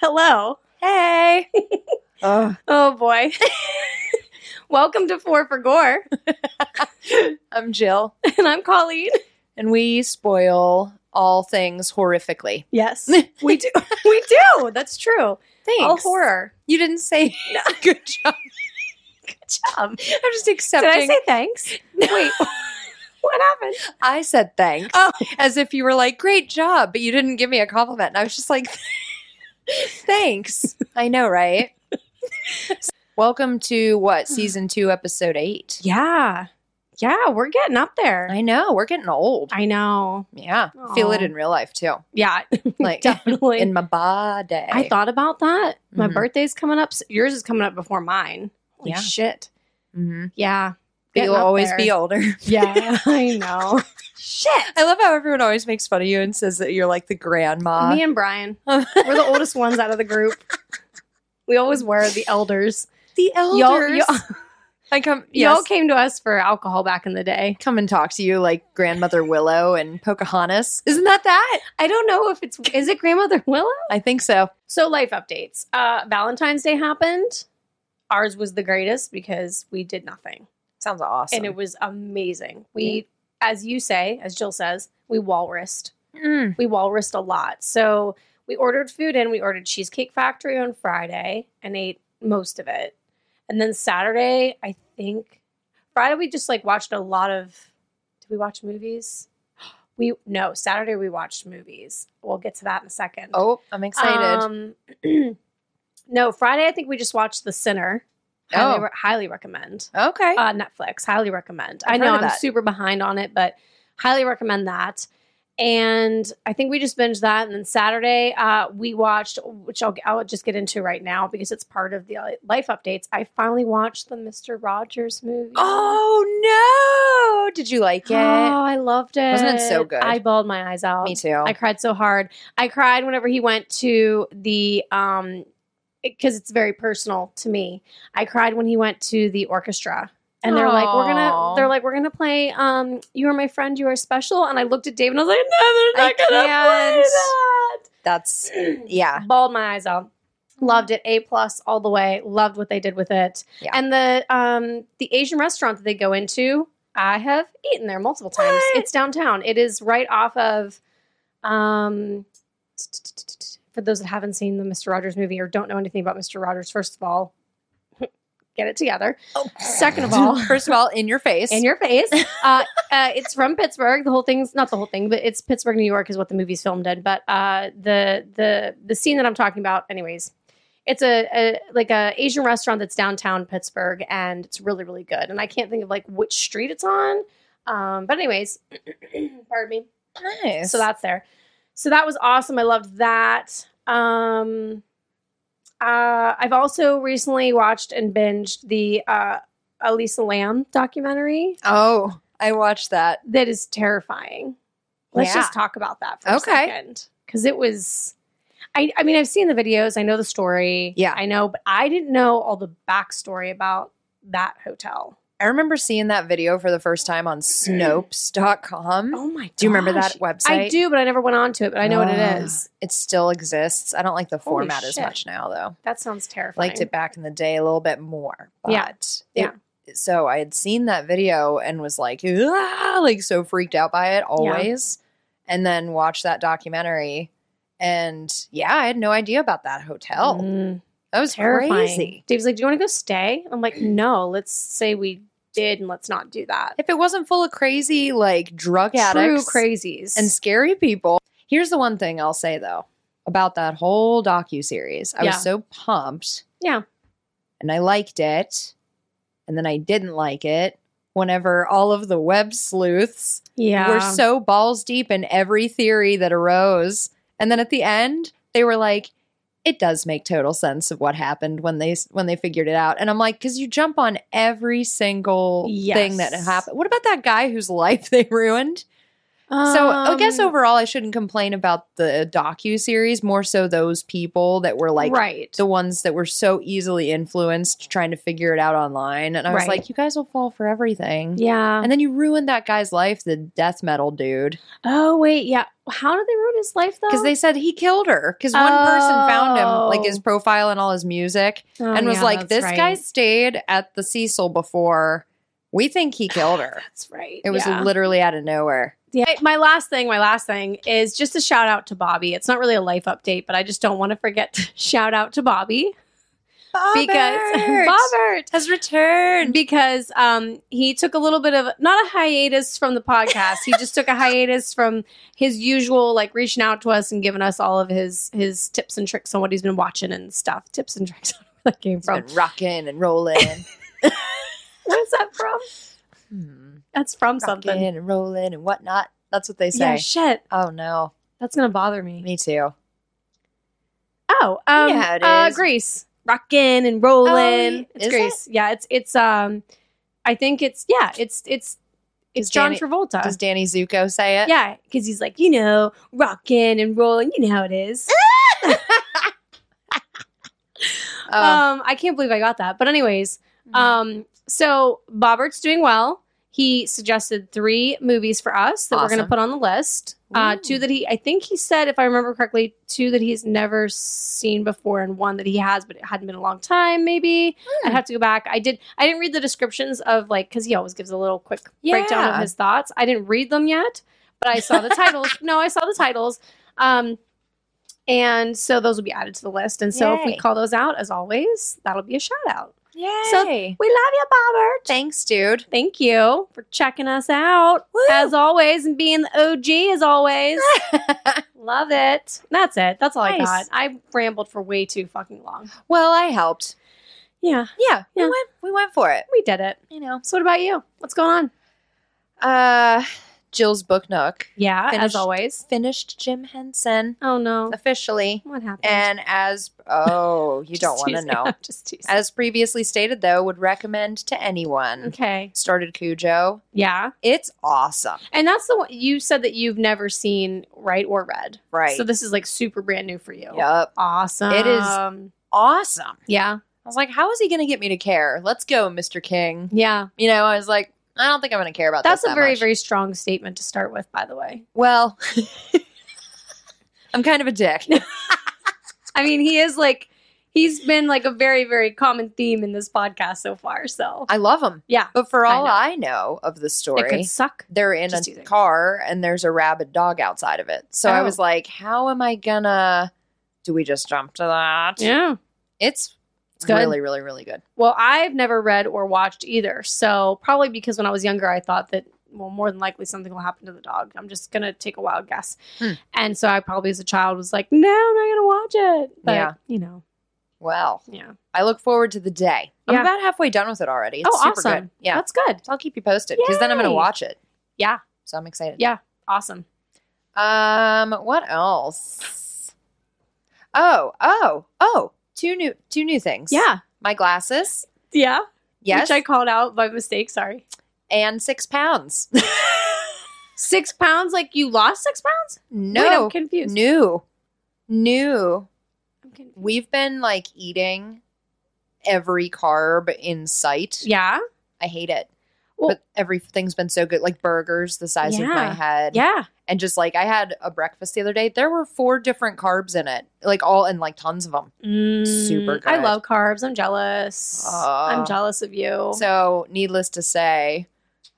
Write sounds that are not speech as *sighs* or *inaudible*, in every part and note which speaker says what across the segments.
Speaker 1: Hello. Hey.
Speaker 2: Oh,
Speaker 1: Oh boy. *laughs* Welcome to Four for *laughs* Gore,
Speaker 2: I'm Jill,
Speaker 1: and I'm Colleen.
Speaker 2: and we spoil all things horrifically.
Speaker 1: Yes, *laughs* we do. we do. That's true.
Speaker 2: Thanks.
Speaker 1: All horror.
Speaker 2: You didn't say *laughs* good job.
Speaker 1: Good job. Did
Speaker 2: I'm just accepting.
Speaker 1: I say thanks? Wait. *laughs* What happened?
Speaker 2: I said thanks.
Speaker 1: Oh.
Speaker 2: As if you were like, great job, but you didn't give me a compliment. And I was just like, *laughs* thanks. I know, right? Welcome to what? Season two, episode eight.
Speaker 1: Yeah. Yeah, we're getting up there.
Speaker 2: I know. We're getting old.
Speaker 1: I know.
Speaker 2: Yeah. Feel it
Speaker 1: Aw.
Speaker 2: in real life, too.
Speaker 1: *laughs* Yeah,
Speaker 2: Like,
Speaker 1: definitely.
Speaker 2: in my body.
Speaker 1: I thought about that. My
Speaker 2: Mhm.
Speaker 1: birthday's coming up. So yours is coming up before mine. Holy
Speaker 2: Yeah.
Speaker 1: shit.
Speaker 2: Mhm.
Speaker 1: Yeah.
Speaker 2: But you'll always be older.
Speaker 1: *laughs* Yeah, I know. shit.
Speaker 2: I love how everyone always makes fun of you and says that you're like the grandma.
Speaker 1: Me and Brian, we're *laughs* the oldest ones out of the group. We always were the elders.
Speaker 2: the
Speaker 1: Y'all, y'all,
Speaker 2: *laughs* I come,
Speaker 1: y'all
Speaker 2: yes,
Speaker 1: came to us for alcohol back in the day.
Speaker 2: come and talk to you like grandmother Willow and Pocahontas. Isn't that that?
Speaker 1: I don't know if it's is it grandmother Willow.
Speaker 2: I think so.
Speaker 1: So life updates. Uh, Valentine's Day happened. Ours was the greatest because we did nothing,
Speaker 2: Sounds awesome.
Speaker 1: and it was amazing. We, as you say, as Jill says, we walrused.
Speaker 2: Mm.
Speaker 1: we walrused a lot. So we ordered food in. We ordered Cheesecake Factory on Friday and ate most of it. And then Saturday, I think Friday we just like watched a lot of. Did we watch movies? *gasps* We no Saturday we watched movies. We'll get to that in a second.
Speaker 2: Oh, I'm excited.
Speaker 1: Um, *clears throat* no Friday I think we just watched The Sinner. Highly,
Speaker 2: Oh.
Speaker 1: re- highly recommend.
Speaker 2: okay.
Speaker 1: Uh, Netflix. Highly recommend.
Speaker 2: I've
Speaker 1: I know
Speaker 2: heard of
Speaker 1: I'm
Speaker 2: that.
Speaker 1: super behind on it, but highly recommend that. And I think we just binged that. And then Saturday, uh, we watched, which I'll, I'll just get into right now because it's part of the uh, life updates. I finally watched the Mister Rogers movie.
Speaker 2: oh no! Did you like
Speaker 1: Oh,
Speaker 2: *gasps*
Speaker 1: *gasps*
Speaker 2: it?
Speaker 1: I loved it.
Speaker 2: Wasn't it so good?
Speaker 1: I bawled my eyes out.
Speaker 2: Me too.
Speaker 1: I cried so hard. I cried whenever he went to the um because it's very personal to me. I cried when he went to the orchestra. And they're like, we're gonna.
Speaker 2: Aw.
Speaker 1: They're like, we're gonna play. Um, you are my friend. You are special. And I looked at Dave and I was like, no, they're
Speaker 2: I
Speaker 1: not gonna
Speaker 2: can't.
Speaker 1: play
Speaker 2: *gasps* That's
Speaker 1: that.
Speaker 2: yeah. Mm-hmm.
Speaker 1: Bawled my eyes out. Loved it. A plus all the way. Loved what they did with it.
Speaker 2: Yeah.
Speaker 1: And the um the Asian restaurant that they go into, I have eaten there multiple times.
Speaker 2: What?
Speaker 1: It's downtown. It is right off of um for those that haven't seen the Mr. Rogers movie or don't know anything about Mr. Rogers, first of all, *laughs* get it together.
Speaker 2: Oh.
Speaker 1: Second of all-
Speaker 2: *laughs* first of all, in your face.
Speaker 1: In your face. Uh, uh, it's from Pittsburgh. The whole thing's not the whole thing, but it's Pittsburgh, New York, is what the movie's filmed in. But uh, the the the scene that I'm talking about, anyways, it's a, a like a Asian restaurant that's downtown Pittsburgh, and it's really really good. And I can't think of like which street it's on. Um, but anyways, *clears throat* pardon me.
Speaker 2: nice.
Speaker 1: So that's there. So that was awesome. I loved that. Um, uh, I've also recently watched and binged the uh, Elisa Lamb documentary.
Speaker 2: oh, I watched that.
Speaker 1: That is terrifying. Let's
Speaker 2: Yeah.
Speaker 1: just talk about that for
Speaker 2: Okay.
Speaker 1: a second. Because it was, I, I mean, I've seen the videos, I know the story.
Speaker 2: Yeah.
Speaker 1: I know, but I didn't know all the backstory about that hotel.
Speaker 2: I remember seeing that video for the first time *clears throat* on Snopes.com.
Speaker 1: Oh my god.
Speaker 2: do you remember that website?
Speaker 1: I do, but I never went on to it, but I know what
Speaker 2: Ah,
Speaker 1: it is.
Speaker 2: It still exists. I don't like the
Speaker 1: Holy
Speaker 2: format as
Speaker 1: shit.
Speaker 2: much now, though.
Speaker 1: That sounds terrifying.
Speaker 2: Liked it back in the day a little bit more. But
Speaker 1: Yeah.
Speaker 2: it- so I had seen that video and was like, "Ah," like so freaked out by it always. And then watched that documentary. And yeah, I had no idea about that hotel.
Speaker 1: Mm.
Speaker 2: That was
Speaker 1: terrifying.
Speaker 2: crazy.
Speaker 1: Dave's like, "Do you want to go stay?" I'm like, "No, let's say we did, and let's not do that."
Speaker 2: If it wasn't full of crazy, like drug
Speaker 1: True
Speaker 2: addicts
Speaker 1: crazies.
Speaker 2: and scary people. Here's the one thing I'll say though about that whole docu series. I
Speaker 1: Yeah.
Speaker 2: was so pumped.
Speaker 1: Yeah.
Speaker 2: And I liked it. And then I didn't like it whenever all of the web sleuths
Speaker 1: yeah,
Speaker 2: were so balls deep in every theory that arose. And then at the end, they were like it does make total sense of what happened when they when they figured it out. And I'm like cuz you jump on every single thing that
Speaker 1: Yes.
Speaker 2: *laughs* happened. What about that guy whose life they ruined? So I guess
Speaker 1: Um,
Speaker 2: overall, I shouldn't complain about the docu series. More so, those people that were like
Speaker 1: right.
Speaker 2: the ones that were so easily influenced, trying to figure it out online. And I was
Speaker 1: Right.
Speaker 2: like, you guys will fall for everything.
Speaker 1: yeah.
Speaker 2: And then you ruined that guy's life, the death metal dude,
Speaker 1: oh wait, yeah. How did they ruin his life though?
Speaker 2: because they said he killed her. Because one person found him, like his
Speaker 1: Oh.
Speaker 2: profile and all his music,
Speaker 1: Oh,
Speaker 2: and was
Speaker 1: yeah,
Speaker 2: like,
Speaker 1: that's
Speaker 2: "This
Speaker 1: right.
Speaker 2: guy stayed at the Cecil before. We think he killed her.
Speaker 1: That's right.
Speaker 2: It was
Speaker 1: *sighs* yeah.
Speaker 2: literally out of nowhere."
Speaker 1: Yeah. My last thing, my last thing is just a shout out to Bobby. It's not really a life update, but I just don't want to forget *laughs* to shout out to Bobby
Speaker 2: *laughs*
Speaker 1: because Bobbert
Speaker 2: has returned.
Speaker 1: because um he took a little bit of not a hiatus from the podcast. he just
Speaker 2: *laughs*
Speaker 1: took a hiatus from his usual like reaching out to us and giving us all of his his tips and tricks on what he's been watching and stuff. Tips and tricks. *laughs* I don't know Where that came
Speaker 2: He's been
Speaker 1: from?
Speaker 2: rocking and rolling.
Speaker 1: *laughs* Where's that from?
Speaker 2: Hmm.
Speaker 1: That's from
Speaker 2: Rocking
Speaker 1: something.
Speaker 2: and rolling and whatnot. That's what they say.
Speaker 1: Yeah, shit.
Speaker 2: oh no,
Speaker 1: That's gonna bother me.
Speaker 2: me too.
Speaker 1: Oh, um,
Speaker 2: Yeah, it
Speaker 1: uh,
Speaker 2: is.
Speaker 1: Grease, rockin' and rollin'.
Speaker 2: Oh, y-
Speaker 1: it's
Speaker 2: is
Speaker 1: Grease. Yeah, it's it's um, I think it's yeah, it's it's it's
Speaker 2: Does
Speaker 1: John
Speaker 2: Danny-
Speaker 1: Travolta.
Speaker 2: Does Danny Zuko say it?
Speaker 1: Uh, yeah, because he's like you know rockin' and rollin'. You know how it is.
Speaker 2: Oh, Mm-hmm.
Speaker 1: Um, I can't believe I got that. But anyways, um, so Bobbert's doing well. He suggested three movies for us that we're going to
Speaker 2: Awesome.
Speaker 1: put on the list. Uh,
Speaker 2: Ooh.
Speaker 1: two that he, I think he said, if I remember correctly, two that he's never seen before, and one that he has, but it hadn't been a long time. Maybe I'd
Speaker 2: Hmm.
Speaker 1: have to go back. I did. I didn't read the descriptions of like because he always gives a little quick breakdown of
Speaker 2: Yeah.
Speaker 1: his thoughts. I didn't read them yet, but I saw the
Speaker 2: *laughs*
Speaker 1: titles. No, I saw the titles. Um, and so those will be added to the list. And so if we
Speaker 2: Yay.
Speaker 1: call those out, as always, that'll be a shout out.
Speaker 2: yay!
Speaker 1: We love you, Bobbert.
Speaker 2: thanks, dude. Uh,
Speaker 1: Thank you for checking us out
Speaker 2: Woo.
Speaker 1: as always and being the OG as
Speaker 2: *laughs*
Speaker 1: always. love it. That's it. That's all I
Speaker 2: Nice.
Speaker 1: got. I rambled for way too fucking long.
Speaker 2: well, I helped.
Speaker 1: Yeah,
Speaker 2: Yeah, we
Speaker 1: Yeah.
Speaker 2: went. We went for it.
Speaker 1: we did it.
Speaker 2: You know.
Speaker 1: So what about you? What's going on?
Speaker 2: Uh, Jill's book nook
Speaker 1: Yeah, as
Speaker 2: Finished.
Speaker 1: always.
Speaker 2: finished. Jim Henson
Speaker 1: Oh no.
Speaker 2: officially,
Speaker 1: What happened?
Speaker 2: and as
Speaker 1: *laughs*
Speaker 2: oh, Eh, you
Speaker 1: Just
Speaker 2: don't want to
Speaker 1: teasing.
Speaker 2: know.
Speaker 1: I'm Just teasing.
Speaker 2: As previously stated, though, would recommend to anyone.
Speaker 1: okay.
Speaker 2: Started Cujo.
Speaker 1: Yeah.
Speaker 2: It's awesome,
Speaker 1: And that's the one you said that you've never seen, right, or read.
Speaker 2: right?
Speaker 1: So this is like super brand new for you.
Speaker 2: yep,
Speaker 1: Awesome.
Speaker 2: It is- awesome.
Speaker 1: Yeah.
Speaker 2: I was like, how is he going to get me to care? Let's go, Mr. King.
Speaker 1: Yeah.
Speaker 2: You know, I was like, I don't think I'm going to care about
Speaker 1: That's
Speaker 2: this
Speaker 1: a
Speaker 2: that
Speaker 1: very,
Speaker 2: much.
Speaker 1: very strong statement to start with, by the way.
Speaker 2: well. *laughs* I'm kind of a dick.
Speaker 1: I mean, he is like, he's been like a very, very common theme in this podcast so far. So
Speaker 2: *laughs* I love him,
Speaker 1: Yeah,
Speaker 2: but for
Speaker 1: I
Speaker 2: all
Speaker 1: know.
Speaker 2: I know, of the
Speaker 1: it
Speaker 2: story,
Speaker 1: could suck.
Speaker 2: they're in
Speaker 1: Just do
Speaker 2: a
Speaker 1: that.
Speaker 2: car and there's a rabid dog outside of it. So I
Speaker 1: Oh.
Speaker 2: was like, how am I gonna? Do we just jump to that?
Speaker 1: Yeah.
Speaker 2: It's it's
Speaker 1: good.
Speaker 2: really, really, really good.
Speaker 1: Well, I've never read or watched either. So probably because when I was younger, I thought that, well, more than likely something will happen to the dog. I'm just going to take a wild guess.
Speaker 2: Hmm.
Speaker 1: And so I probably as a child was like, no, I'm not going to watch it. But,
Speaker 2: Yeah.
Speaker 1: you know,
Speaker 2: Well,
Speaker 1: yeah.
Speaker 2: I look forward to the day. I'm
Speaker 1: Yeah.
Speaker 2: about halfway done with it already. It's
Speaker 1: Oh,
Speaker 2: super
Speaker 1: awesome.
Speaker 2: good. Yeah.
Speaker 1: That's good.
Speaker 2: so I'll keep you posted because then I'm gonna
Speaker 1: Yay.
Speaker 2: watch it.
Speaker 1: Yeah.
Speaker 2: So I'm excited.
Speaker 1: Yeah. Awesome.
Speaker 2: Um, what else? Oh, oh, oh, two new two new things.
Speaker 1: Yeah.
Speaker 2: My glasses.
Speaker 1: Yeah.
Speaker 2: Yes.
Speaker 1: Which I called out by mistake. Sorry.
Speaker 2: and six pounds. *laughs*
Speaker 1: Six pounds? Like you lost six pounds?
Speaker 2: No.
Speaker 1: Wait, I'm confused.
Speaker 2: new. New.
Speaker 1: I'm confused.
Speaker 2: We've been like eating every carb in sight.
Speaker 1: Yeah.
Speaker 2: I hate it.
Speaker 1: Well-
Speaker 2: but everything's been so good. Like burgers the size of my
Speaker 1: Yeah.
Speaker 2: head.
Speaker 1: Yeah.
Speaker 2: And just like I had a breakfast the other day. There were four different carbs in it. Like all and like tons of them. Super
Speaker 1: Mm, I
Speaker 2: good.
Speaker 1: love carbs. I'm jealous.
Speaker 2: Oh.
Speaker 1: I'm jealous of you.
Speaker 2: So needless to say,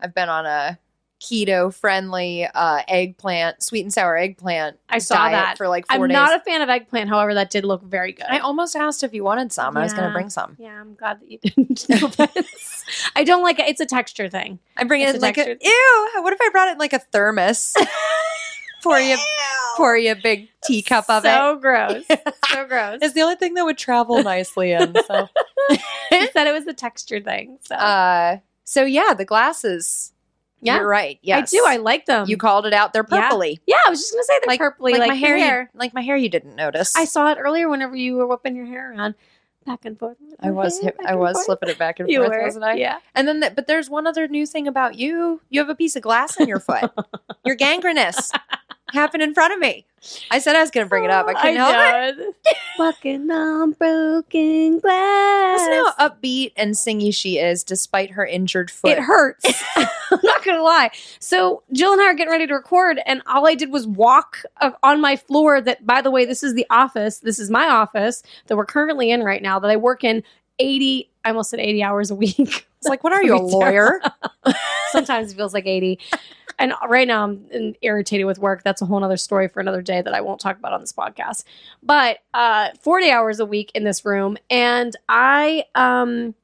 Speaker 2: I've been on a keto friendly uh eggplant, sweet and sour eggplant
Speaker 1: I saw
Speaker 2: diet
Speaker 1: that.
Speaker 2: for like 4
Speaker 1: I'm
Speaker 2: days.
Speaker 1: not a fan of eggplant. However, that did look very good.
Speaker 2: I almost asked if you wanted some. I was going
Speaker 1: Yeah.
Speaker 2: to bring some.
Speaker 1: yeah, I'm glad *laughs* that you didn't. No offense. I don't like it. It's a texture thing.
Speaker 2: I bring
Speaker 1: It's
Speaker 2: it
Speaker 1: a
Speaker 2: in like a,
Speaker 1: texture-
Speaker 2: ew. What if I brought it in like a
Speaker 1: *laughs*
Speaker 2: thermos? pour you, pour you a big teacup of
Speaker 1: so gross. *laughs*
Speaker 2: it.
Speaker 1: So gross.
Speaker 2: it's the only thing that would travel nicely in.
Speaker 1: *laughs*
Speaker 2: So,
Speaker 1: He said it was the texture thing. So
Speaker 2: uh, so yeah, the glasses.
Speaker 1: yeah,
Speaker 2: You're right. Yes,
Speaker 1: I do. I like them.
Speaker 2: you called it out. They're
Speaker 1: Um, Yeah.
Speaker 2: purpley,
Speaker 1: yeah, I was just gonna say they're
Speaker 2: Like-
Speaker 1: purpley, like, your
Speaker 2: my hair.
Speaker 1: hair.
Speaker 2: You, like my hair, you didn't notice.
Speaker 1: I saw it earlier whenever you were whipping your hair around. back and forth. with
Speaker 2: I
Speaker 1: my
Speaker 2: was
Speaker 1: hair
Speaker 2: hip,
Speaker 1: back
Speaker 2: I
Speaker 1: and
Speaker 2: was
Speaker 1: forth.
Speaker 2: slipping it back and
Speaker 1: You
Speaker 2: forth,
Speaker 1: were,
Speaker 2: wasn't I?
Speaker 1: yeah.
Speaker 2: And then, the, but there's one other new thing about you. You have a piece of glass in
Speaker 1: *laughs*
Speaker 2: your foot. You're gangrenous. Happened in front of me. I said I was going to bring it
Speaker 1: Oh,
Speaker 2: up. I couldn't help
Speaker 1: *laughs*
Speaker 2: it.
Speaker 1: know. Fucking on broken glass.
Speaker 2: Listen how upbeat and singy she is, despite her injured foot.
Speaker 1: It hurts. *laughs* I'm not gonna lie. So Jill and I are getting ready to record, and all I did was walk uh, on my floor. That, by the way, this is the office. This is my office that we're currently in right now. That I work in eighty. I almost said eighty hours a week. *laughs*
Speaker 2: It's like, what are you, a
Speaker 1: Me too.
Speaker 2: lawyer?
Speaker 1: Sometimes it feels like eighty. And right now I'm in- irritated with work. That's a whole other story for another day that I won't talk about on this podcast. But uh, forty hours a week in this room, and I, um,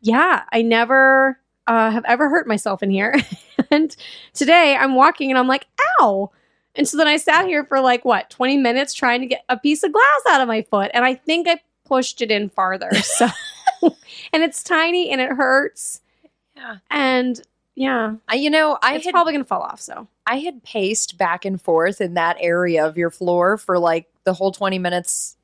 Speaker 1: yeah, I never uh, have ever hurt myself in here. *laughs* and today I'm walking and I'm like, ow. And so then I sat here for like what, 20 minutes trying to get a piece of glass out of my foot. And I think I pushed it in farther. So, *laughs* and it's tiny and it hurts.
Speaker 2: Yeah.
Speaker 1: And yeah,
Speaker 2: I, you know, I
Speaker 1: it's
Speaker 2: had
Speaker 1: probably going to fall off. So,
Speaker 2: I had paced back and forth in that area of your floor for like the whole 20 minutes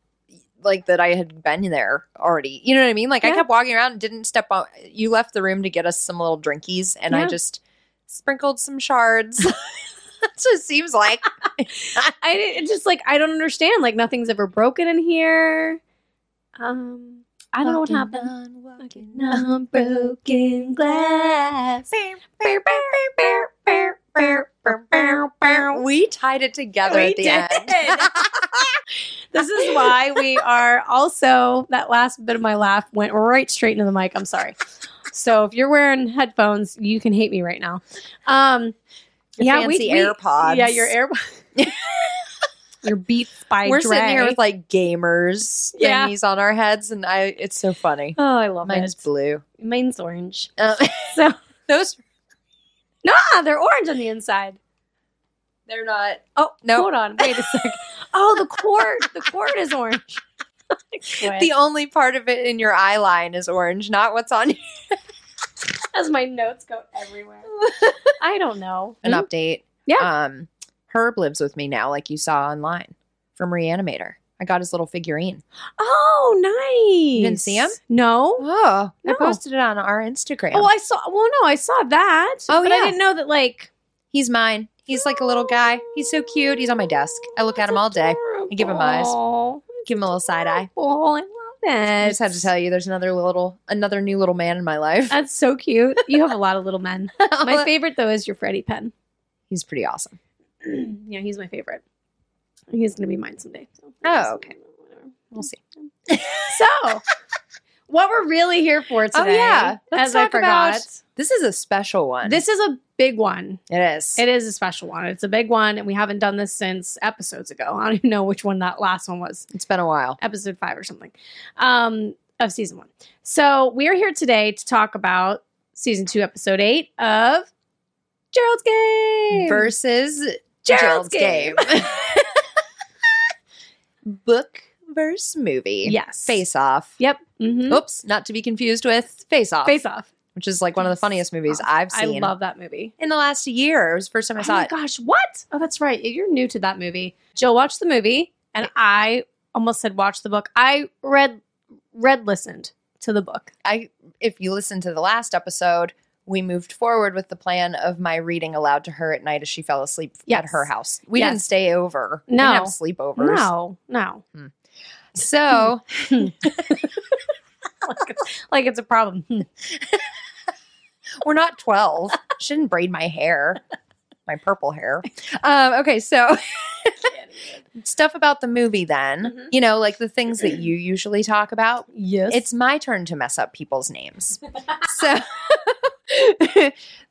Speaker 2: like that I had been there already. You know what I mean? Like I
Speaker 1: Yeah.
Speaker 2: kept walking around and didn't step on you left the room to get us some little drinkies and I
Speaker 1: Yeah.
Speaker 2: just sprinkled some shards. *laughs* That's what it seems like.
Speaker 1: I it's just like, I don't understand. Like, nothing's ever broken in here. Um, I don't know what happened. Fucking unbroken glass.
Speaker 2: We tied it together
Speaker 1: We
Speaker 2: at the
Speaker 1: did.
Speaker 2: end.
Speaker 1: *laughs* This is why we are also that last bit of my laugh went right straight into the mic. I'm sorry. So if you're wearing headphones, you can hate me right now. Um,
Speaker 2: Your
Speaker 1: yeah, we-
Speaker 2: fancy
Speaker 1: we-
Speaker 2: AirPods.
Speaker 1: yeah, your air,
Speaker 2: *laughs*
Speaker 1: your Beats by
Speaker 2: We're
Speaker 1: Dre.
Speaker 2: sitting here with like gamers
Speaker 1: Yeah.
Speaker 2: thingies on our heads, and I it's so funny.
Speaker 1: oh, I love
Speaker 2: Mine's
Speaker 1: it.
Speaker 2: blue.
Speaker 1: Mine's orange.
Speaker 2: Uh,
Speaker 1: *laughs* So
Speaker 2: *laughs* those
Speaker 1: nah, Ah, they're orange on the inside.
Speaker 2: they're not.
Speaker 1: Oh
Speaker 2: No.
Speaker 1: hold on, wait a sec. Oh, the cord, the cord is
Speaker 2: *laughs*
Speaker 1: orange. Quit.
Speaker 2: The only part of it in your eye line is orange, not what's on.
Speaker 1: As my notes go
Speaker 2: *laughs*
Speaker 1: everywhere. I don't know.
Speaker 2: An update.
Speaker 1: Yeah.
Speaker 2: Um, Herb lives with me now, like you saw online from Reanimator. I got his little figurine.
Speaker 1: Oh, nice.
Speaker 2: didn't see 'em?
Speaker 1: No.
Speaker 2: Oh,
Speaker 1: No.
Speaker 2: I posted it on our Instagram.
Speaker 1: Oh, I saw. Well, no, I saw that.
Speaker 2: Oh,
Speaker 1: but I
Speaker 2: yeah.
Speaker 1: didn't know that. Like,
Speaker 2: He's mine. He's like a little guy. He's so cute. He's on my desk. I look at him all day. I give him eyes.
Speaker 1: Oh,
Speaker 2: Give him a little side eye.
Speaker 1: I love it.
Speaker 2: I just had to tell you, there's another little, another new little man in my *laughs* life.
Speaker 1: That's so cute. You have a lot of little men.
Speaker 2: *laughs*
Speaker 1: My favorite though is your Freddie Penn. *clears throat*
Speaker 2: He's pretty awesome.
Speaker 1: yeah, he's my favorite. He's gonna be mine someday. So.
Speaker 2: Oh, okay. We'll see.
Speaker 1: So, what we're really here for today?
Speaker 2: Oh, yeah. Let's
Speaker 1: as I
Speaker 2: talk
Speaker 1: forgot,
Speaker 2: about This is a special one.
Speaker 1: this is a big one.
Speaker 2: it is.
Speaker 1: It is a special one. It's a big one, and we haven't done this since episodes ago. *laughs* I don't even know which one that last one was,
Speaker 2: It's been a while.
Speaker 1: episode five or something, um, of season one. So we are here today to talk about season two, episode eight of Gerald's Game
Speaker 2: Versus
Speaker 1: Gerald's
Speaker 2: Gerald's game.
Speaker 1: *laughs*
Speaker 2: Book versus movie.
Speaker 1: Yes.
Speaker 2: Face Off.
Speaker 1: Yep. hmm
Speaker 2: Oops, not to be confused with Face Off,
Speaker 1: Face off.
Speaker 2: which is like one of the funniest movies
Speaker 1: Off.
Speaker 2: I've
Speaker 1: I
Speaker 2: seen.
Speaker 1: love that movie.
Speaker 2: in the last year, it was the first time I
Speaker 1: Oh
Speaker 2: saw
Speaker 1: my
Speaker 2: it.
Speaker 1: gosh! What? Oh, that's right. You're new to that movie. Jill watched the movie, and I almost said watch the book. I read, read, listened to the book.
Speaker 2: I if you listen to the last episode, we moved forward with the plan of my reading aloud to her at night as she fell asleep at
Speaker 1: Yes.
Speaker 2: her house. We
Speaker 1: Yes.
Speaker 2: didn't stay over. We
Speaker 1: No.
Speaker 2: didn't have sleepovers.
Speaker 1: No, no.
Speaker 2: So
Speaker 1: like it's a problem. *laughs*
Speaker 2: we're not 12. Shouldn't braid my hair. My purple hair. *laughs* Um, okay, so *laughs* stuff about the movie then.
Speaker 1: Mhm.
Speaker 2: You know, like the things that *clears throat* you usually talk about.
Speaker 1: yes.
Speaker 2: It's my turn to mess up people's *laughs* names. so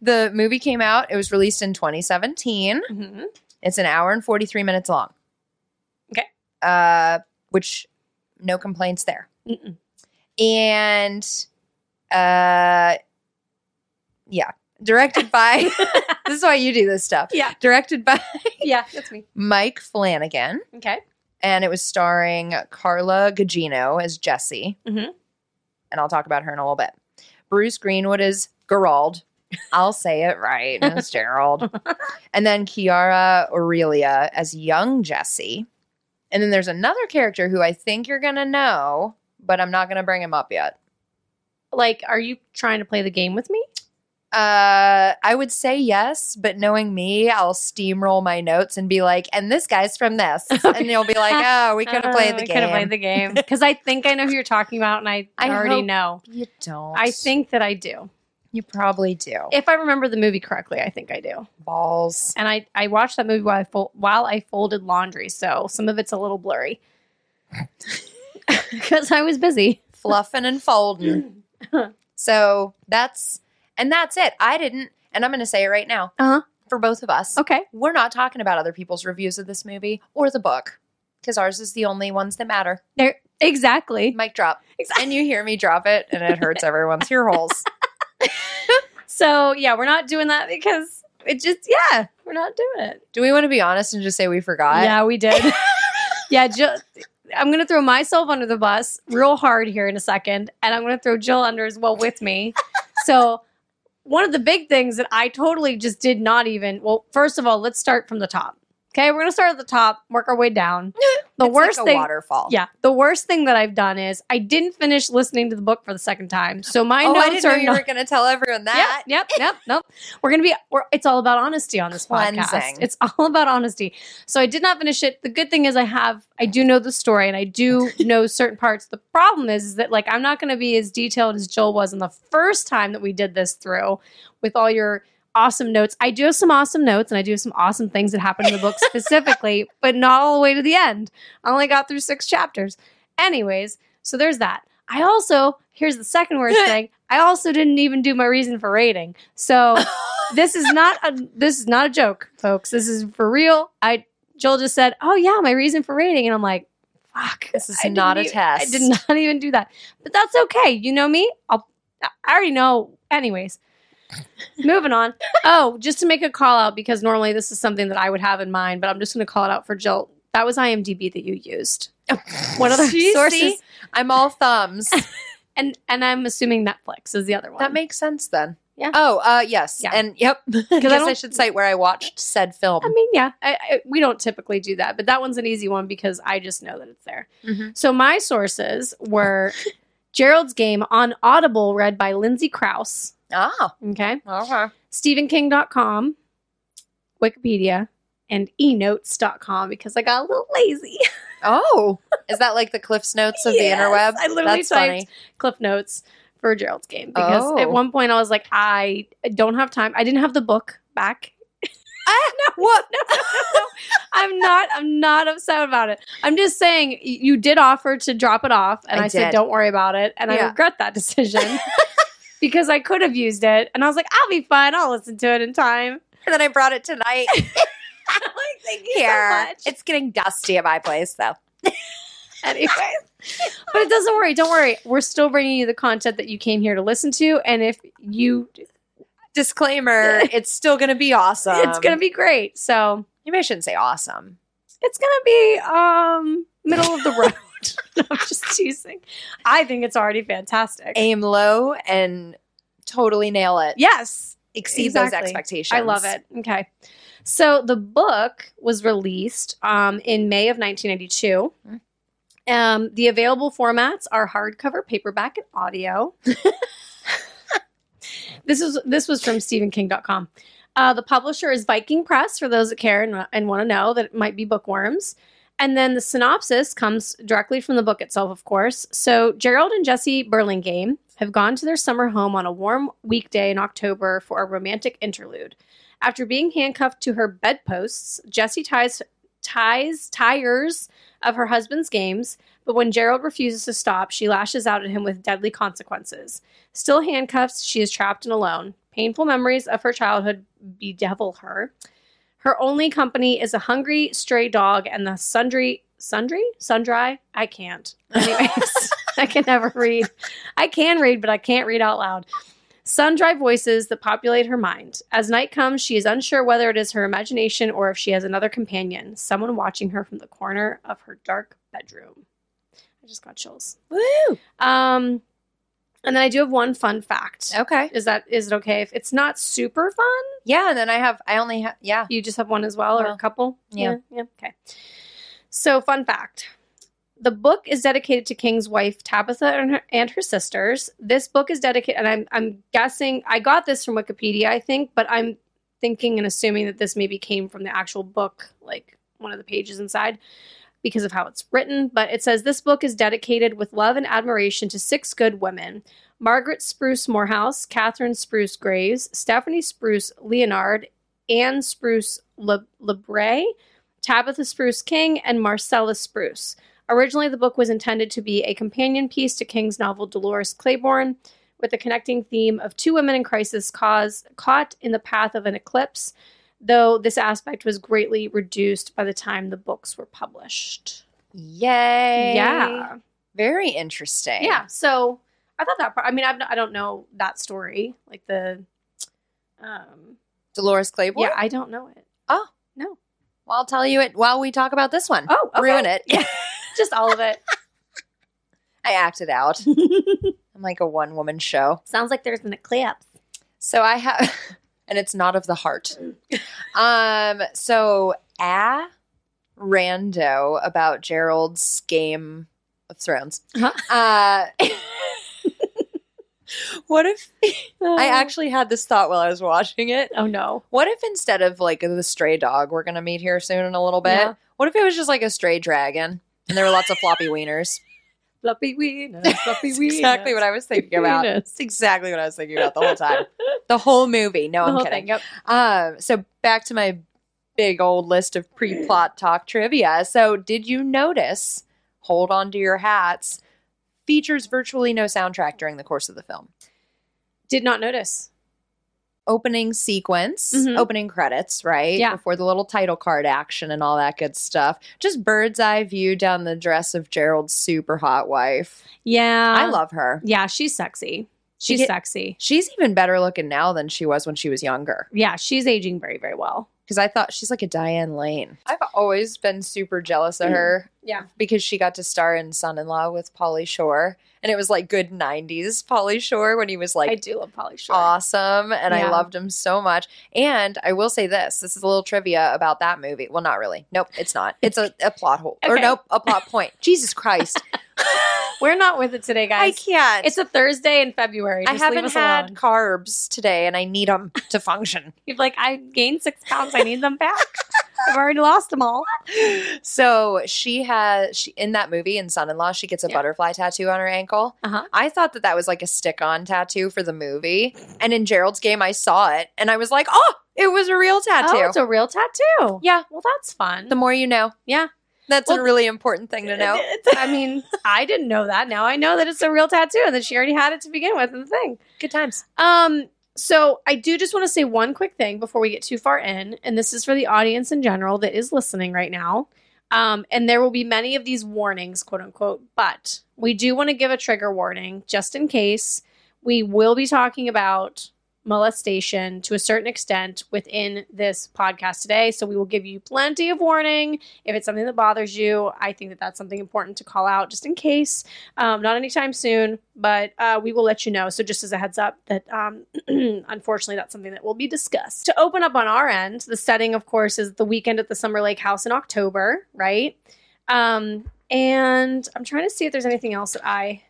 Speaker 2: the movie came out. It was released in 2017.
Speaker 1: Mhm.
Speaker 2: It's an hour and 43 minutes long.
Speaker 1: Okay.
Speaker 2: Uh, which no complaints there.
Speaker 1: Mm-mm.
Speaker 2: And uh yeah,
Speaker 1: *laughs*
Speaker 2: directed by *laughs* This is why you do this stuff.
Speaker 1: Yeah.
Speaker 2: Directed by
Speaker 1: *laughs* yeah, *laughs* that's me.
Speaker 2: Mike Flanagan
Speaker 1: Okay.
Speaker 2: and it was starring Carla Gugino as Jessie.
Speaker 1: Mhm.
Speaker 2: And I'll talk about her in a little bit. Bruce Greenwood is Gerald. I'll say it right. It's Gerald. And then Kiara Aurelia as young Jessie. And then there's another character who I think you're going to know but I'm not going to bring him up yet.
Speaker 1: Like, are you trying to play the game with me?
Speaker 2: Uh, I would say yes, but knowing me, I'll steamroll my notes and be like, "And this guy's
Speaker 1: *laughs*
Speaker 2: from this," and you'll be like, "Oh, we could have played the
Speaker 1: Could have
Speaker 2: game."
Speaker 1: played Uh, the game because I think I know who you're talking about, and *laughs* I,
Speaker 2: I
Speaker 1: already
Speaker 2: hope-
Speaker 1: know.
Speaker 2: you don't.
Speaker 1: I think that I do.
Speaker 2: you probably do.
Speaker 1: If I remember the movie correctly, I think I do.
Speaker 2: Balls.
Speaker 1: And I I watched that movie while I fol- while I folded laundry, so some of it's a little blurry *laughs* because I was busy.
Speaker 2: fluffing and
Speaker 1: *laughs*
Speaker 2: folding. so that's and that's it. I didn't, and I'm going to say it right now
Speaker 1: Uh-huh.
Speaker 2: for both of us.
Speaker 1: Okay,
Speaker 2: We're not talking about other people's reviews of this movie or the book because ours is the only ones that matter.
Speaker 1: there exactly.
Speaker 2: Mic drop,
Speaker 1: Exactly.
Speaker 2: and you hear me drop it, and it hurts everyone's
Speaker 1: *laughs*
Speaker 2: ear holes.
Speaker 1: So yeah, we're not doing that because it just yeah, we're not doing it.
Speaker 2: Do we want to be honest and just say we forgot?
Speaker 1: yeah, we did. *laughs* yeah, Jill. I'm gonna throw myself under the bus real hard here in a second, and I'm gonna throw Jill under as well with
Speaker 2: *laughs*
Speaker 1: me. so one of the big things that I totally just did not even well, first of all, let's start from the top. Okay, we're gonna start at the top, work our way
Speaker 2: *laughs*
Speaker 1: down. The
Speaker 2: It's
Speaker 1: worst
Speaker 2: like a
Speaker 1: thing
Speaker 2: waterfall.
Speaker 1: Yeah, the worst thing that I've done is I didn't finish listening to the book for the second time. So my
Speaker 2: oh,
Speaker 1: notes
Speaker 2: I didn't know
Speaker 1: are
Speaker 2: you
Speaker 1: not
Speaker 2: were going to
Speaker 1: *laughs*
Speaker 2: tell everyone that.
Speaker 1: Yep,
Speaker 2: *laughs*
Speaker 1: yep, yep, nope. We're gonna be. We're, it's all about honesty on this podcast.
Speaker 2: Cleansing.
Speaker 1: It's all about honesty. So I did not finish it. The good thing is I have. I do know the story and I
Speaker 2: *laughs*
Speaker 1: do know certain parts. The problem is, is that like I'm not gonna be as detailed as Joel was on the first time that we did this through with all your awesome notes. I do have some awesome notes and I do have some awesome things that happen in
Speaker 2: *laughs*
Speaker 1: the book specifically, but not all the way to the end. I only got through six chapters. Anyways, so therere's that. I also, here's the second worst thing. I also didn't even do my reason for rating. So this is not a this is not a joke, folks. This is for real. I Joel just said, "Oh yeah, my reason for rating," and I'm like, "Fuck,
Speaker 2: This is
Speaker 1: I didn't
Speaker 2: not a
Speaker 1: even-
Speaker 2: test.
Speaker 1: I did not *laughs* even do that." But that's okay. You know me. I'll. I already know. Anyways, moving on. Oh, just to make a call out because normally this is something that I would have in mind, but I'm just going to call it out for Jill. That was IMDb that you used. One
Speaker 2: *laughs*
Speaker 1: of the
Speaker 2: Oh, See?
Speaker 1: sources,
Speaker 2: *laughs* I'm
Speaker 1: *laughs*
Speaker 2: all thumbs.
Speaker 1: and and I'm assuming Netflix is the other one. *laughs*
Speaker 2: That makes sense then.
Speaker 1: Yeah.
Speaker 2: Oh, uh, yes.
Speaker 1: Yeah.
Speaker 2: And yep. I guess I
Speaker 1: don't-
Speaker 2: should cite where I watched said film.
Speaker 1: I mean, yeah, I, I, we don't typically do that, but that one's an easy one because I just know that it's there.
Speaker 2: Mhm.
Speaker 1: So my sources were *laughs* Gerald's Game on Audible, read by Lindsay Krause,
Speaker 2: Ah,
Speaker 1: Um, okay,
Speaker 2: okay.
Speaker 1: StephenKing.com, Wikipedia, and eNotes.com because I got a little lazy. *laughs*
Speaker 2: Oh, is that like the Cliff's Notes of
Speaker 1: Yes,
Speaker 2: the interweb?
Speaker 1: I literally
Speaker 2: That's
Speaker 1: typed-
Speaker 2: funny.
Speaker 1: Cliff Notes for Gerald's Game because
Speaker 2: Oh.
Speaker 1: at one point I was like, I don't have time. I didn't have the book back. *laughs*
Speaker 2: Ah, what?
Speaker 1: I'm not. I'm not upset about it. I'm just saying y- you did offer to drop it off, and I,
Speaker 2: I
Speaker 1: said
Speaker 2: did.
Speaker 1: don't worry about it, and I
Speaker 2: Yeah.
Speaker 1: regret that decision
Speaker 2: *laughs*
Speaker 1: because I could have used it, and I was like, I'll be fine. I'll listen to it in time. *laughs*
Speaker 2: And then I brought it tonight
Speaker 1: like, thank you
Speaker 2: here.
Speaker 1: so much.
Speaker 2: it's getting dusty at my place though.
Speaker 1: *laughs* Anyways, but it doesn't worry. Don't worry. We're still bringing you the content that you came here to listen to, and if you,
Speaker 2: Disclaimer, *laughs* it's still gonna be awesome.
Speaker 1: it's gonna be great. So
Speaker 2: Maybe I shouldn't say awesome.
Speaker 1: it's gonna be um middle of the road. *laughs* I'm just teasing. I think it's already fantastic.
Speaker 2: Aim low and totally nail it.
Speaker 1: Yes.
Speaker 2: Exceed those
Speaker 1: exactly.
Speaker 2: expectations.
Speaker 1: I love it. Okay. So the book was released um, in May of 1992.
Speaker 2: Mm.
Speaker 1: Um, the available formats are hardcover, paperback, and audio. *laughs* this is this was from StephenKing.com. Uh, the publisher is Viking Press for those that care and, and want to know that it might be bookworms. And then the synopsis comes directly from the book itself, of course. So Gerald and Jesse Burlingame have gone to their summer home on a warm weekday in October for a romantic interlude. After being handcuffed to her bedposts, Jesse ties ties tires of her husband's games, but when Gerald refuses to stop, she lashes out at him with deadly consequences. Still handcuffed, she is trapped and alone. Painful memories of her childhood bedevil her. Her only company is a hungry stray dog and the sundry sundry sundry. I can't.
Speaker 2: *laughs*
Speaker 1: Anyways, *laughs* I can never read. I can read, but I can't read out loud. Sundry voices that populate her mind. As night comes, she is unsure whether it is her imagination or if she has another companion, someone watching her from the corner of her dark bedroom. I just got chills.
Speaker 2: Woo!
Speaker 1: Um, and then I do have one fun fact.
Speaker 2: Okay.
Speaker 1: Is that is it okay if it's not super fun?
Speaker 2: Yeah, and then I have I only have yeah.
Speaker 1: You just have one as well, or a
Speaker 2: Well,
Speaker 1: couple?
Speaker 2: yeah.
Speaker 1: Yeah. Okay. So, fun fact the book is dedicated to King's wife Tabitha and her, and her sisters. This book is dedicated, and I'm I'm guessing I got this from Wikipedia, I think, but I'm thinking and assuming that this maybe came from the actual book, like one of the pages inside, because of how it's written. But it says this book is dedicated with love and admiration to six good women. Margaret Spruce Morehouse, Catherine Spruce Graves, Stephanie Spruce Leonard, Anne Spruce Le- Lebre, Tabitha Spruce King, and Marcella Spruce. Originally, the book was intended to be a companion piece to King's novel Dolores Claiborne, with the connecting theme of two women in crisis cause caught in the path of an eclipse, though this aspect was greatly reduced by the time the books were published.
Speaker 2: Yay.
Speaker 1: Yeah.
Speaker 2: Very interesting.
Speaker 1: Yeah. So I thought that part, I mean, I've, I don't know that story, like the, um,
Speaker 2: Dolores Claiborne.
Speaker 1: yeah, I don't know it.
Speaker 2: Well, I'll tell you it while we talk about this one.
Speaker 1: Oh, okay.
Speaker 2: Ruin it.
Speaker 1: Just all of it.
Speaker 2: *laughs* I acted out. I'm like a one woman show.
Speaker 1: Sounds like there's an eclipse.
Speaker 2: So I have, *laughs* and it's not of the heart. Um, so a rando about Gerald's Game of Thrones.
Speaker 1: Uh-huh.
Speaker 2: Uh, *laughs* what if I
Speaker 1: Uh-huh.
Speaker 2: actually had this thought while I was watching it?
Speaker 1: Oh no.
Speaker 2: What if instead of like the stray dog we're gonna meet here soon in a little bit,
Speaker 1: Yeah.
Speaker 2: what if it was just like a stray dragon and there were lots of floppy wieners?
Speaker 1: Floppy weenus, floppy
Speaker 2: That's exactly what I was thinking about.
Speaker 1: Venus.
Speaker 2: That's exactly what I was thinking about the whole time. the whole movie. No, I'm kidding.
Speaker 1: Yep.
Speaker 2: Um, so back to my big old list of pre-plot talk trivia. So did you notice? Hold on to your hats. Features virtually no soundtrack during the course of the film.
Speaker 1: Did not notice.
Speaker 2: Opening sequence,
Speaker 1: Mhm.
Speaker 2: opening credits, right?
Speaker 1: Yeah.
Speaker 2: Before the little title card action and all that good stuff. Just bird's eye view down the dress of Gerald's super hot wife.
Speaker 1: Yeah.
Speaker 2: I love her.
Speaker 1: Yeah, she's sexy.
Speaker 2: She
Speaker 1: She's
Speaker 2: get-
Speaker 1: sexy.
Speaker 2: She's even better looking now than she was when she was younger.
Speaker 1: Yeah, she's aging very, very well.
Speaker 2: because I thought she's like a Diane Lane. I've always been super jealous of her.
Speaker 1: Mm. Yeah.
Speaker 2: Because she got to star in Son in Law with Polly Shore. And it was like good 90s Polly Shore when he was
Speaker 1: I
Speaker 2: like
Speaker 1: do love Polly Shore.
Speaker 2: awesome. And I
Speaker 1: Yeah.
Speaker 2: loved him so much. And I will say this this is a little trivia about that movie. Well, not really. Nope, it's not.
Speaker 1: *laughs*
Speaker 2: It's a, a plot hole. Or
Speaker 1: Okay.
Speaker 2: nope, a plot
Speaker 1: *laughs*
Speaker 2: point. Jesus *laughs* Christ.
Speaker 1: We're not with it today,
Speaker 2: I
Speaker 1: guys.
Speaker 2: can't.
Speaker 1: it's a Thursday in February. Just
Speaker 2: I
Speaker 1: leave
Speaker 2: haven't
Speaker 1: us
Speaker 2: had
Speaker 1: alone.
Speaker 2: carbs today and I need
Speaker 1: *laughs*
Speaker 2: them to function.
Speaker 1: You're like, I gained six pounds. I need them
Speaker 2: *laughs*
Speaker 1: back. I've already lost them all.
Speaker 2: so she has she in that movie in son-in-law she gets a
Speaker 1: Yeah.
Speaker 2: butterfly tattoo on her ankle
Speaker 1: Uh-huh.
Speaker 2: i thought that that was like a stick-on tattoo for the movie and in gerald's game i saw it and i was like oh it was a real tattoo
Speaker 1: Oh, it's a real tattoo.
Speaker 2: yeah
Speaker 1: Well, that's fun.
Speaker 2: the more you know
Speaker 1: Yeah.
Speaker 2: that's a
Speaker 1: Well, uh,
Speaker 2: really important thing to know
Speaker 1: I
Speaker 2: *laughs*
Speaker 1: mean, I didn't know that. Now I know that it's a real tattoo and that she already had it to begin with in the thing.
Speaker 2: good times
Speaker 1: Um, so I do just want to say one quick thing before we get too far in, and this is for the audience in general that is listening right now. Um, and there will be many of these warnings, quote unquote, but we do want to give a trigger warning just in case. We will be talking about molestation to a certain extent within this podcast today. So we will give you plenty of warning. If it's something that bothers you, I think that that's something important to call out just in case um, not anytime soon, but uh, we will let you know. So, just as a heads up, that um, *clears throat* unfortunately, that's something that will be discussed. To open up on our end, the setting, of course, is the weekend at the Summer Lake House in October, right? Um, and I'm trying to see if there's anything else that I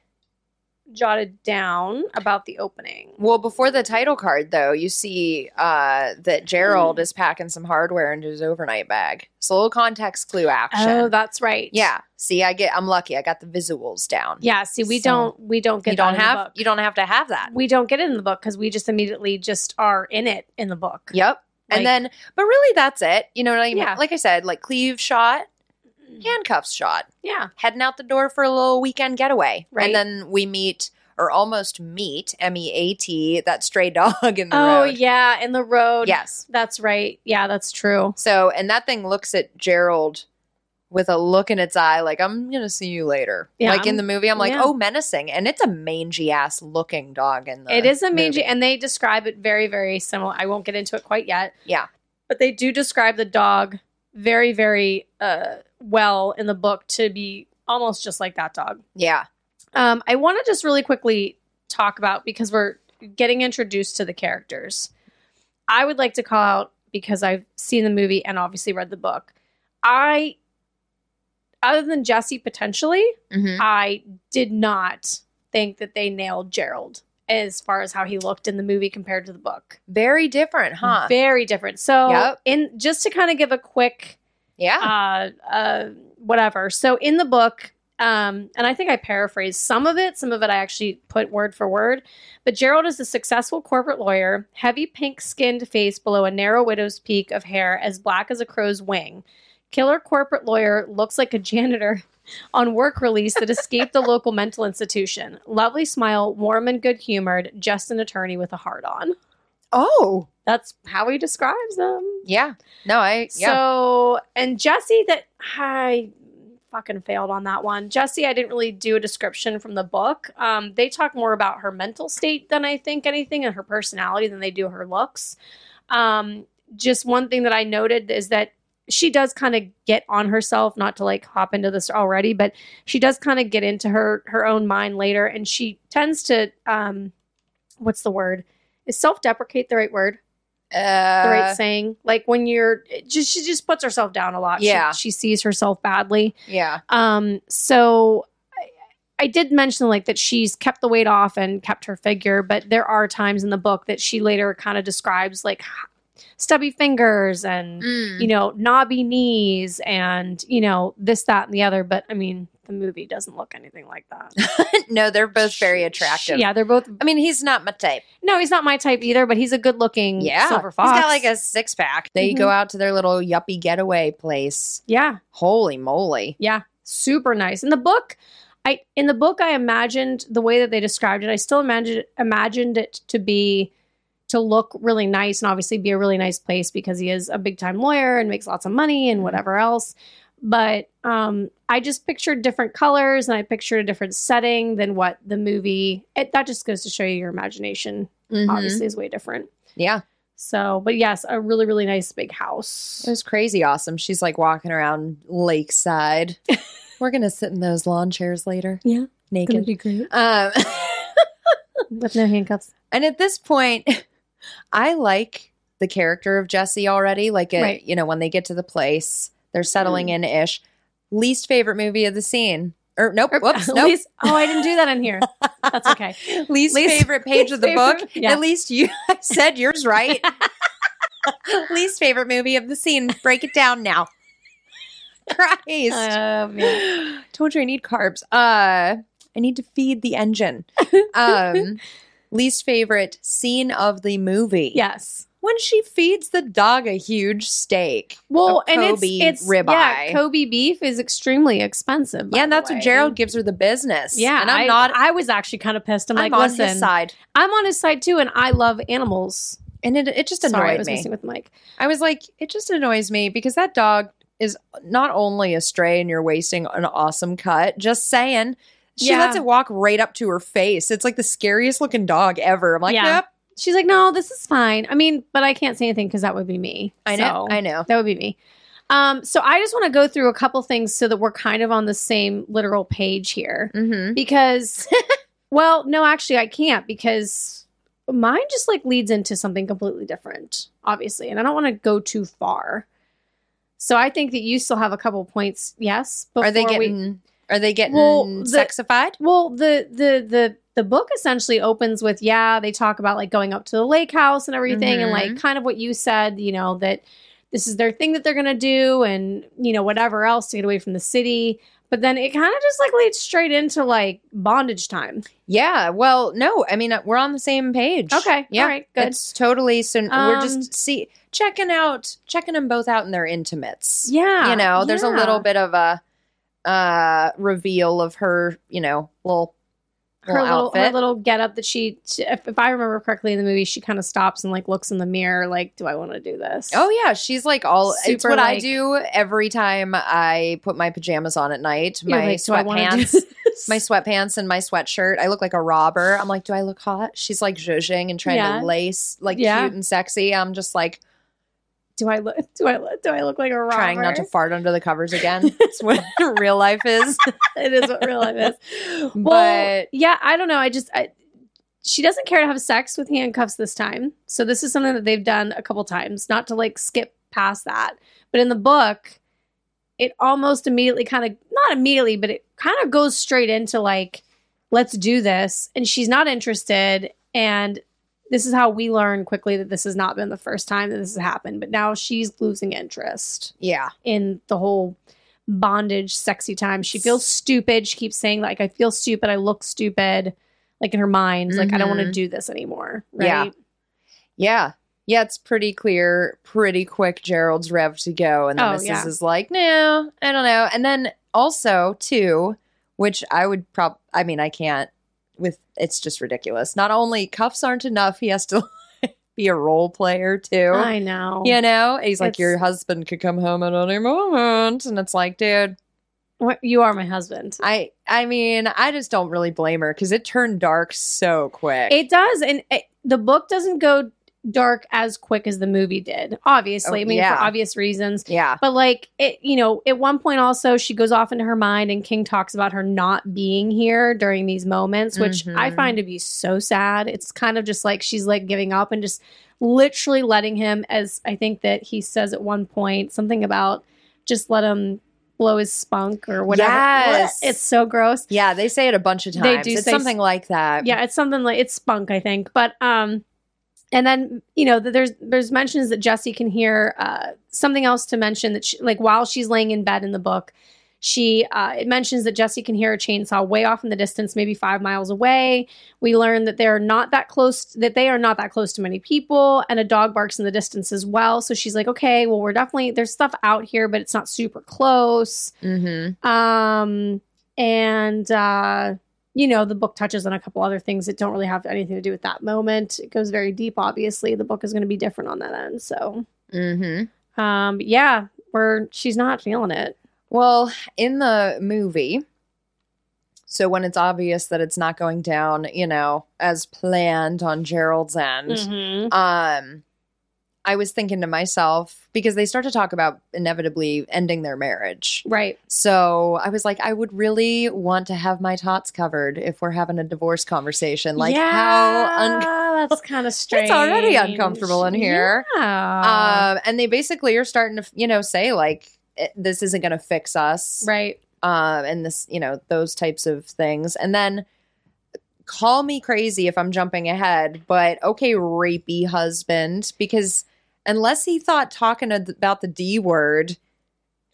Speaker 1: jotted down about the opening.
Speaker 2: well before the title card though you see uh that gerald
Speaker 1: Hmm.
Speaker 2: is packing some hardware into his overnight bag so a little context clue action
Speaker 1: Oh, that's right.
Speaker 2: yeah see i get i'm lucky i got the visuals down
Speaker 1: yeah. See, we
Speaker 2: So-
Speaker 1: don't we don't get
Speaker 2: you
Speaker 1: that
Speaker 2: don't
Speaker 1: in the
Speaker 2: have
Speaker 1: book.
Speaker 2: you don't have to have that
Speaker 1: we don't get it in the book because we just immediately just are in it in the book.
Speaker 2: Yep.
Speaker 1: Like-
Speaker 2: and then, but really, that's it. You know what I mean?
Speaker 1: Yeah. Mm-hmm.
Speaker 2: Like I said, like cleave shot, handcuffs shot,
Speaker 1: Yeah.
Speaker 2: heading out the door for a little weekend getaway.
Speaker 1: Right.
Speaker 2: And then we meet or almost meet M E A T, that stray *laughs* dog in the
Speaker 1: Oh
Speaker 2: road.
Speaker 1: yeah, in the road.
Speaker 2: Yes.
Speaker 1: That's right. Yeah, that's true.
Speaker 2: So, and that thing looks at Gerald with a look in its eye, like, I'm going to see you later.
Speaker 1: Yeah,
Speaker 2: like in
Speaker 1: I'm-
Speaker 2: the movie, I'm like,
Speaker 1: yeah.
Speaker 2: oh, menacing. And it's a mangy ass looking dog in the
Speaker 1: It is a
Speaker 2: movie.
Speaker 1: mangy, and they describe it very, very similar. I won't get into it quite yet.
Speaker 2: Yeah.
Speaker 1: But they do describe the dog very, very uh, well in the book to be almost just like that dog.
Speaker 2: Yeah.
Speaker 1: Um, I want to just really quickly talk about because we're getting introduced to the characters. I would like to call out because I've seen the movie and obviously read the book. I other than Jesse potentially,
Speaker 2: Mhm.
Speaker 1: I did not think that they nailed Gerald as far as how he looked in the movie compared to the book.
Speaker 2: Very different, huh?
Speaker 1: Very different. So,
Speaker 2: Yep.
Speaker 1: in just to kind of give a quick
Speaker 2: yeah.
Speaker 1: *laughs* uh, uh, whatever. So in the book, um, and I think I paraphrased some of it, some of it I actually put word for word. But Gerald is a successful corporate lawyer, heavy pink skinned face below a narrow widow's peak of hair as black as a crow's wing. Killer corporate lawyer looks like a janitor *laughs* on work release that escaped the local mental institution. Lovely smile, warm and good humored, just an attorney with a heart on.
Speaker 2: oh,
Speaker 1: That's how he describes them.
Speaker 2: yeah. No, I, yeah.
Speaker 1: So and Jesse that I fucking failed on that one. Jesse, I didn't really do a description from the book. Um, they talk more about her mental state than I think anything and her personality than they do her looks. Um, just one thing that I noted is that she does kind of get on herself, not to like hop into this already, but she does kind of get into her her own mind later and she tends to um what's the word? Is self-deprecate the right word? the
Speaker 2: uh,
Speaker 1: right saying. Like when you're it just she just puts herself down a lot. She-
Speaker 2: Yeah.
Speaker 1: She, sees herself badly.
Speaker 2: yeah.
Speaker 1: Um so I, I did mention like that she's kept the weight off and kept her figure, but there are times in the book that she later kind of describes like stubby fingers and
Speaker 2: Mm.
Speaker 1: you know knobby knees and you know this that and the other but i mean the movie doesn't look anything like
Speaker 2: *laughs*
Speaker 1: that
Speaker 2: *laughs* no, they're both very attractive.
Speaker 1: yeah they're both
Speaker 2: I mean, he's not my type.
Speaker 1: no he's not my type either but he's a good looking
Speaker 2: Yeah.
Speaker 1: Mm, silver fox
Speaker 2: He's got like a six pack. They
Speaker 1: Mhm.
Speaker 2: go out to their little yuppie getaway place.
Speaker 1: yeah
Speaker 2: Holy moly.
Speaker 1: super nice. In the book, I in the book I imagined the way that they described it. I still imagined imagined it to be to look really nice and obviously be a really nice place because he is a big time lawyer and makes lots of money and whatever else. But um, I just pictured different colors and I pictured a different setting than what the movie. It, that just goes to show you your imagination
Speaker 2: Mhm.
Speaker 1: obviously is way different.
Speaker 2: Yeah.
Speaker 1: So, but yes, a really really nice big house.
Speaker 2: It was crazy awesome. She's like walking around lakeside.
Speaker 1: *laughs*
Speaker 2: We're going to sit in those lawn chairs later.
Speaker 1: Yeah.
Speaker 2: Naked.
Speaker 1: be
Speaker 2: *laughs*
Speaker 1: great
Speaker 2: Um,
Speaker 1: with no handcuffs.
Speaker 2: and at this point, I like the character of Jesse already. Like, it,
Speaker 1: Right. Mm-hmm.
Speaker 2: you know, when they get to the place, they're settling in ish. Least favorite movie of the scene. Or nope,
Speaker 1: *laughs*
Speaker 2: whoops,
Speaker 1: At
Speaker 2: nope.
Speaker 1: least- oh, I didn't do that in here. That's okay.
Speaker 2: *laughs*
Speaker 1: *laughs*
Speaker 2: least,
Speaker 1: Least-
Speaker 2: favorite page of the
Speaker 1: favorite-
Speaker 2: book.
Speaker 1: yeah.
Speaker 2: At least you *laughs* I said
Speaker 1: *laughs*
Speaker 2: yours right. least favorite movie of the scene. Break it down
Speaker 1: *laughs*
Speaker 2: now. Christ.
Speaker 1: Um, yeah. *laughs*
Speaker 2: Told you I need carbs. Uh I need to feed the engine.
Speaker 1: *laughs*
Speaker 2: Um least favorite scene of the movie.
Speaker 1: yes.
Speaker 2: When she feeds the dog a huge steak.
Speaker 1: Well, and it's
Speaker 2: Kobe
Speaker 1: it's
Speaker 2: ribeye.
Speaker 1: yeah, Kobe beef is extremely expensive. by
Speaker 2: yeah, and
Speaker 1: the
Speaker 2: that's
Speaker 1: way.
Speaker 2: what Gerald gives her the business.
Speaker 1: Yeah,
Speaker 2: And I'm not
Speaker 1: I was actually kind of pissed. I'm,
Speaker 2: I'm
Speaker 1: like,
Speaker 2: on
Speaker 1: listen,
Speaker 2: his side.
Speaker 1: I'm on his side too, and I love animals.
Speaker 2: And it, it just annoyed
Speaker 1: Sorry, I was
Speaker 2: me.
Speaker 1: messing with Mike.
Speaker 2: I was like, it just annoys me because that dog is not only a stray and you're wasting an awesome cut, just saying. She
Speaker 1: Yeah.
Speaker 2: lets it walk right up to her face. It's like the scariest looking dog ever. I'm like,
Speaker 1: Yeah.
Speaker 2: yep.
Speaker 1: She's like, no, this is fine. I mean, but I can't say anything because that would be me.
Speaker 2: I know.
Speaker 1: So,
Speaker 2: I know.
Speaker 1: that would be me. Um, so I just want to go through a couple things so that we're kind of on the same literal page here.
Speaker 2: Mm-hmm.
Speaker 1: because *laughs* well no actually i can't because mine just like leads into something completely different obviously and i don't want to go too far so i think that you still have a couple points yes
Speaker 2: Are they
Speaker 1: before we-
Speaker 2: getting are they getting
Speaker 1: Well, the-
Speaker 2: sexified?
Speaker 1: well the the the the book essentially opens with yeah they talk about like going up to the lake house and everything and
Speaker 2: Mhm.
Speaker 1: like kind of what you said you know that this is their thing that they're gonna do and you know whatever else to get away from the city but then it kind of just like leads straight into like bondage time
Speaker 2: Yeah. Well, no. I mean, uh, we're on the same page.
Speaker 1: okay
Speaker 2: Yeah.
Speaker 1: all right good
Speaker 2: It's totally so we're
Speaker 1: Um,
Speaker 2: just see checking out checking them both out in their intimates.
Speaker 1: Yeah.
Speaker 2: you know there's a
Speaker 1: yeah.
Speaker 2: little bit of a uh reveal of her you know little
Speaker 1: her little
Speaker 2: outfit
Speaker 1: her little get up that she she- if, if I remember correctly in the movie she kind of stops and like looks in the mirror like do I want to do this?
Speaker 2: oh yeah she's like all it's
Speaker 1: Super,
Speaker 2: what i
Speaker 1: like-
Speaker 2: do every time i put my pajamas on at night
Speaker 1: You're
Speaker 2: my
Speaker 1: like, do I wanna do
Speaker 2: sweatpants
Speaker 1: *laughs* this?
Speaker 2: my sweatpants and my sweatshirt i look like a robber i'm like do i look hot she's like zhuzhing and trying
Speaker 1: Yeah.
Speaker 2: to lace like
Speaker 1: Yeah.
Speaker 2: cute and sexy i'm just like
Speaker 1: do I look do I look do I look like a robber?
Speaker 2: trying not to fart under the covers
Speaker 1: *laughs*
Speaker 2: again it's what real life is
Speaker 1: it is what real life is. Well,
Speaker 2: but
Speaker 1: yeah, I don't know. I just I, she doesn't care to have sex with handcuffs this time. So this is something that they've done a couple times, not to like skip past that. But in the book, it almost immediately kind of not immediately, but it kind of goes straight into like, let's do this. And she's not interested. And this is how we learn quickly that this has not been the first time that this has happened. But now she's losing interest
Speaker 2: *laughs* Yeah.
Speaker 1: in the whole bondage sexy time. She feels stupid. She keeps saying like I feel stupid, I look stupid, like in her mind, like I don't want to
Speaker 2: Mhm.
Speaker 1: do this anymore.
Speaker 2: Yeah.
Speaker 1: Right.
Speaker 2: Yeah. Yeah, it's pretty clear, pretty quick. Gerald's rev to go, and then
Speaker 1: Oh,
Speaker 2: Mrs.
Speaker 1: yeah.
Speaker 2: is like, "No, I don't know." And then also too, which I would prob, I mean, I can't. With it's just ridiculous. Not only cuffs aren't enough, he has to *laughs* be a role player too.
Speaker 1: I know.
Speaker 2: You know, And he's like,
Speaker 1: It's-
Speaker 2: "Your husband could come home at any moment," and it's like, dude,
Speaker 1: What- You are my husband.
Speaker 2: I, I mean, I just don't really blame her because it turned dark so quick.
Speaker 1: It does, and it, the book doesn't go dark as quick as the movie did. Obviously,
Speaker 2: Oh,
Speaker 1: I mean
Speaker 2: yeah.
Speaker 1: for obvious reasons.
Speaker 2: yeah,
Speaker 1: But like it, you know, at one point also she goes off into her mind, and King talks about her not being here during these moments, which I
Speaker 2: Mhm.
Speaker 1: find to be so sad. It's kind of just like she's like giving up and just literally letting him. As I think that he says at one point something about just let him blow his spunk or whatever.
Speaker 2: Yes.
Speaker 1: It's so gross.
Speaker 2: yeah, they say it a bunch of times.
Speaker 1: They do
Speaker 2: it's
Speaker 1: say s-
Speaker 2: something like that.
Speaker 1: Yeah, it's something like it's spunk, I think. But um, and then you know th- there's there's mentions that Jesse can hear uh something else to mention that she, like while she's laying in bed in the book, she uh, it mentions that Jesse can hear a chainsaw way off in the distance, maybe five miles away. We learn that they're not that close, that they are not that close to many people, and a dog barks in the distance as well. So she's like, okay, well we're definitely there's stuff out here, but it's not super close
Speaker 2: Mm-hmm.
Speaker 1: um and uh you know the book touches on a couple other things that don't really have anything to do with that moment it goes very deep obviously the book is going to be different on that end so
Speaker 2: Mm-hmm.
Speaker 1: um but yeah we're she's not feeling it
Speaker 2: Well, in the movie, so when it's obvious that it's not going down, you know, as planned on Gerald's end,
Speaker 1: Mm-hmm.
Speaker 2: um, I was thinking to myself because they start to talk about inevitably ending their marriage.
Speaker 1: right
Speaker 2: So I was like, I would really want to have my tots covered if we're having a divorce conversation. Like, how uncomfortable.
Speaker 1: un- that's kind of strange
Speaker 2: *laughs* It's already uncomfortable in here.
Speaker 1: yeah.
Speaker 2: Um, and they basically are starting to, you know, say like, it, this isn't going to fix us.
Speaker 1: right
Speaker 2: um, and this, you know, those types of things. And then call me crazy if I'm jumping ahead, but okay, rapey husband, because unless he thought talking ad- about the D word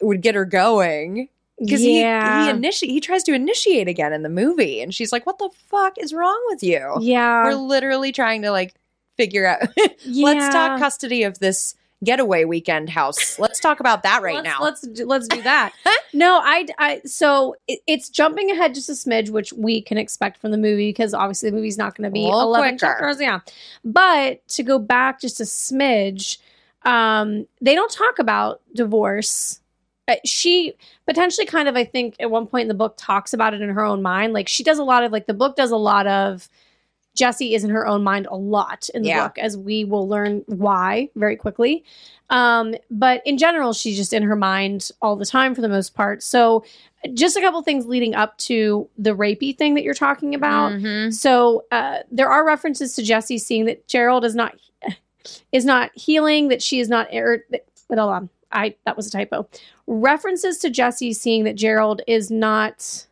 Speaker 2: would get her going, because
Speaker 1: yeah
Speaker 2: he he initi- he tries to initiate again in the movie, and she's like, "What the fuck is wrong with you?" We're
Speaker 1: yeah
Speaker 2: literally trying to like figure out. *laughs*
Speaker 1: Yeah.
Speaker 2: Let's talk custody of this getaway weekend house. Let's talk about that right
Speaker 1: let's,
Speaker 2: now.
Speaker 1: Let's do, let's do
Speaker 2: *laughs*
Speaker 1: that. no, I, I so it, it's jumping ahead just a smidge, which we can expect from the movie because obviously the movie's not going to be
Speaker 2: A little
Speaker 1: eleven
Speaker 2: quicker.
Speaker 1: chapters. Yeah, but to go back just a smidge, um, they don't talk about divorce. Uh, she potentially kind of, I think, at one point in the book talks about it in her own mind. Like she does a lot of, like the book does a lot of. Jessie is in her own mind a lot in the
Speaker 2: Yeah.
Speaker 1: book, as we will learn why very quickly. Um, but in general, she's just in her mind all the time for the most part. So, just a couple things leading up to the rapey thing that you're talking about.
Speaker 2: Mhm.
Speaker 1: So, uh, there are references to Jesse seeing that Gerald is not is not healing, that she is not. Er, hold on, I that was a typo. References to Jesse seeing that Gerald is not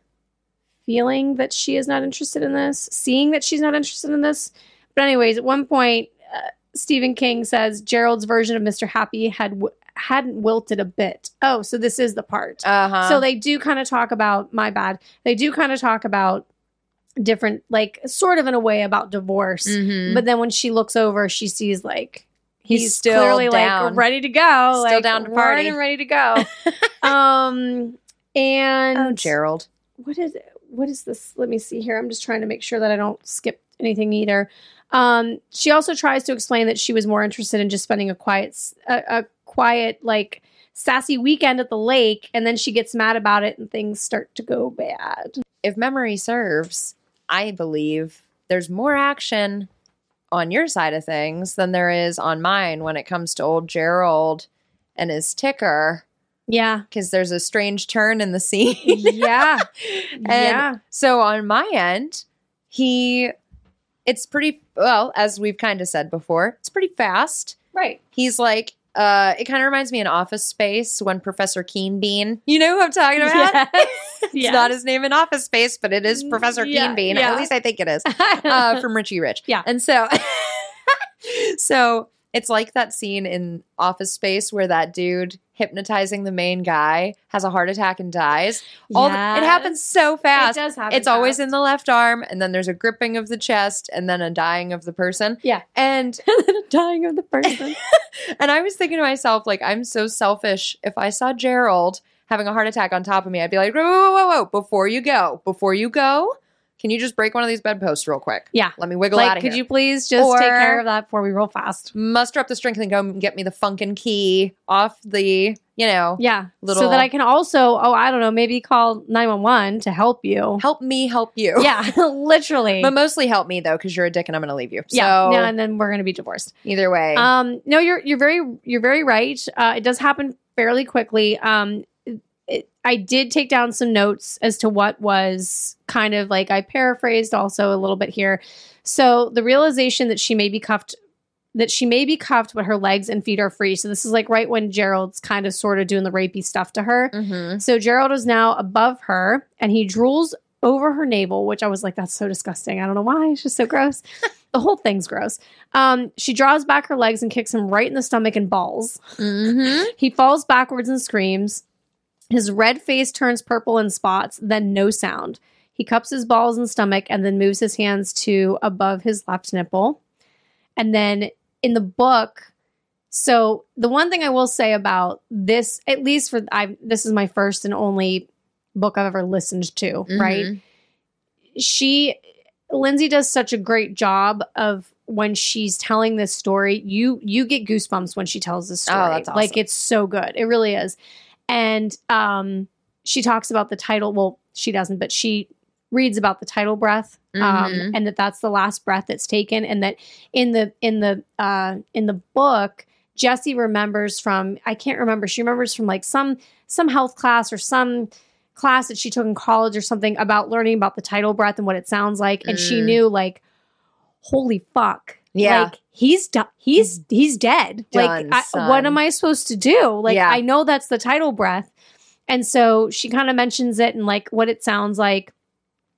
Speaker 1: feeling that she is not interested in this, seeing that she's not interested in this. But anyways, at one point, uh, Stephen King says Gerald's version of Mr. Happy had w- hadn't wilted a bit. Oh, so this is the part.
Speaker 2: Uh-huh.
Speaker 1: So they do kind of talk about my bad. They do kind of talk about different, like sort of in a way about divorce.
Speaker 2: Mhm.
Speaker 1: But then when she looks over, she sees like
Speaker 2: He's
Speaker 1: he's,
Speaker 2: still
Speaker 1: clearly
Speaker 2: down.
Speaker 1: like ready to go,
Speaker 2: Still
Speaker 1: oh, like,
Speaker 2: down to
Speaker 1: worn
Speaker 2: party.
Speaker 1: and ready to
Speaker 2: *laughs*
Speaker 1: go. um, and
Speaker 2: oh, Gerald.
Speaker 1: what is what is this? Let me see here. I'm just trying to make sure that I don't skip anything either. Um, she also tries to explain that she was more interested in just spending a quiet, s- a, a quiet like sassy weekend at the lake, and then she gets mad about it, and things start to go bad.
Speaker 2: If memory serves, I believe there's more action on your side of things than there is on mine when it comes to old Gerald and his ticker
Speaker 1: *laughs* Yeah,
Speaker 2: because there's a strange turn in the scene. *laughs*
Speaker 1: yeah, yeah,
Speaker 2: So on my end, he it's pretty well, as we've kind of said before, it's pretty fast.
Speaker 1: right.
Speaker 2: He's like, Uh, it kind of reminds me in Office Space when Professor Keen Bean, you know who I'm talking about? it's
Speaker 1: Yes. Mm,
Speaker 2: not his name in Office Space, but it is Professor
Speaker 1: Yeah,
Speaker 2: Keen Bean.
Speaker 1: yeah.
Speaker 2: At least I think
Speaker 1: *laughs*
Speaker 2: it is uh, from Richie Rich.
Speaker 1: Yeah.
Speaker 2: And so, *laughs* so it's like that scene in Office Space where that dude hypnotizing the main guy has a heart attack and dies. All the- it happens so fast.
Speaker 1: does happen.
Speaker 2: It's always in the left arm, and then there's a gripping of the chest, and then a dying of the person.
Speaker 1: Yeah.
Speaker 2: *laughs* And
Speaker 1: the dying of the
Speaker 2: *laughs*
Speaker 1: person.
Speaker 2: and I was thinking to myself, like, I'm so selfish. If I saw Gerald having a heart attack on top of me, I'd be like, whoa, whoa, whoa, whoa, before you go, before you go, can you just break one of these bedposts real quick?
Speaker 1: Yeah.
Speaker 2: Let me wiggle out
Speaker 1: like,
Speaker 2: of
Speaker 1: could
Speaker 2: here.
Speaker 1: you please just
Speaker 2: Or-
Speaker 1: take care of that before we roll fast?
Speaker 2: muster up the strength and go and get me the funkin' key off the, you know,
Speaker 1: Yeah. so
Speaker 2: Little-
Speaker 1: that I can also, oh, I don't know, maybe call 911 to help you.
Speaker 2: help me help you.
Speaker 1: Yeah, *laughs* literally.
Speaker 2: But mostly help me though, because you're a dick and I'm going to leave you.
Speaker 1: yeah.
Speaker 2: So
Speaker 1: yeah, and then we're going to be divorced.
Speaker 2: either way,
Speaker 1: Um, no, you're you're very you're very right. Uh, it does happen fairly quickly. Um, it, I did take down some notes as to what was kind of like I paraphrased also a little bit here. So the realization that she may be cuffed, that she may be cuffed, but her legs and feet are free. So this is like right when Gerald's kind of sort of doing the rapey stuff to her.
Speaker 2: Mhm.
Speaker 1: So Gerald is now above her and he drools over her navel, which I was like, that's so disgusting. I don't know why. It's just so gross. the whole thing's gross. Um, she draws back her legs and kicks him right in the stomach and balls.
Speaker 2: Mhm.
Speaker 1: *laughs* He falls backwards and screams. His red face turns purple in spots, then no sound. He cups his balls and stomach and then moves his hands to above his left nipple. And then in the book, so the one thing I will say about this, at least for I this is my first and only book I've ever listened to, right?
Speaker 2: Mhm.
Speaker 1: she Lindsay does such a great job of when she's telling this story. You you get goosebumps when she tells this story.
Speaker 2: Oh, that's awesome.
Speaker 1: Like it's so good. It really is. And um she talks about the title, well, she doesn't, but she reads about the title breath um
Speaker 2: Mhm.
Speaker 1: and that that's the last breath that's taken and that in the in the uh in the book Jesse remembers from I can't remember. She remembers from like some some health class or some class that she took in college or something about learning about the tidal breath and what it sounds like and she
Speaker 2: Mm.
Speaker 1: knew like holy fuck.
Speaker 2: Yeah. Mm-hmm.
Speaker 1: Like he's done. He's he's dead.
Speaker 2: Done,
Speaker 1: like I, what
Speaker 2: son.
Speaker 1: am I supposed to do? Like
Speaker 2: Yeah.
Speaker 1: I know that's the tidal breath. And so she kind of mentions it and like what it sounds like.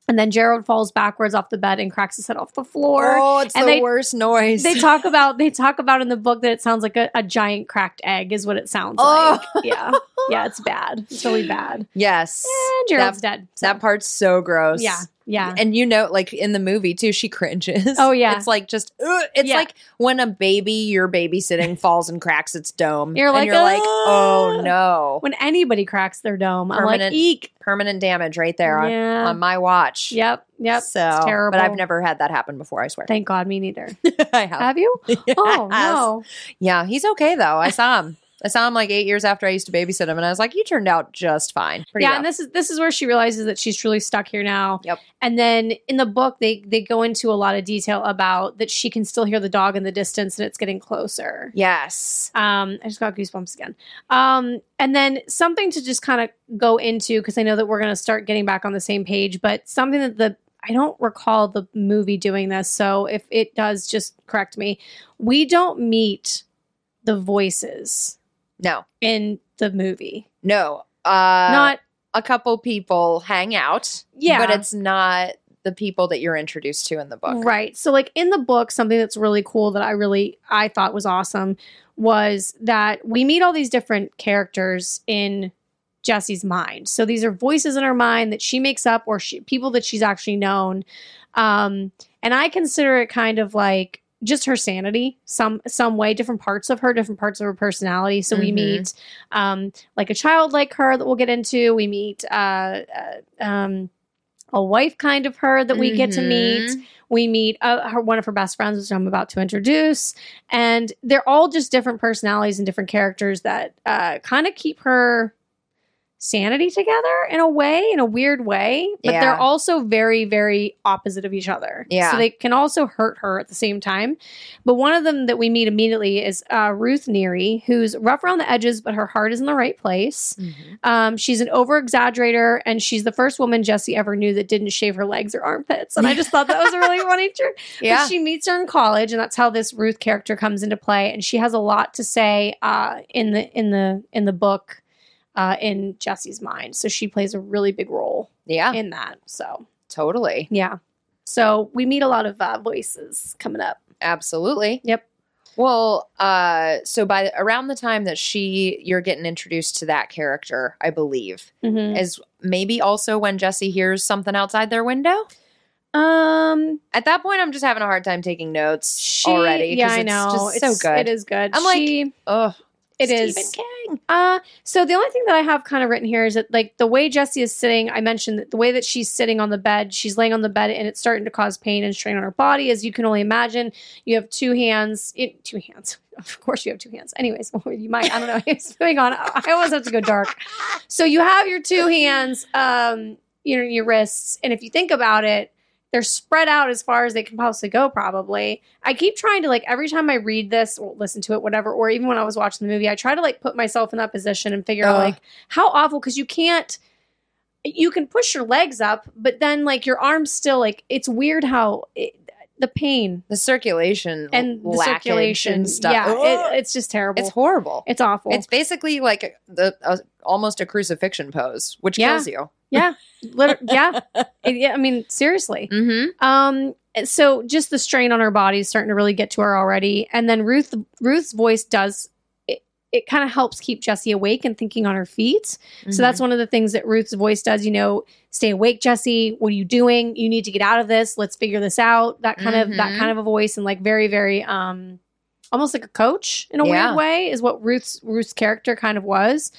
Speaker 1: And then Gerald falls backwards off the bed and cracks his head off the floor.
Speaker 2: oh, it's
Speaker 1: and
Speaker 2: the
Speaker 1: they-
Speaker 2: worst noise. *laughs*
Speaker 1: They talk about they talk about in the book that it sounds like a, a giant cracked egg is what it sounds
Speaker 2: Oh.
Speaker 1: like. Yeah, yeah, it's bad. It's really
Speaker 2: *laughs*
Speaker 1: bad.
Speaker 2: yes.
Speaker 1: And Gerald's dead. so-
Speaker 2: That part's so gross.
Speaker 1: yeah, yeah,
Speaker 2: And you know, like in the movie too, she cringes.
Speaker 1: Oh, yeah.
Speaker 2: it's like just ugh. it's
Speaker 1: Yeah.
Speaker 2: like when a baby
Speaker 1: *laughs*
Speaker 2: you're babysitting falls and cracks its dome.
Speaker 1: You're
Speaker 2: and
Speaker 1: like,
Speaker 2: you're like,
Speaker 1: "Ah."
Speaker 2: oh no,
Speaker 1: when anybody cracks their dome, I'm like,
Speaker 2: Permanent
Speaker 1: eek.
Speaker 2: permanent damage right there on,
Speaker 1: yeah.
Speaker 2: on my watch.
Speaker 1: yep. Yep.
Speaker 2: So,
Speaker 1: It's terrible.
Speaker 2: but I've never had that happen before. I swear.
Speaker 1: Thank God, me
Speaker 2: *laughs*
Speaker 1: neither.
Speaker 2: I have.
Speaker 1: Have you? *laughs* Oh no.
Speaker 2: Yeah, he's okay though. I saw him. I saw him like eight years after I used to babysit him, and I was like, "You turned out just fine." Pretty
Speaker 1: yeah,
Speaker 2: well.
Speaker 1: and this is this is where she realizes that she's truly stuck here now.
Speaker 2: Yep.
Speaker 1: And then in the book, they they go into a lot of detail about that she can still hear the dog in the distance and it's getting closer.
Speaker 2: yes.
Speaker 1: Um, I just got goosebumps again. Um, and then something to just kind of go into because I know that we're going to start getting back on the same page, but something that the I don't recall the movie doing this, so if it does, just correct me. We don't meet the voices
Speaker 2: No.
Speaker 1: in the movie.
Speaker 2: No. Uh,
Speaker 1: Not
Speaker 2: a couple people hang out.
Speaker 1: yeah,
Speaker 2: But it's not the people that you're introduced to in the book.
Speaker 1: Right. So like in the book, something that's really cool that I really I thought was awesome was that we meet all these different characters in Jesse's mind. So these are voices in her mind that she makes up or she, people that she's actually known. Um and I consider it kind of like just her sanity some some way different parts of her different parts of her personality so we
Speaker 2: Mhm.
Speaker 1: meet um like a child like her that we'll get into we meet uh, uh um a wife kind of her that we get to meet
Speaker 2: Mhm.
Speaker 1: we meet uh, her, one of her best friends, which I'm about to introduce, and they're all just different personalities and different characters that uh, kind of keep her sanity together in a way, in a weird way. But
Speaker 2: Yeah.
Speaker 1: they're also very, very opposite of each other.
Speaker 2: Yeah.
Speaker 1: So they can also hurt her at the same time. But one of them that we meet immediately is uh, Ruth Neary, who's rough around the edges, but her heart is in the right place. Um, she's an over exaggerator, and she's the first woman Jesse ever knew that didn't shave her legs or armpits. And I just thought that was a
Speaker 2: *laughs*
Speaker 1: really funny turn.
Speaker 2: Yeah.
Speaker 1: But she meets her in college, and that's how this Ruth character comes into play. And she has a lot to say uh, in the in the in the book, uh, in Jesse's mind. So she plays a really big role
Speaker 2: yeah.
Speaker 1: in that. So
Speaker 2: Totally.
Speaker 1: yeah. So we meet a lot of uh, voices coming up.
Speaker 2: Absolutely.
Speaker 1: Yep.
Speaker 2: Well, uh, so by around the time that she, you're getting introduced to that character, I believe,
Speaker 1: Mhm.
Speaker 2: is maybe also when Jesse hears something outside their window.
Speaker 1: Um,
Speaker 2: At that point, I'm just having a hard time taking notes
Speaker 1: she,
Speaker 2: already. 'cause
Speaker 1: Yeah, I
Speaker 2: it's
Speaker 1: know.
Speaker 2: Just so good.
Speaker 1: It is good.
Speaker 2: I'm like,
Speaker 1: She-
Speaker 2: Oh,
Speaker 1: it is.
Speaker 2: King.
Speaker 1: Uh, so the only thing that I have kind of written here is that like the way Jessie is sitting, I mentioned that the way that she's sitting on the bed, she's laying on the bed and it's starting to cause pain and strain on her body, as you can only imagine. You have two hands, it, two hands. *laughs* Of course, you have two hands. Anyways, *laughs* you might. I don't know. It's going on. I always have to go dark. So you have your two hands, um, you know, your wrists, and if you think about it, they're spread out as far as they can possibly go. Probably. I keep trying to like every time I read this or listen to it, whatever, or even when I was watching the movie, I try to like put myself in that position and figure out
Speaker 2: Ugh.
Speaker 1: like how awful because you can't. You can push your legs up, but then like your arms still like it's weird how it, the pain
Speaker 2: The circulation
Speaker 1: and the
Speaker 2: lackage
Speaker 1: circulation
Speaker 2: and stuff.
Speaker 1: Yeah,
Speaker 2: Ugh.
Speaker 1: it, it's just terrible.
Speaker 2: it's
Speaker 1: It's,
Speaker 2: horrible.
Speaker 1: awful.
Speaker 2: It's basically like the a, almost a crucifixion pose, which
Speaker 1: Yeah.
Speaker 2: kills you.
Speaker 1: Liter-
Speaker 2: *laughs*
Speaker 1: yeah, It- yeah. I mean, seriously.
Speaker 2: Mm-hmm.
Speaker 1: Um, so just the strain on her body is starting to really get to her already, and then Ruth Ruth's voice does it. It kind of helps keep Jesse awake and thinking on her feet. So that's one of the things that Ruth's voice does. You know, stay awake, Jesse. What are you doing? You need to get out of this. Let's figure this out. That kind of that
Speaker 2: Mhm.
Speaker 1: kind of a voice, and like very very um, almost like a coach in a
Speaker 2: Yeah.
Speaker 1: weird way is what Ruth's Ruth's character kind of was.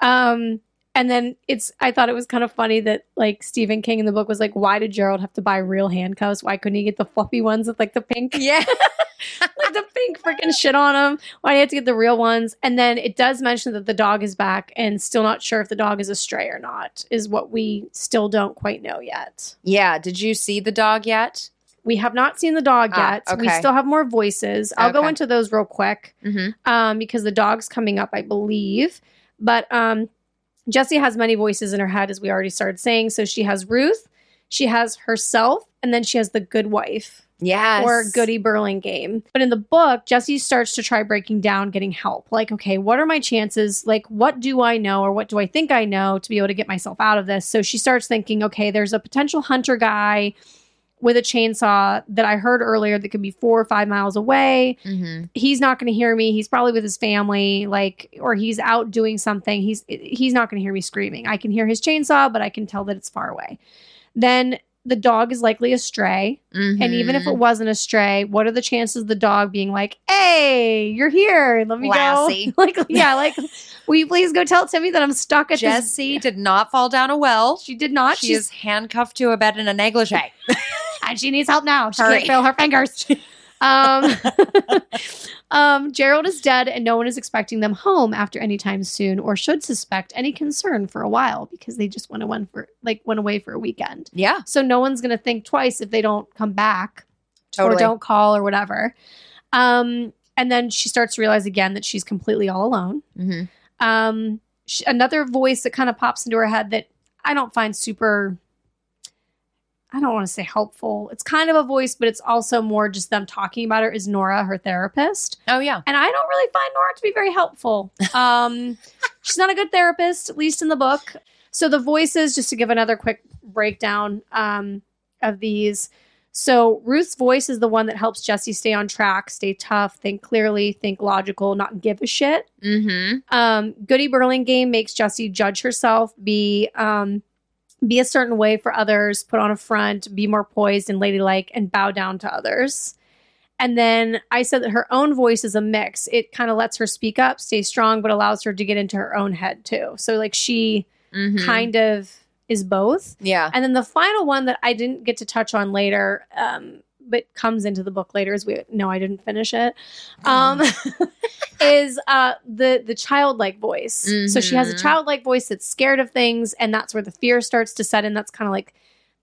Speaker 1: Um, and then it's I thought it was kind of funny that like Stephen King in the book was like, why did Gerald have to buy real handcuffs? Why couldn't he get the fluffy ones with like the pink
Speaker 2: yeah.
Speaker 1: like the pink freaking shit on them? Why do you have to get the real ones? And then it does mention that the dog is back and still not sure if the dog is a stray or not is what we still don't quite know yet.
Speaker 2: *laughs* Yeah. Did you see the dog yet?
Speaker 1: We have not seen the dog
Speaker 2: Ah,
Speaker 1: yet. We
Speaker 2: okay.
Speaker 1: still have more voices. I'll go
Speaker 2: Okay.
Speaker 1: into those real quick.
Speaker 2: Mm-hmm.
Speaker 1: um, because the dog's coming up, I believe. But um, Jesse has many voices in her head, as we already started saying. So she has Ruth, she has herself, and then she has the good wife
Speaker 2: Yes.
Speaker 1: or e- Goody Burlingame. But in the book, Jesse starts to try breaking down, getting help. Like, okay, what are my chances? Like, what do I know or what do I think I know to be able to get myself out of this? So she starts thinking, okay, there's a potential hunter guy with a chainsaw that I heard earlier that could be four or five miles away
Speaker 2: Mm-hmm.
Speaker 1: he's not going to hear me. He's probably with his family, like, or he's out doing something. He's he's not going to hear me screaming. I can hear his chainsaw, but I can tell that it's far away. Then the dog is likely a stray, and even
Speaker 2: Mm-hmm.
Speaker 1: if
Speaker 2: Mm.
Speaker 1: it wasn't a stray, what are the chances of the dog being like, "Hey, you're here. Let me
Speaker 2: Lassie.
Speaker 1: go." *laughs* Like, yeah, like, will you please go tell Timmy that I'm stuck at this?
Speaker 2: Jessie did not fall down a well.
Speaker 1: She did not.
Speaker 2: She
Speaker 1: She's
Speaker 2: is handcuffed to a bed in a negligee.
Speaker 1: and she needs help now. She
Speaker 2: Hurry.
Speaker 1: can't feel her
Speaker 2: *laughs*
Speaker 1: fingers. um, um, Gerald is dead, and no one is expecting them home after any time soon, or should suspect any concern for a while because they just went away for like went away for a weekend.
Speaker 2: Yeah,
Speaker 1: So no one's gonna think twice if they don't come back or don't call or whatever. Um, and then she starts to realize again that she's completely all alone
Speaker 2: Mm-hmm.
Speaker 1: um sh another voice that kind of pops into her head that i don't find super i don't want to say helpful it's kind of a voice but it's also more just them talking about her is nora her therapist
Speaker 2: Oh yeah.
Speaker 1: and i don't really find nora to be very helpful um she's not a good therapist at least in the book so the voices just to give another quick breakdown um of these so ruth's voice is the one that helps jesse stay on track stay tough think clearly think logical not give a shit
Speaker 2: Mm-hmm.
Speaker 1: um, Goody Burlingame makes Jessie judge herself, be um, be a certain way for others, put on a front, be more poised and ladylike, and bow down to others. And then I said that her own voice is a mix. It kind of lets her speak up, stay strong, but allows her to get into her own head too. So like she
Speaker 2: Hmm.
Speaker 1: kind of is both.
Speaker 2: Mm-hmm. Yeah.
Speaker 1: And then the final one that I didn't get to touch on later, um, *laughs* but comes into the book later, is we no, I didn't finish it. Um, is uh, the the childlike voice. So she has a
Speaker 2: Mhm.
Speaker 1: childlike voice that's scared of things, and that's where the fear starts to set in. That's kind of like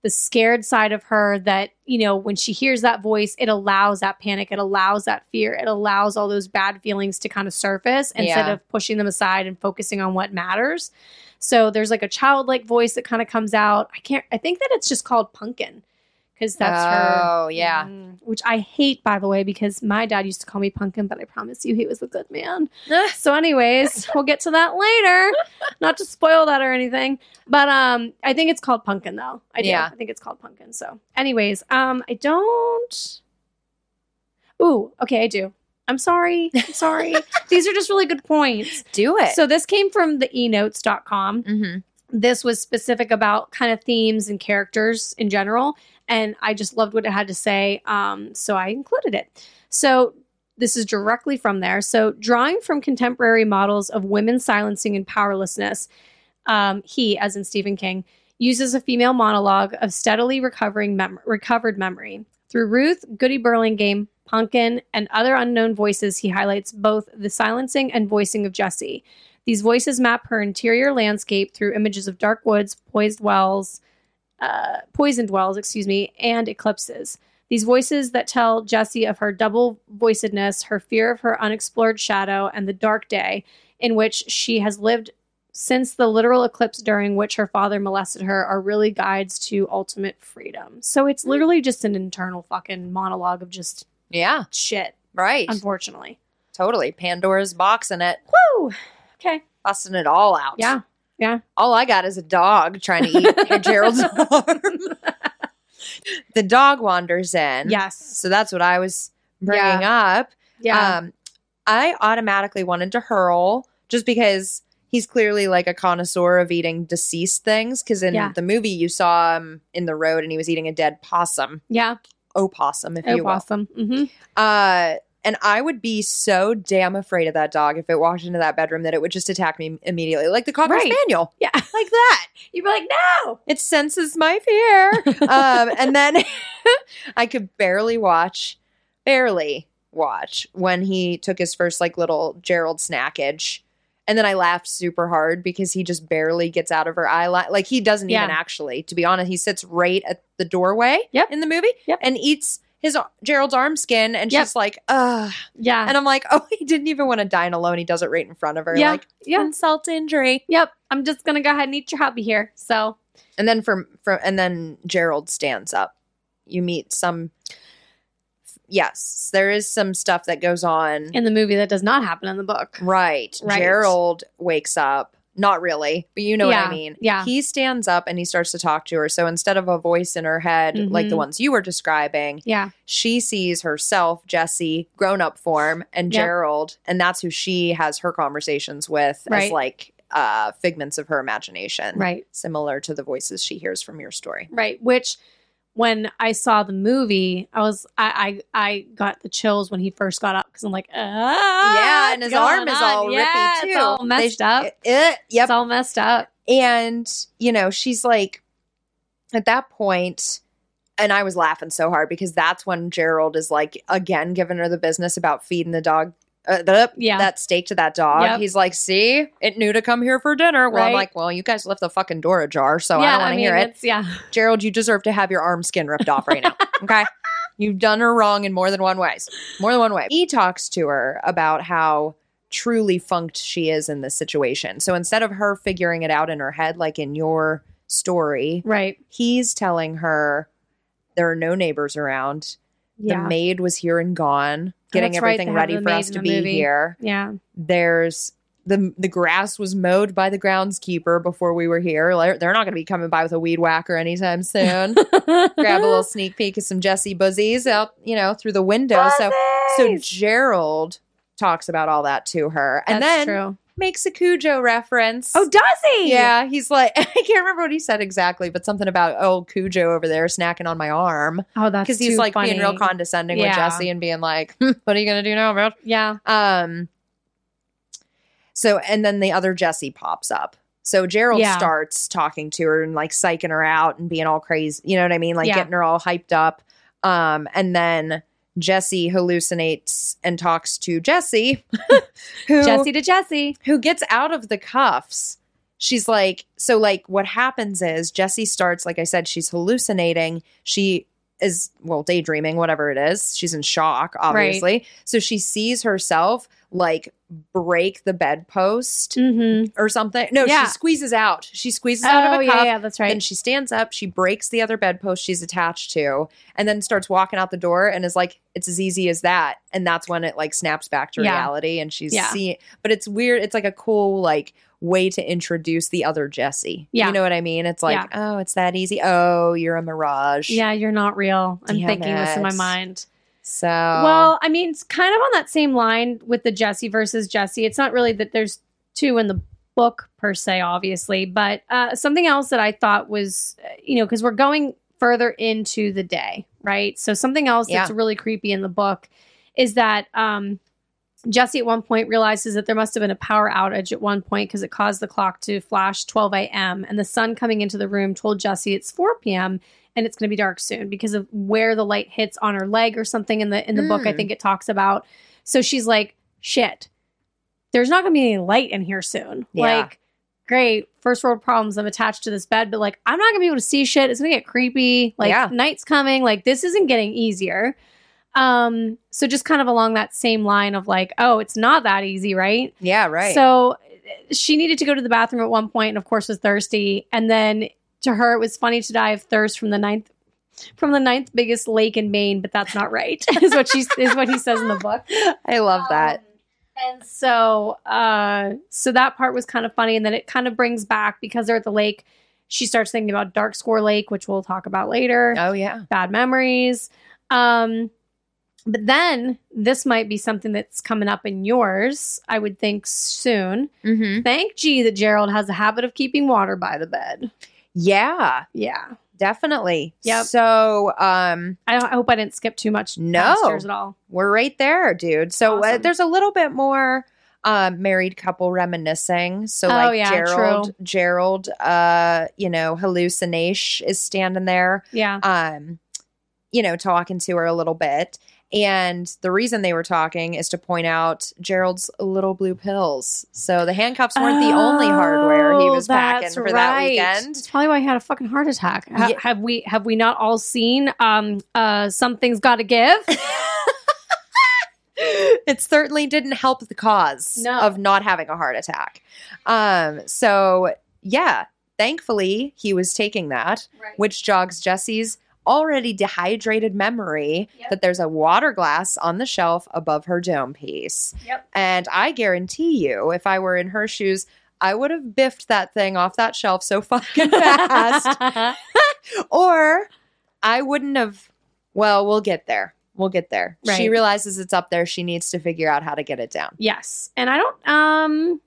Speaker 1: the scared side of her that you know when she hears that voice, it allows that panic, it allows that fear, it allows all those bad feelings to kind of surface instead
Speaker 2: Yeah.
Speaker 1: of pushing them aside and focusing on what matters. So there's like a childlike voice that kind of comes out. I can't. I think that it's just called Pumpkin because that's her.
Speaker 2: Oh yeah.
Speaker 1: Mm, which I hate, by the way, because my dad used to call me pumpkin, but I promise you he was a good man. So,
Speaker 2: *laughs*
Speaker 1: anyways, we'll get to that later. Not to spoil that or anything. But um I think it's called pumpkin though. I do.
Speaker 2: Yeah.
Speaker 1: I think it's called pumpkin. So, anyways, um I don't Ooh, okay, I do. I'm sorry. I'm
Speaker 2: *laughs*
Speaker 1: sorry. These are just really good points.
Speaker 2: Do it.
Speaker 1: So this came from the e enotes.com
Speaker 2: mm-hmm.
Speaker 1: this was specific about kind of themes and characters in general and i just loved what it had to say um, so i included it so this is directly from there so drawing from contemporary models of women silencing and powerlessness um, he as in stephen king uses a female monologue of steadily recovering mem- recovered memory through ruth goody burlingame pumpkin and other unknown voices he highlights both the silencing and voicing of jesse these voices map her interior landscape through images of dark woods, poised wells, uh, poisoned wells, excuse me, and eclipses. These voices that tell Jessie of her double voicedness, her fear of her unexplored shadow, and the dark day in which she has lived since the literal eclipse during which her father molested her are really guides to ultimate freedom. So it's literally just an internal fucking monologue of just
Speaker 2: Yeah.
Speaker 1: shit,
Speaker 2: Right.
Speaker 1: unfortunately.
Speaker 2: totally. Pandora's boxing it,
Speaker 1: Woo! Okay.
Speaker 2: busting it all out.
Speaker 1: Yeah.
Speaker 2: All I got is a dog trying
Speaker 1: *laughs*
Speaker 2: to eat Gerald's arm. *laughs* the dog wanders in.
Speaker 1: Yes. Uh,
Speaker 2: So that's what I was bringing up.
Speaker 1: Yeah.
Speaker 2: Um, I automatically wanted to hurl just because he's clearly like a connoisseur of eating deceased things. Because in
Speaker 1: Yeah.
Speaker 2: the movie, you saw him in the road and he was eating a dead possum,
Speaker 1: yeah.
Speaker 2: opossum, if
Speaker 1: Oh,
Speaker 2: you will.
Speaker 1: awesome. hmm
Speaker 2: Uh, and I would be so damn afraid of that dog if it walked into that bedroom that it would just attack me immediately, like the cocker
Speaker 1: Right.
Speaker 2: spaniel,
Speaker 1: Yeah. *laughs*
Speaker 2: like that.
Speaker 1: You'd be like, no.
Speaker 2: It senses
Speaker 1: *laughs*
Speaker 2: my fear. um, and then *laughs* I could barely watch, barely watch when he took his first like little Gerald snackage. And then I laughed super hard because he just barely gets out of her eye line. Like he doesn't
Speaker 1: Yeah.
Speaker 2: even actually, to be honest, he sits right at the doorway
Speaker 1: Yep.
Speaker 2: in the movie
Speaker 1: Yep.
Speaker 2: and eats his Gerald's arm skin. And
Speaker 1: Yep.
Speaker 2: she's like, ugh.
Speaker 1: Yeah.
Speaker 2: And I'm like, oh, *laughs* he didn't even want to dine alone. He does it right in front of her.
Speaker 1: yeah.
Speaker 2: Like,
Speaker 1: yeah.
Speaker 2: insult to injury.
Speaker 1: Yep. I'm just gonna go ahead and eat your hobby here. So
Speaker 2: And then from from and then Gerald stands up. You meet some Yes, there is some stuff that goes on.
Speaker 1: in the movie that does not happen in the book.
Speaker 2: right.
Speaker 1: Right.
Speaker 2: Gerald wakes up. Not really, but you know what
Speaker 1: Yeah,
Speaker 2: I mean.
Speaker 1: yeah.
Speaker 2: He stands up and he starts to talk to her. So instead of a voice in her head like the
Speaker 1: Mhm.
Speaker 2: ones you were describing,
Speaker 1: Yeah.
Speaker 2: she sees herself, Jesse, grown up form, and
Speaker 1: Yep.
Speaker 2: Gerald, and that's who she has her conversations with
Speaker 1: Right.
Speaker 2: as like uh figments of her imagination.
Speaker 1: Right.
Speaker 2: Similar to the voices she hears from your story.
Speaker 1: Right. Which when I saw the movie, I was I I, I got the chills when he first got up because I'm like, ah,
Speaker 2: yeah, and
Speaker 1: what's
Speaker 2: his arm
Speaker 1: going
Speaker 2: is
Speaker 1: on?
Speaker 2: all
Speaker 1: Yeah,
Speaker 2: rippy too.
Speaker 1: It's all messed
Speaker 2: They-
Speaker 1: up.
Speaker 2: it- it- Eh, yep.
Speaker 1: It's all messed up.
Speaker 2: and you know, she's like, at that point, and I was laughing so hard because that's when Gerald is like again giving her the business about feeding the dog. Uh, the,
Speaker 1: Yeah.
Speaker 2: that steak to that dog.
Speaker 1: Yep.
Speaker 2: He's like, "See, it knew to come here for dinner." Well, I'm
Speaker 1: Right.
Speaker 2: like, "Well, you guys left the fucking door ajar, so I
Speaker 1: yeah,
Speaker 2: don't want to hear it."
Speaker 1: it's- Yeah. *laughs*
Speaker 2: Gerald, you deserve to have your arm skin ripped off right now. Okay. You've done her wrong in more than one ways. More than one way. He talks to her about how truly funked she is in this situation. So instead of her figuring it out in her head, like in your story,
Speaker 1: Right.
Speaker 2: he's telling her there are no neighbors around.
Speaker 1: Yeah.
Speaker 2: The maid was here and gone, getting
Speaker 1: that's right,
Speaker 2: everything
Speaker 1: they have
Speaker 2: ready
Speaker 1: the
Speaker 2: for
Speaker 1: maid
Speaker 2: us
Speaker 1: in
Speaker 2: to
Speaker 1: the
Speaker 2: be
Speaker 1: movie.
Speaker 2: here.
Speaker 1: yeah.
Speaker 2: There's the the grass was mowed by the groundskeeper before we were here. Like, They're not going to be coming by with a weed whacker anytime soon grab
Speaker 1: *laughs*
Speaker 2: a little sneak peek of some Jesse Buzzies out, you know, through the window. So so
Speaker 1: Buzzies!
Speaker 2: Gerald talks about all that to her and
Speaker 1: That's
Speaker 2: then
Speaker 1: true.
Speaker 2: makes a Cujo reference.
Speaker 1: Oh, does he?
Speaker 2: yeah, he's like *laughs* I can't remember what he said exactly, but something about oh Cujo over there snacking on my arm
Speaker 1: Oh, that's
Speaker 2: because he's
Speaker 1: too
Speaker 2: like being
Speaker 1: funny.
Speaker 2: real condescending with
Speaker 1: Yeah.
Speaker 2: Jesse and being like, "Hmm, "What are you gonna do now, man?"
Speaker 1: Yeah.
Speaker 2: Um. So and then the other Jesse pops up. So Gerald
Speaker 1: Yeah.
Speaker 2: starts talking to her and like psyching her out and being all crazy. You know what I mean? Like
Speaker 1: Yeah.
Speaker 2: getting her all hyped up. Um. And then Jesse hallucinates and talks to Jesse, *laughs* who
Speaker 1: Jesse to Jesse.
Speaker 2: who gets out of the cuffs. She's like, so like what happens is Jesse starts, like I said, she's hallucinating. She is well, daydreaming, whatever it is. She's in shock, obviously. So she sees herself like break the bedpost
Speaker 1: Mm-hmm.
Speaker 2: or something. No,
Speaker 1: Yeah.
Speaker 2: she squeezes out. She squeezes out of
Speaker 1: oh
Speaker 2: a
Speaker 1: yeah,
Speaker 2: cuff.
Speaker 1: yeah, that's
Speaker 2: And
Speaker 1: right.
Speaker 2: she stands up, she breaks the other bedpost she's attached to, and then starts walking out the door and is like, it's as easy as that. And that's when it like snaps back to
Speaker 1: Yeah.
Speaker 2: reality and she's
Speaker 1: Yeah.
Speaker 2: seeing but it's weird. It's like a cool like way to introduce the other Jesse.
Speaker 1: Yeah.
Speaker 2: You know what I mean? It's like, oh, it's that easy. Oh, you're a mirage.
Speaker 1: yeah, you're not real. I'm
Speaker 2: Damn
Speaker 1: thinking this in my
Speaker 2: it. Oh.
Speaker 1: mind.
Speaker 2: So
Speaker 1: Well, I mean, it's kind of on that same line with the Jesse versus Jesse. It's not really that there's two in the book per se, obviously, but uh, something else that I thought was, uh, you know, because we're going further into the day, right? So something else that's really creepy in the book is that um, Jesse at one point realizes that there must have been a power outage at one point because it caused the clock to flash 12 a.m. and the sun coming into the room told Jesse it's 4 p.m and it's going to be dark soon because of where the light hits on her leg or something in the in the book I
Speaker 2: Mm.
Speaker 1: think it talks about. So she's like, "Shit. There's not going to be any light in here soon."
Speaker 2: Yeah.
Speaker 1: Like, great, first world problems. I'm attached to this bed, but like I'm not going to be able to see shit. It's going to get creepy. Like
Speaker 2: Yeah.
Speaker 1: night's coming. Like this isn't getting easier. Um so just kind of along that same line of like, "Oh, it's not that easy, right?"
Speaker 2: Yeah, right.
Speaker 1: So uh, she needed to go to the bathroom at one point and of course was thirsty. And then to her it was funny to die of thirst from the ninth from the ninth biggest lake in Maine, but that's not right, *laughs* is what she is what he says in the book.
Speaker 2: I love that.
Speaker 1: Um, and so uh so that part was kind of funny. And then it kind of brings back because they're at the lake, she starts thinking about Dark Score Lake, which we'll talk about later
Speaker 2: Oh yeah.
Speaker 1: bad memories. Um, but then this might be something that's coming up in yours, I would think soon.
Speaker 2: Mm-hmm.
Speaker 1: Thank G that Gerald has a habit of keeping water by the bed.
Speaker 2: Yeah,
Speaker 1: Yeah.
Speaker 2: definitely.
Speaker 1: Yep.
Speaker 2: So um
Speaker 1: I, I hope I didn't skip too much
Speaker 2: No.
Speaker 1: pastures at all.
Speaker 2: we're right there, dude. So uh,
Speaker 1: Awesome.
Speaker 2: there's a little bit more um, married couple reminiscing. So
Speaker 1: Oh,
Speaker 2: like
Speaker 1: yeah,
Speaker 2: Gerald,
Speaker 1: true.
Speaker 2: Gerald, uh, you know, hallucination is standing there,
Speaker 1: Yeah.
Speaker 2: um, you know, talking to her a little bit. And the reason they were talking is to point out Gerald's little blue pills. So the handcuffs weren't the only hardware he
Speaker 1: Oh,
Speaker 2: was packing
Speaker 1: that's
Speaker 2: for that
Speaker 1: right.
Speaker 2: weekend.
Speaker 1: That's probably why he had a fucking heart attack. Ha-
Speaker 2: Yeah.
Speaker 1: Have we have we not all seen um uh something's got to
Speaker 2: *laughs*
Speaker 1: give?
Speaker 2: it certainly didn't help the cause
Speaker 1: No.
Speaker 2: of not having a heart attack. Um, so yeah, thankfully he was taking that,
Speaker 1: Right.
Speaker 2: which jogs Jesse's already dehydrated memory
Speaker 1: Yep.
Speaker 2: that there's a water glass on the shelf above her dome piece. *laughs*
Speaker 1: Yep.
Speaker 2: And I guarantee you, if I were in her shoes, I would have biffed that thing off that shelf
Speaker 1: *laughs*
Speaker 2: so fucking fast. or I wouldn't have. Well, we'll get there. We'll get there. She
Speaker 1: Right.
Speaker 2: realizes it's up there. She needs to figure out how to get it down.
Speaker 1: *laughs* Yes. And I don't um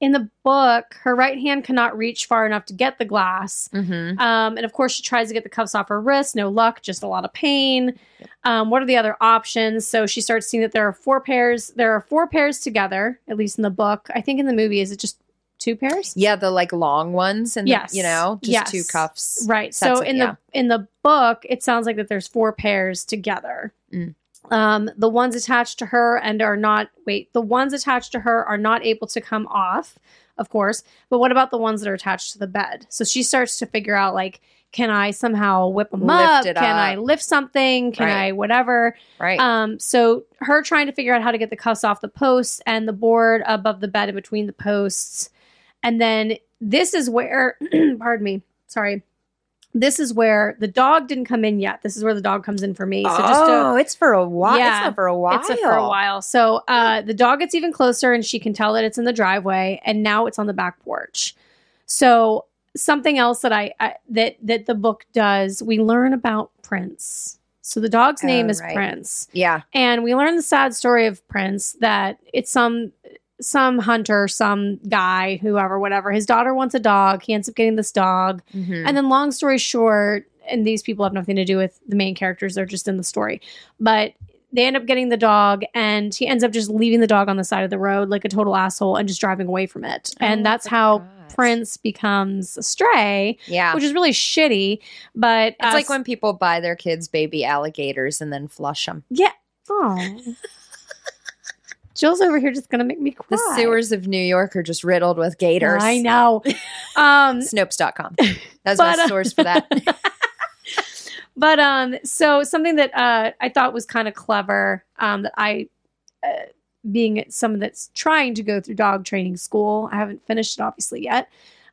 Speaker 1: in the book, her right hand cannot reach far enough to get the glass.
Speaker 2: Mm-hmm.
Speaker 1: Um, and of course, she tries to get the cuffs off her wrist. No luck, just a lot of pain. Um, what are the other options? So she starts seeing that there are four pairs. There are four pairs together, at least in the book. I think in the movie, is it just two pairs?
Speaker 2: Yeah, the like long ones and the-
Speaker 1: Yes.
Speaker 2: you know just
Speaker 1: Yes.
Speaker 2: two cuffs.
Speaker 1: Right.
Speaker 2: That's
Speaker 1: So
Speaker 2: it,
Speaker 1: in
Speaker 2: yeah.
Speaker 1: the in the book, it sounds like that there's four pairs together.
Speaker 2: Mm.
Speaker 1: Um, the ones attached to her and are not wait, the ones attached to her are not able to come off, of course. But what about the ones that are attached to the bed? So she starts to figure out like, can I somehow whip them
Speaker 2: Lift
Speaker 1: up?
Speaker 2: it
Speaker 1: Can I
Speaker 2: up.
Speaker 1: lift something? Can
Speaker 2: Right.
Speaker 1: I whatever?
Speaker 2: Right.
Speaker 1: Um, so her trying to figure out how to get the cuffs off the posts and the board above the bed and between the posts. And then this is where, *clears throat* pardon me, sorry. This is where the dog didn't come in yet. This is where the dog comes in for me. So just to,
Speaker 2: oh, it's for a while.
Speaker 1: Yeah.
Speaker 2: It's not for a while.
Speaker 1: it's a, for a while. So uh, the dog gets even closer, and she can tell that it's in the driveway, and now it's on the back porch. So something else that I, I that that the book does, we learn about Prince. So the dog's
Speaker 2: Oh,
Speaker 1: name is
Speaker 2: right.
Speaker 1: Prince
Speaker 2: Yeah.
Speaker 1: and we learn the sad story of Prince that it's some some hunter, some guy, whoever, whatever. His daughter wants a dog. He ends up getting this dog,
Speaker 2: Mhm.
Speaker 1: and then long story short, and these people have nothing to do with the main characters; they're just in the story. But They end up getting the dog, and he ends up just leaving the dog on the side of the road like a total asshole and just driving away from it.
Speaker 2: Oh,
Speaker 1: and that's
Speaker 2: for
Speaker 1: how
Speaker 2: God.
Speaker 1: Prince becomes a stray,
Speaker 2: Yeah.
Speaker 1: which is really shitty. But
Speaker 2: it's like when people buy their kids baby alligators and then flush them.
Speaker 1: oh. Jill's over here just gonna make me cry.
Speaker 2: The sewers of New York are just riddled with gators.
Speaker 1: I know. Um, *laughs*
Speaker 2: Snopes.com. That's my
Speaker 1: But, uh,
Speaker 2: source for that.
Speaker 1: But um, so something that uh, I thought was kind of clever um, that I, uh, being someone that's trying to go through dog training school, I haven't finished it obviously yet.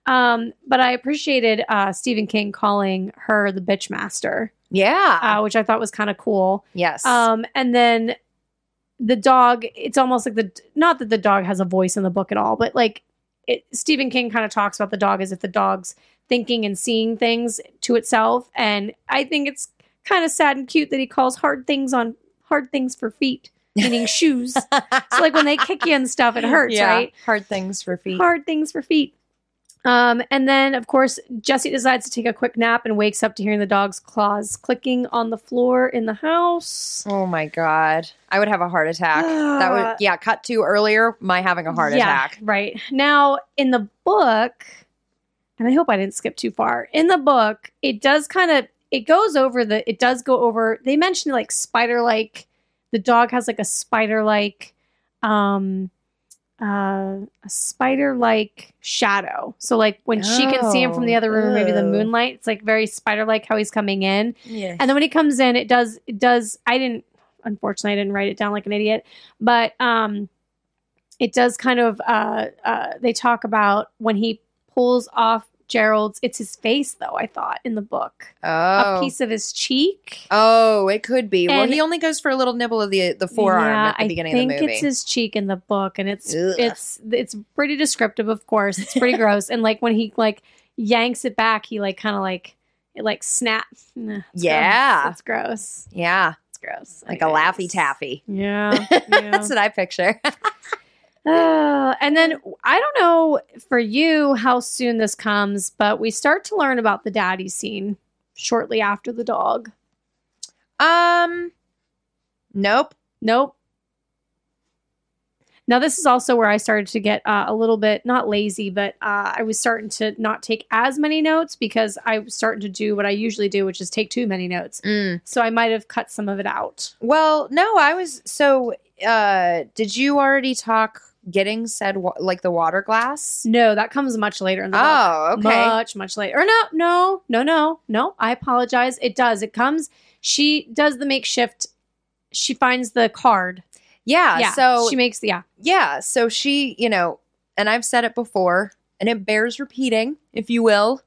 Speaker 1: Um, but I appreciated uh, Stephen King calling her the bitch master,
Speaker 2: *laughs* yeah.
Speaker 1: uh, which I thought was kind of cool.
Speaker 2: yes.
Speaker 1: Um, and then the dog, it's almost like the not that the dog has a voice in the book at all, but like it, Stephen King kind of talks about the dog as if the dog's thinking and seeing things to itself. And I think it's kind of sad and cute that he calls hard things on hard things for feet, meaning shoes. So
Speaker 2: *laughs*
Speaker 1: like when they kick you and stuff, it hurts,
Speaker 2: Yeah.
Speaker 1: right?
Speaker 2: Hard things for feet.
Speaker 1: Hard things for feet. Um, and then, of course, Jesse decides to take a quick nap and wakes up to hearing the dog's claws clicking on the floor in the house.
Speaker 2: Oh my God. I would have a heart attack.
Speaker 1: Uh,
Speaker 2: that would, yeah, cut to earlier, my having a heart attack.
Speaker 1: Right. Now, in the book, and I hope I didn't skip too far. In the book, it does kind of it goes over the it does go over they mentioned like spider like the dog has like a spider like um uh a spider like shadow. So like when she can see him from the other room, maybe the
Speaker 2: Oh, ew.
Speaker 1: moonlight, it's like very spider like how he's coming in.
Speaker 2: Yeah.
Speaker 1: And then when he comes in, it does it does I didn't unfortunately I didn't write it down like an idiot, but um it does kind of uh uh they talk about when he pulls off Gerald's it's his face though, I thought in the book.
Speaker 2: Oh.
Speaker 1: A piece of his cheek.
Speaker 2: Oh, it could be. well,
Speaker 1: And-
Speaker 2: he only goes for a little nibble of the the forearm at the beginning
Speaker 1: I think
Speaker 2: of the movie.
Speaker 1: it's his cheek in the book, and it's
Speaker 2: Ugh.
Speaker 1: it's it's pretty descriptive, of course. It's pretty gross, and like when he like yanks it back, he like kind of like it like snaps. Nah, it's gross.
Speaker 2: Yeah.
Speaker 1: it's gross.
Speaker 2: yeah,
Speaker 1: It's gross.
Speaker 2: like a laffy
Speaker 1: Anyways.
Speaker 2: taffy.
Speaker 1: *laughs* Yeah. yeah.
Speaker 2: That's what I picture. *laughs*
Speaker 1: Uh, and then I don't know for you how soon this comes, but we start to learn about the daddy scene shortly after the dog.
Speaker 2: um, nope.
Speaker 1: Nope. Now this is also where I started to get uh, a little bit not lazy, but uh, I was starting to not take as many notes because I was starting to do what I usually do, which is take too many notes.
Speaker 2: Mm.
Speaker 1: So I might have cut some of it out.
Speaker 2: Well, no. I was so. uh Did you already talk getting said wa- like the water glass?
Speaker 1: No, that comes much later in the book.
Speaker 2: Oh, okay.
Speaker 1: Much, much later. Or no, no, no, no, no. I apologize. It does. It comes. She does the makeshift. She finds the card.
Speaker 2: yeah,
Speaker 1: yeah.
Speaker 2: Ah, So
Speaker 1: she makes the yeah.
Speaker 2: yeah, so she, you know, and I've said it before, and it bears repeating, if you will.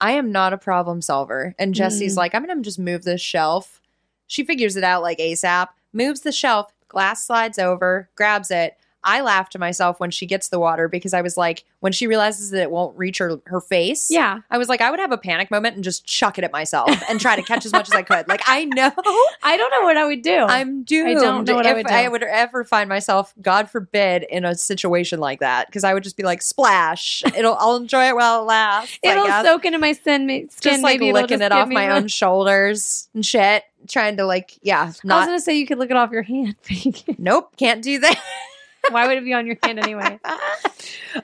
Speaker 2: I am not a problem solver. And
Speaker 1: Mm.
Speaker 2: Jesse's like, I'm gonna just move this shelf. She figures it out like ASAP, moves the shelf, glass slides over, grabs it. I laugh to myself when she gets the water because I was like, when she realizes that it won't reach her, her face,
Speaker 1: Yeah.
Speaker 2: I was like, I would have a panic moment and just chuck it at myself and try to catch as much as I could. Like, I *laughs* know
Speaker 1: I don't know what I would do.
Speaker 2: I'm doomed.
Speaker 1: Oh, I don't know what I
Speaker 2: if
Speaker 1: would do.
Speaker 2: I would ever find myself, God forbid, in a situation like that, because I would just be like, splash. It'll, I'll enjoy it while it lasts. I
Speaker 1: it'll
Speaker 2: guess.
Speaker 1: soak into my skin. skin
Speaker 2: just like
Speaker 1: maybe it'll
Speaker 2: licking
Speaker 1: just
Speaker 2: it off
Speaker 1: give me
Speaker 2: my
Speaker 1: the- *laughs*
Speaker 2: own shoulders and shit, trying to like, yeah,
Speaker 1: I was
Speaker 2: not.
Speaker 1: gonna say you could lick it off your hand. *laughs*
Speaker 2: Nope, can't do that. *laughs*
Speaker 1: Why would it be on your hand anyway?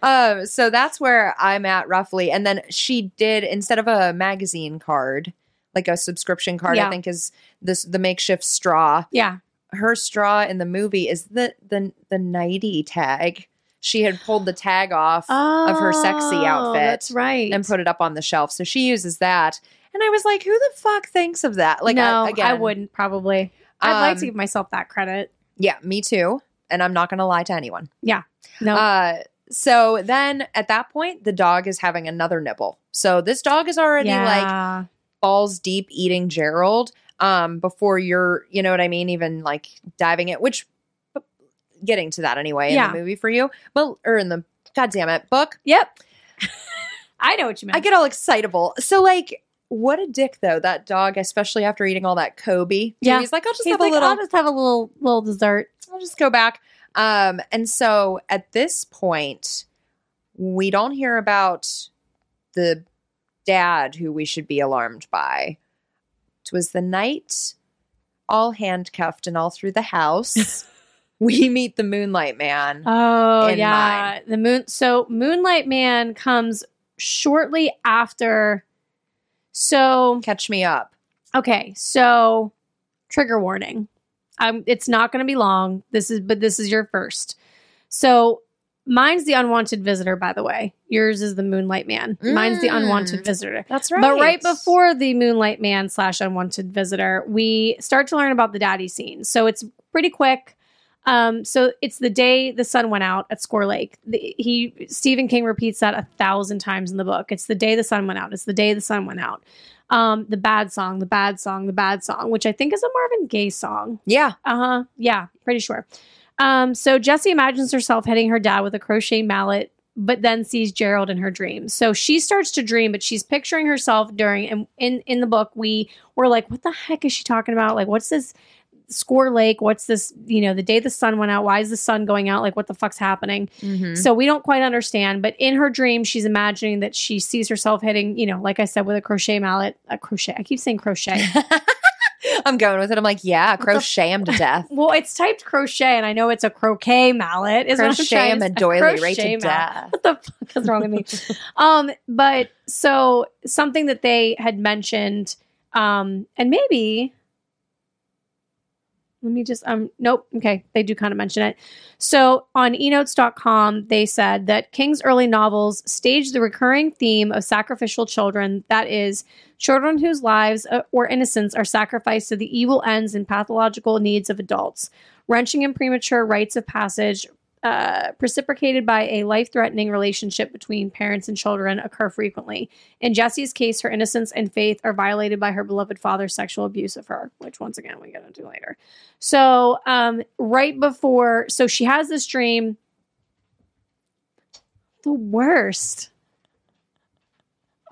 Speaker 2: um, so that's where I'm at roughly. And then she did instead of a magazine card, like a subscription card, I
Speaker 1: Yeah.
Speaker 2: think is this the makeshift straw.
Speaker 1: Yeah.
Speaker 2: her straw in the movie is the the the nighty tag. She had pulled the tag off
Speaker 1: *gasps* Oh,
Speaker 2: her sexy outfit
Speaker 1: That's right.
Speaker 2: and put it up on the shelf, so she uses that. And I was like, "Who the fuck thinks of that?" Like,
Speaker 1: no,
Speaker 2: I, again,
Speaker 1: I wouldn't probably. I'd like to
Speaker 2: um,
Speaker 1: give myself that credit.
Speaker 2: Yeah, me too. And I'm not going to lie to anyone.
Speaker 1: No.
Speaker 2: Uh, so then at that point, the dog is having another nibble. So this dog is already like
Speaker 1: yeah.
Speaker 2: balls deep eating Gerald um before you're, you know what I mean, even like diving it, which getting to that anyway
Speaker 1: Yeah.
Speaker 2: in the movie for you. But or in the god damn it book.
Speaker 1: Yep. *laughs* I know what you meant.
Speaker 2: I get all excitable. So like what a dick though, that dog, especially after eating all that Kobe.
Speaker 1: Yeah.
Speaker 2: He's like, I'll just
Speaker 1: He's
Speaker 2: have
Speaker 1: like,
Speaker 2: a little
Speaker 1: I'll just have a little little dessert.
Speaker 2: I'll just go back. Um, and so at this point, we don't hear about the dad who we should be alarmed by. It was the night all handcuffed and all through
Speaker 1: *laughs*
Speaker 2: the house, we meet the Moonlight Man.
Speaker 1: Oh
Speaker 2: in
Speaker 1: yeah, the moon. So Moonlight Man comes shortly after. So
Speaker 2: Catch me up.
Speaker 1: okay, so trigger warning. Um, it's not going to be long. This is, but this is your first. So mine's the unwanted visitor. By the way, yours is the Moonlight Man. Mine's the
Speaker 2: Mm.
Speaker 1: unwanted visitor.
Speaker 2: That's
Speaker 1: But right before the Moonlight Man slash Unwanted Visitor, we start to learn about the daddy scene. So it's pretty quick. Um, so it's the day the sun went out at Score Lake. The, he Stephen King repeats that a thousand times in the book. It's the day the sun went out. It's the day the sun went out. Um, the bad song, the bad song, the bad song, which I think is a Marvin Gaye song.
Speaker 2: Yeah.
Speaker 1: Uh huh. Yeah, pretty sure. Um, so Jessie imagines herself hitting her dad with a crochet mallet, but then sees Gerald in her dreams. So she starts to dream, but she's picturing herself during. And in in the book, we were like, "What the heck is she talking about? Like, what's this?" Score Lake, what's this? You know, the day the sun went out, why is the sun going out? Like, what the fuck's happening?
Speaker 2: Mhm.
Speaker 1: So we don't quite understand, but in her dream, she's imagining that she sees herself hitting, you know, like I said, with a crochet mallet, a crochet. I keep saying crochet.
Speaker 2: *laughs* I'm going with it. I'm like, yeah,
Speaker 1: the *laughs*
Speaker 2: crochet him to death.
Speaker 1: Well, it's typed crochet, and I know it's a croquet mallet. Is what I'm
Speaker 2: crochet
Speaker 1: trying
Speaker 2: him
Speaker 1: to
Speaker 2: a
Speaker 1: say.
Speaker 2: doily right
Speaker 1: Crochet
Speaker 2: to
Speaker 1: mallet.
Speaker 2: death.
Speaker 1: What the *laughs* fuck is wrong with me? um, but so something that they had mentioned, um, and maybe let me just um nope okay they do kind of mention it so on e enotes.com they said that king's early novels stage the recurring theme of sacrificial children that is children whose lives uh, or innocence are sacrificed to the evil ends and pathological needs of adults wrenching and premature rites of passage uh, precipitated by a life threatening relationship between parents and children occur frequently. In Jesse's case, her innocence and faith are violated by her beloved father's sexual abuse of her, which once again we get into later. So, um, right before, so she has this dream. The worst.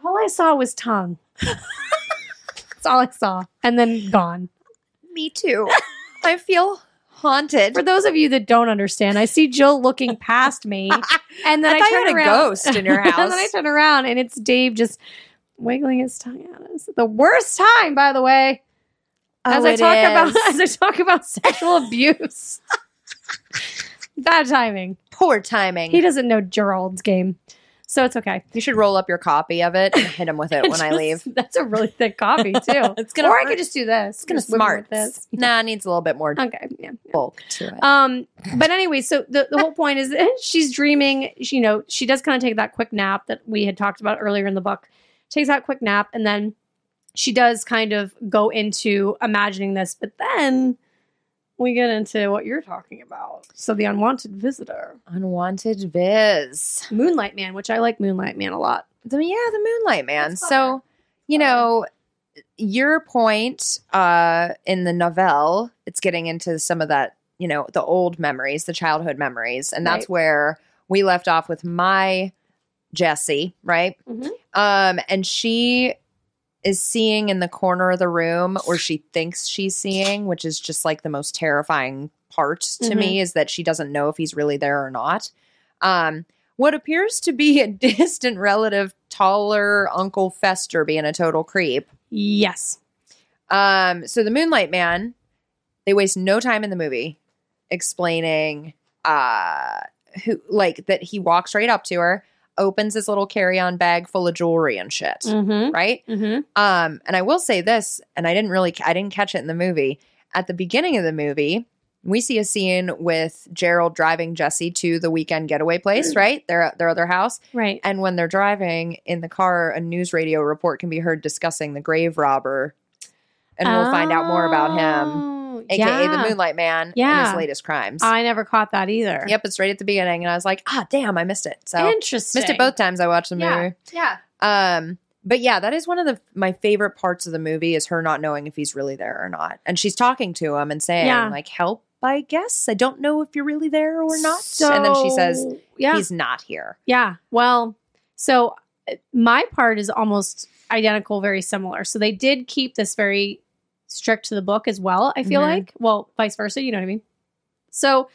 Speaker 1: All I saw was tongue. *laughs* That's all I saw. And then gone.
Speaker 2: Me too. I feel haunted.
Speaker 1: For those of you that don't understand, I see Jill looking past
Speaker 2: *laughs*
Speaker 1: me. And then
Speaker 2: I
Speaker 1: I,
Speaker 2: thought you
Speaker 1: turn
Speaker 2: had a
Speaker 1: around.
Speaker 2: ghost in *laughs*
Speaker 1: *laughs*
Speaker 2: your
Speaker 1: and then I
Speaker 2: house.
Speaker 1: turn around and it's Dave just wiggling his tongue at us. The worst time, by the way. As
Speaker 2: Oh,
Speaker 1: I
Speaker 2: it
Speaker 1: talk
Speaker 2: is. *laughs*
Speaker 1: about *laughs* as I talk about sexual abuse. Bad timing.
Speaker 2: poor timing.
Speaker 1: He doesn't know Gerald's game. So it's okay.
Speaker 2: you should roll up your copy of it and hit him with *laughs* it when
Speaker 1: *laughs*
Speaker 2: I
Speaker 1: Just-
Speaker 2: leave.
Speaker 1: That's a really thick copy too.
Speaker 2: *laughs* It's gonna
Speaker 1: or I
Speaker 2: hurt.
Speaker 1: could just do this.
Speaker 2: It's gonna
Speaker 1: Just wiggle
Speaker 2: smart.
Speaker 1: like this. *laughs*
Speaker 2: Nah, it needs a little bit more
Speaker 1: Okay. Yeah. yeah.
Speaker 2: bulk to it.
Speaker 1: Um, but anyway, so the, the whole point is that *laughs* she's dreaming, she- you know, she does kind of take that quick nap that we had talked about earlier in the book, takes that quick nap, and then she does kind of go into imagining this, but then we get into what you're talking about. So the unwanted visitor,
Speaker 2: Unwanted Viz.
Speaker 1: Moonlight Man, which I like Moonlight Man a lot.
Speaker 2: The, yeah, the Moonlight Man.
Speaker 1: That's
Speaker 2: So, you know, your point uh, in the novelle, it's getting into some of that, you know, the old memories, the childhood memories. And that's
Speaker 1: Right.
Speaker 2: where we left off with my Jessie, right?
Speaker 1: Mhm.
Speaker 2: Um, and she is seeing in the corner of the room, or she thinks she's seeing, which is just like the most terrifying part to me is that she doesn't know if he's really there or not. Um, what appears to be a *laughs* distant relative, taller Uncle Fester being a total creep.
Speaker 1: Yes.
Speaker 2: Um, so the Moonlight Man, they waste no time in the movie explaining uh who like that he walks right up to her, opens his little carry-on bag full of jewelry and shit.
Speaker 1: Mm-hmm.
Speaker 2: Right?
Speaker 1: Mm-hmm.
Speaker 2: Um, and I will say this, and I didn't really, I didn't catch it in the movie. At the beginning of the movie, we see a scene with Gerald driving Jesse to the weekend getaway place,
Speaker 1: Mm.
Speaker 2: right? Their their other house.
Speaker 1: Right.
Speaker 2: And when they're driving in the car, a news radio report can be heard discussing the grave robber, and we'll find out more about him,
Speaker 1: Oh,
Speaker 2: aka
Speaker 1: yeah.
Speaker 2: the Moonlight Man, and
Speaker 1: Yeah.
Speaker 2: his latest crimes.
Speaker 1: I never caught that either.
Speaker 2: yep, it's right at the beginning, and I was like, ah, damn, I missed it. So
Speaker 1: Interesting.
Speaker 2: missed it both times I watched the movie.
Speaker 1: Yeah. Yeah.
Speaker 2: Um, but yeah, that is one of the my favorite parts of the movie is her not knowing if he's really there or not, and she's talking to him and saying
Speaker 1: Yeah.
Speaker 2: like, "Help, I guess. I don't know if you're really there or not." and then she says,
Speaker 1: So, "Yeah,
Speaker 2: "He's not here."
Speaker 1: yeah." Well, so uh, my part is almost identical, very similar. So they did keep this very strict to the book as well. I feel
Speaker 2: Mhm.
Speaker 1: like, well, vice versa. You know what I mean? So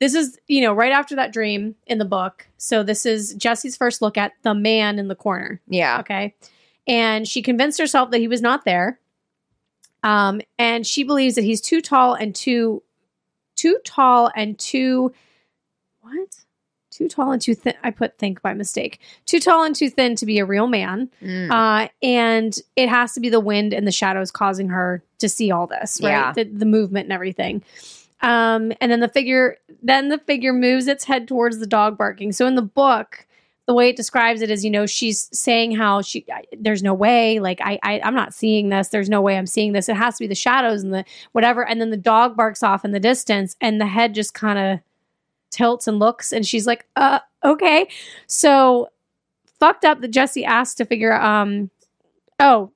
Speaker 1: this is you know right after that dream in the book. So this is Jesse's first look at the man in the corner.
Speaker 2: Yeah,
Speaker 1: Okay. And she convinced herself that he was not there. Um, and she believes that he's too tall and too too tall and too what? Too tall and too thin. I put think by mistake. Too tall and too thin to be a real man.
Speaker 2: Mm.
Speaker 1: Uh, and it has to be the wind and the shadows causing her to see all this, right?
Speaker 2: Yeah.
Speaker 1: The, the movement and everything. Um, and then the figure, then the figure moves its head towards the dog barking. So in the book, the way it describes it is, you know, she's saying how she, I, there's no way, like I, I, I'm not seeing this. There's no way I'm seeing this. It has to be the shadows and the whatever. And then the dog barks off in the distance, and the head just kind of tilts and looks, and she's like, uh, okay. So fucked up that Jesse asked to figure um oh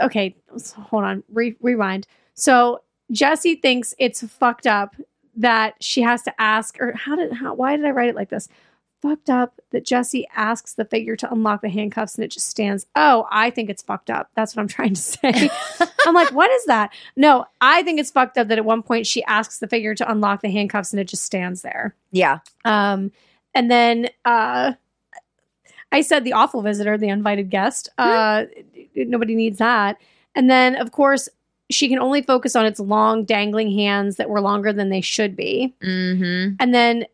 Speaker 1: okay so hold on re- rewind so Jesse thinks it's fucked up that she has to ask or how did how why did I write it like this fucked up that Jesse asks the figure to unlock the handcuffs and it just stands oh I think it's fucked up that's what I'm *laughs* trying to say I'm like what is that no I think it's fucked up that at one point she asks the figure to unlock the handcuffs and it just stands there
Speaker 2: yeah.
Speaker 1: um, and then uh, I said the awful visitor, the invited guest. Uh, nobody needs that. And then, of course, she can only focus on its long, dangling hands that were longer than they should be.
Speaker 2: Mm-hmm.
Speaker 1: And then,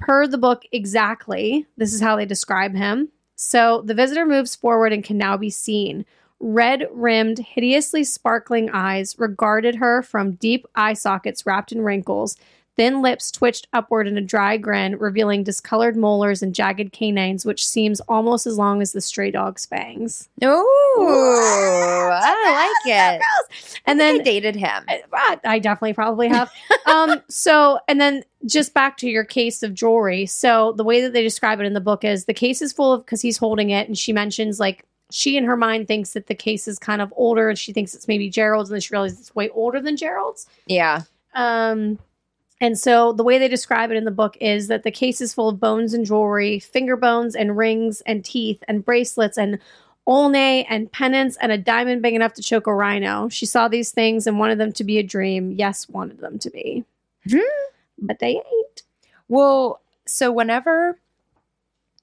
Speaker 1: per the book, exactly, this is how they describe him. So the visitor moves forward and can now be seen. Red rimmed, hideously sparkling eyes regarded her from deep eye sockets wrapped in wrinkles. Thin lips twitched upward in a dry grin, revealing discolored molars and jagged canines, which seems almost as long as the stray dog's fangs.
Speaker 2: Ooh,
Speaker 1: What?
Speaker 2: I like it.
Speaker 1: *laughs* And
Speaker 2: I
Speaker 1: then
Speaker 2: think I dated him.
Speaker 1: I, Uh, I- I definitely probably have. um, so, and then just back to your case of jewelry. So, the way that they describe it in the book is the case is full of because he's holding it, and she mentions like she in her mind thinks that the case is kind of older, and she thinks it's maybe Gerald's, and then she realizes it's way older than Gerald's.
Speaker 2: Yeah.
Speaker 1: Um, and so the way they describe it in the book is that the case is full of bones and jewelry, finger bones and rings and teeth and bracelets and ulnae and pennants and a diamond big enough to choke a rhino. She saw these things and wanted them to be a dream. Yes, wanted them to be.
Speaker 2: Hmm.
Speaker 1: But they ain't.
Speaker 2: Well, so whenever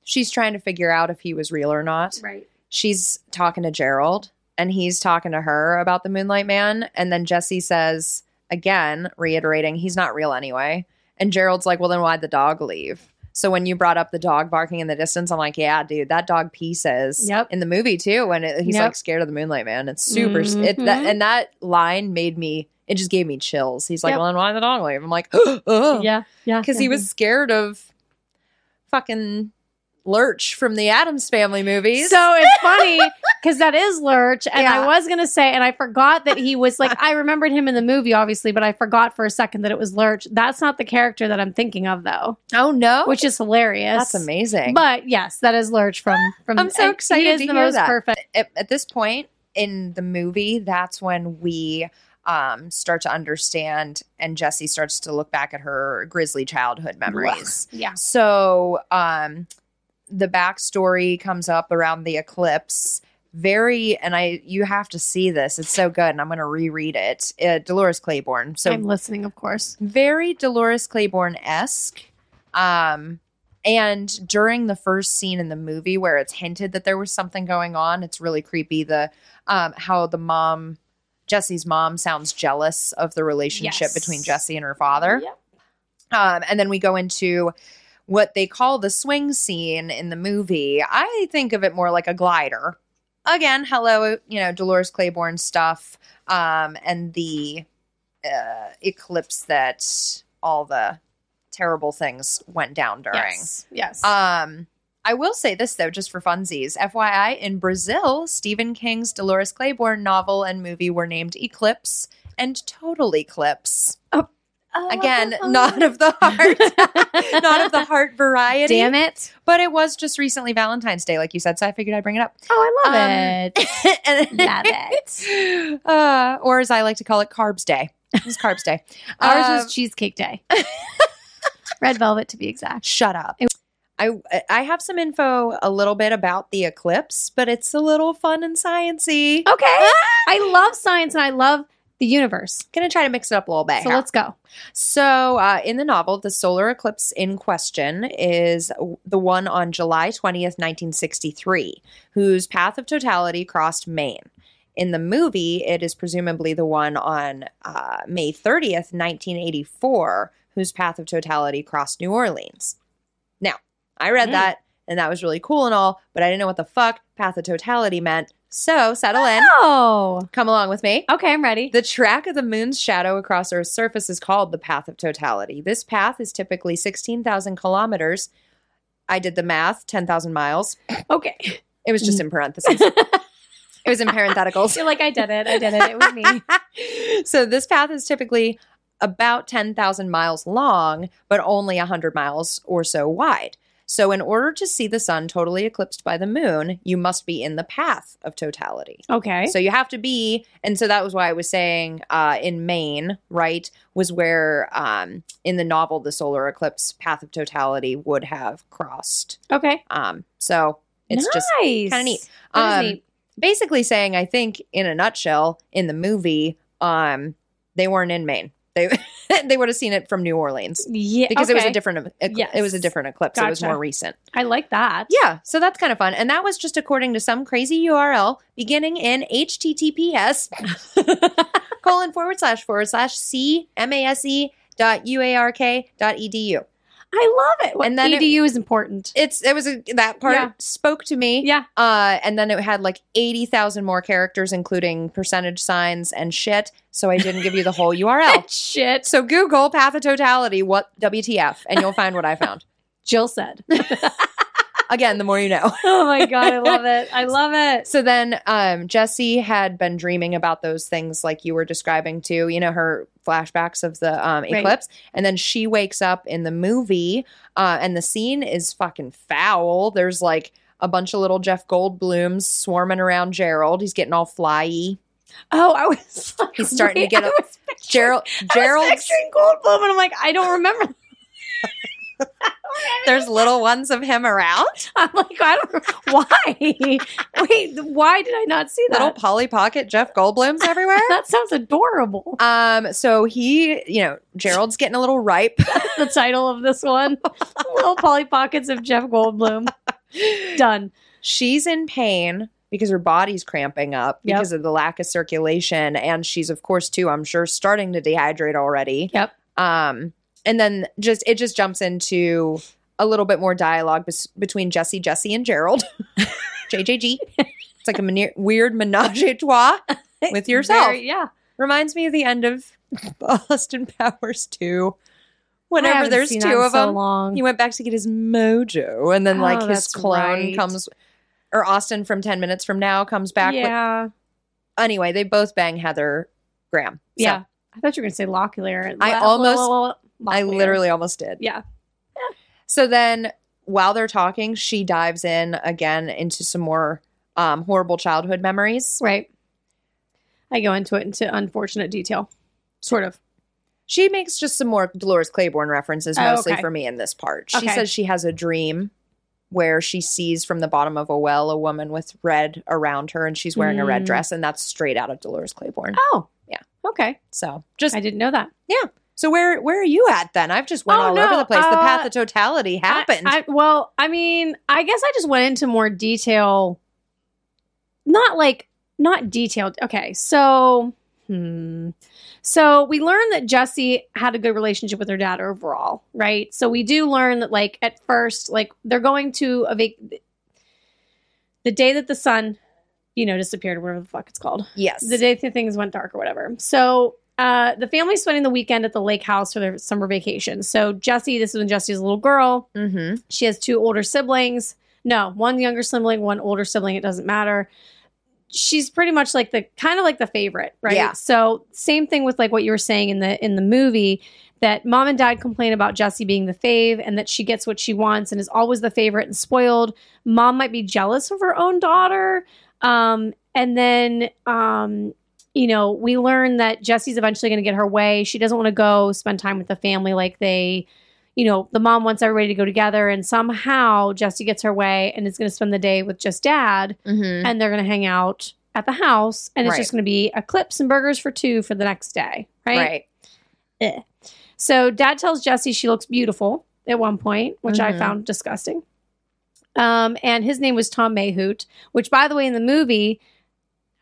Speaker 2: she's trying to figure out if he was real or not,
Speaker 1: Right.
Speaker 2: she's talking to Gerald and he's talking to her about the Moonlight Man. And then Jesse says, again, reiterating, he's not real anyway. And Gerald's like, well, then why'd the dog leave? So when you brought up the dog barking in the distance, I'm like, yeah, dude, that dog pieces.
Speaker 1: Yep.
Speaker 2: In the movie too, when it, he's
Speaker 1: Yep.
Speaker 2: like scared of the Moonlight Man, it's super. It, that,
Speaker 1: Mhm.
Speaker 2: and that line made me. It just gave me chills. He's like,
Speaker 1: Yep.
Speaker 2: well, then why the dog leave? I'm like, *gasps* oh,
Speaker 1: Yeah. Yeah.
Speaker 2: because
Speaker 1: yeah.
Speaker 2: he was scared of fucking Lurch from the Adams Family movies.
Speaker 1: So it's funny because that is Lurch. And
Speaker 2: Yeah.
Speaker 1: I was going to say, and I forgot that he was like, I remembered him in the movie, obviously, but I forgot for a second that it was Lurch. That's not the character that I'm thinking of, though,
Speaker 2: oh no,
Speaker 1: which is hilarious.
Speaker 2: that's amazing.
Speaker 1: But yes, that is Lurch from. from
Speaker 2: I'm so
Speaker 1: and
Speaker 2: excited
Speaker 1: He is
Speaker 2: to
Speaker 1: the
Speaker 2: hear
Speaker 1: most
Speaker 2: that.
Speaker 1: perfect.
Speaker 2: at, at this point in the movie, that's when we um, start to understand, and Jesse starts to look back at her grisly childhood memories.
Speaker 1: Yeah.
Speaker 2: So um, the backstory comes up around the eclipse. Very, and I, you have to see this. It's so good, and I'm going to reread it. Uh, Dolores Claiborne. So
Speaker 1: I'm listening, of course.
Speaker 2: very Dolores Claiborne esque. Um, and during the first scene in the movie where it's hinted that there was something going on, it's really creepy. The um, how the mom, Jesse's mom, sounds jealous of the relationship
Speaker 1: Yes.
Speaker 2: between Jesse and her father.
Speaker 1: Yep.
Speaker 2: Um, and then we go into what they call the swing scene in the movie. I think of it more like a glider. Again, hello, you know, Dolores Claiborne stuff um, and the uh, eclipse that all the terrible things went down during.
Speaker 1: Yes. Yes.
Speaker 2: Um, I will say this though, just for funsies. FYI, in Brazil, Stephen King's Dolores Claiborne novel and movie were named Eclipse and Total Eclipse.
Speaker 1: Oh, *laughs*
Speaker 2: Again, not of the heart, *laughs* not of the heart variety.
Speaker 1: Damn it.
Speaker 2: But it was just recently Valentine's Day, like you said, so I figured I'd bring
Speaker 1: *laughs*
Speaker 2: it up.
Speaker 1: Oh, I love
Speaker 2: Um,
Speaker 1: *laughs* it.
Speaker 2: And- *laughs*
Speaker 1: Love it.
Speaker 2: Uh, or as I like to call it, Carbs Day. It was Carbs
Speaker 1: *laughs*
Speaker 2: Day.
Speaker 1: Ours
Speaker 2: Um,
Speaker 1: was Cheesecake
Speaker 2: *laughs*
Speaker 1: Day. Red Velvet, to be exact.
Speaker 2: Shut up. I I have some info a little bit about the eclipse, but it's a little fun and sciency.
Speaker 1: Okay. Ah! I love science and I love the universe.
Speaker 2: Gonna try to mix it up a little bit.
Speaker 1: So
Speaker 2: here.
Speaker 1: let's go.
Speaker 2: So, uh, in the novel, the solar eclipse in question is w- the one on July 20th, 1963, whose path of totality crossed Maine. In the movie, it is presumably the one on uh, May 30th, 1984, whose path of totality crossed New Orleans. Now, I read
Speaker 1: Mm.
Speaker 2: that and that was really cool and all, but I didn't know what the fuck path of totality meant. So settle in,
Speaker 1: Oh,
Speaker 2: come along with me.
Speaker 1: okay, I'm ready.
Speaker 2: The track of the moon's shadow across Earth's surface is called the path of totality. This path is typically 16,000 kilometers. I did the math, 10,000 miles.
Speaker 1: Okay, *laughs*
Speaker 2: It was just in parentheses. it was in parentheticals. *laughs*
Speaker 1: you're like I did it. I did it. It was me.
Speaker 2: so this path is typically about 10,000 miles long, but only 100 miles or so wide. So, in order to see the sun totally eclipsed by the moon, you must be in the path of totality.
Speaker 1: Okay.
Speaker 2: So you have to be, and so that was why I was saying uh, in Maine, right, was where um, in the novel the solar eclipse path of totality would have crossed.
Speaker 1: Okay.
Speaker 2: Um, so it's
Speaker 1: nice.
Speaker 2: just kinda neat.
Speaker 1: That is
Speaker 2: um,
Speaker 1: neat.
Speaker 2: basically saying, I think in a nutshell, in the movie, um, they weren't in Maine. They *laughs* they would have seen it from New Orleans
Speaker 1: Yeah,
Speaker 2: because it was a
Speaker 1: okay.
Speaker 2: different ecl- it was a
Speaker 1: Yes.
Speaker 2: different eclipse. It was
Speaker 1: Gotcha.
Speaker 2: more recent.
Speaker 1: I like that.
Speaker 2: Yeah, so that's kind of fun. And that was just according to some crazy URL beginning in https *laughs* colon forward slash forward slash c m a s e dot u a r k dot e d u.
Speaker 1: I love it.
Speaker 2: And
Speaker 1: and
Speaker 2: then
Speaker 1: then
Speaker 2: it-
Speaker 1: edu is important.
Speaker 2: It's it was a, that part
Speaker 1: Yeah.
Speaker 2: spoke to me.
Speaker 1: Yeah.
Speaker 2: Uh, and then it had like eighty thousand more characters, including percentage signs and shit. So I didn't give you the whole *laughs* URL.
Speaker 1: *laughs* Shit.
Speaker 2: So Google path of totality. What WTF? And you'll find what I found.
Speaker 1: Jill
Speaker 2: *laughs*
Speaker 1: said.
Speaker 2: Again, the more you know.
Speaker 1: Oh my god, *laughs* I love it. I love it.
Speaker 2: So then um, Jesse had been dreaming about those things like you were describing too, you know, her flashbacks of the um,
Speaker 1: Right.
Speaker 2: eclipse. And then she wakes up in the movie uh, and the scene is fucking foul. There's like a bunch of little Jeff Goldblums swarming around Gerald. He's getting all flyy.
Speaker 1: Oh, I was. Like, *laughs*
Speaker 2: He's starting to get
Speaker 1: I
Speaker 2: up.
Speaker 1: was picturing-
Speaker 2: Gerald,
Speaker 1: I was
Speaker 2: Gerald's,
Speaker 1: picturing Goldblum, and I'm like, I don't remember. *laughs*
Speaker 2: there's little ones of him around.
Speaker 1: I'm like, I don't. *laughs* Why? *laughs* Wait, why did I not see
Speaker 2: Little
Speaker 1: that?
Speaker 2: Polly Pocket Jeff Goldblums
Speaker 1: *laughs*
Speaker 2: everywhere.
Speaker 1: That sounds
Speaker 2: *laughs*
Speaker 1: adorable.
Speaker 2: um, so he, you know, Gerald's getting a little ripe.
Speaker 1: That's the title of this
Speaker 2: *laughs*
Speaker 1: one. Little Polly Pockets of Jeff Goldblum. Done.
Speaker 2: she's in pain because her body's cramping up
Speaker 1: Yep.
Speaker 2: because of the lack of circulation and she's of course too i'm sure starting to dehydrate already
Speaker 1: Yep.
Speaker 2: um and then just it just jumps into a little bit more dialogue bes- between jesse jesse and gerald *laughs* jjg it's like a mene- weird menage a
Speaker 1: *laughs*
Speaker 2: trois with yourself
Speaker 1: Very- yeah.
Speaker 2: reminds me of the end of *laughs* austin powers 2
Speaker 1: I
Speaker 2: whenever
Speaker 1: haven't
Speaker 2: there's
Speaker 1: seen
Speaker 2: two
Speaker 1: that in
Speaker 2: of
Speaker 1: so
Speaker 2: them
Speaker 1: Long.
Speaker 2: he went back to get his mojo, and then like
Speaker 1: Oh,
Speaker 2: his
Speaker 1: that's
Speaker 2: clone
Speaker 1: right.
Speaker 2: comes, or Austin from ten minutes from now comes back. with-
Speaker 1: Yeah.
Speaker 2: anyway, they both bang Heather Graham. So,
Speaker 1: yeah. I thought you were going to say locular.
Speaker 2: I
Speaker 1: Lo-
Speaker 2: almost-
Speaker 1: lo- lo- lo-
Speaker 2: I
Speaker 1: locular.
Speaker 2: literally almost did.
Speaker 1: Yeah.
Speaker 2: So then, while they're talking, she dives in again into some more um, horrible childhood memories.
Speaker 1: Right. I go into it into unfortunate detail. Sort of.
Speaker 2: She makes just some more Dolores Claiborne references,
Speaker 1: Oh,
Speaker 2: mostly
Speaker 1: okay.
Speaker 2: for me in this part. She
Speaker 1: Okay.
Speaker 2: says she has a dream where she sees from the bottom of a well a woman with red around her, and she's wearing a red
Speaker 1: Mm.
Speaker 2: dress, and that's straight out of Dolores Claiborne.
Speaker 1: Oh.
Speaker 2: Yeah.
Speaker 1: Okay.
Speaker 2: So just
Speaker 1: I didn't know that.
Speaker 2: so where where are you at then? I've just went
Speaker 1: Oh,
Speaker 2: all over
Speaker 1: no,
Speaker 2: the place. the
Speaker 1: uh,
Speaker 2: path of totality happened.
Speaker 1: I, I, well, I mean, I guess I just went into more detail. Not like, not detailed. Okay. So, hmm. So we learned that Jessie had a good relationship with her dad overall, right? So we do learn that, like, at first, like, they're going to a vac- the day that the sun, you know, disappeared, whatever the fuck it's called
Speaker 2: yes.
Speaker 1: the day th- things went dark or whatever. So uh, the family's spending the weekend at the lake house for their summer vacation. So Jessie, this is when Jessie's a little girl.
Speaker 2: mm-hmm.
Speaker 1: She has two older siblings. No, one younger sibling, one older sibling. It doesn't matter. She's pretty much like the kind of like the favorite, right?
Speaker 2: Yeah.
Speaker 1: So same thing with like what you were saying in the in the movie that mom and dad complain about Jessie being the fave and that she gets what she wants and is always the favorite and spoiled. Mom might be jealous of her own daughter. Um, and then, um, you know, we learn that Jesse's eventually going to get her way. She doesn't want to go spend time with the family like they, you know, the mom wants everybody to go together. And somehow Jesse gets her way and is going to spend the day with just dad.
Speaker 2: Mm-hmm.
Speaker 1: And they're going to hang out at the house. And it's
Speaker 2: Right.
Speaker 1: just going to be eclipse and burgers for two for the next day.
Speaker 2: Right.
Speaker 1: right. So dad tells Jesse she looks beautiful at one point, which
Speaker 2: Mhm.
Speaker 1: I found disgusting. Um, and his name was Tom Mayhoot, which by the way, in the movie,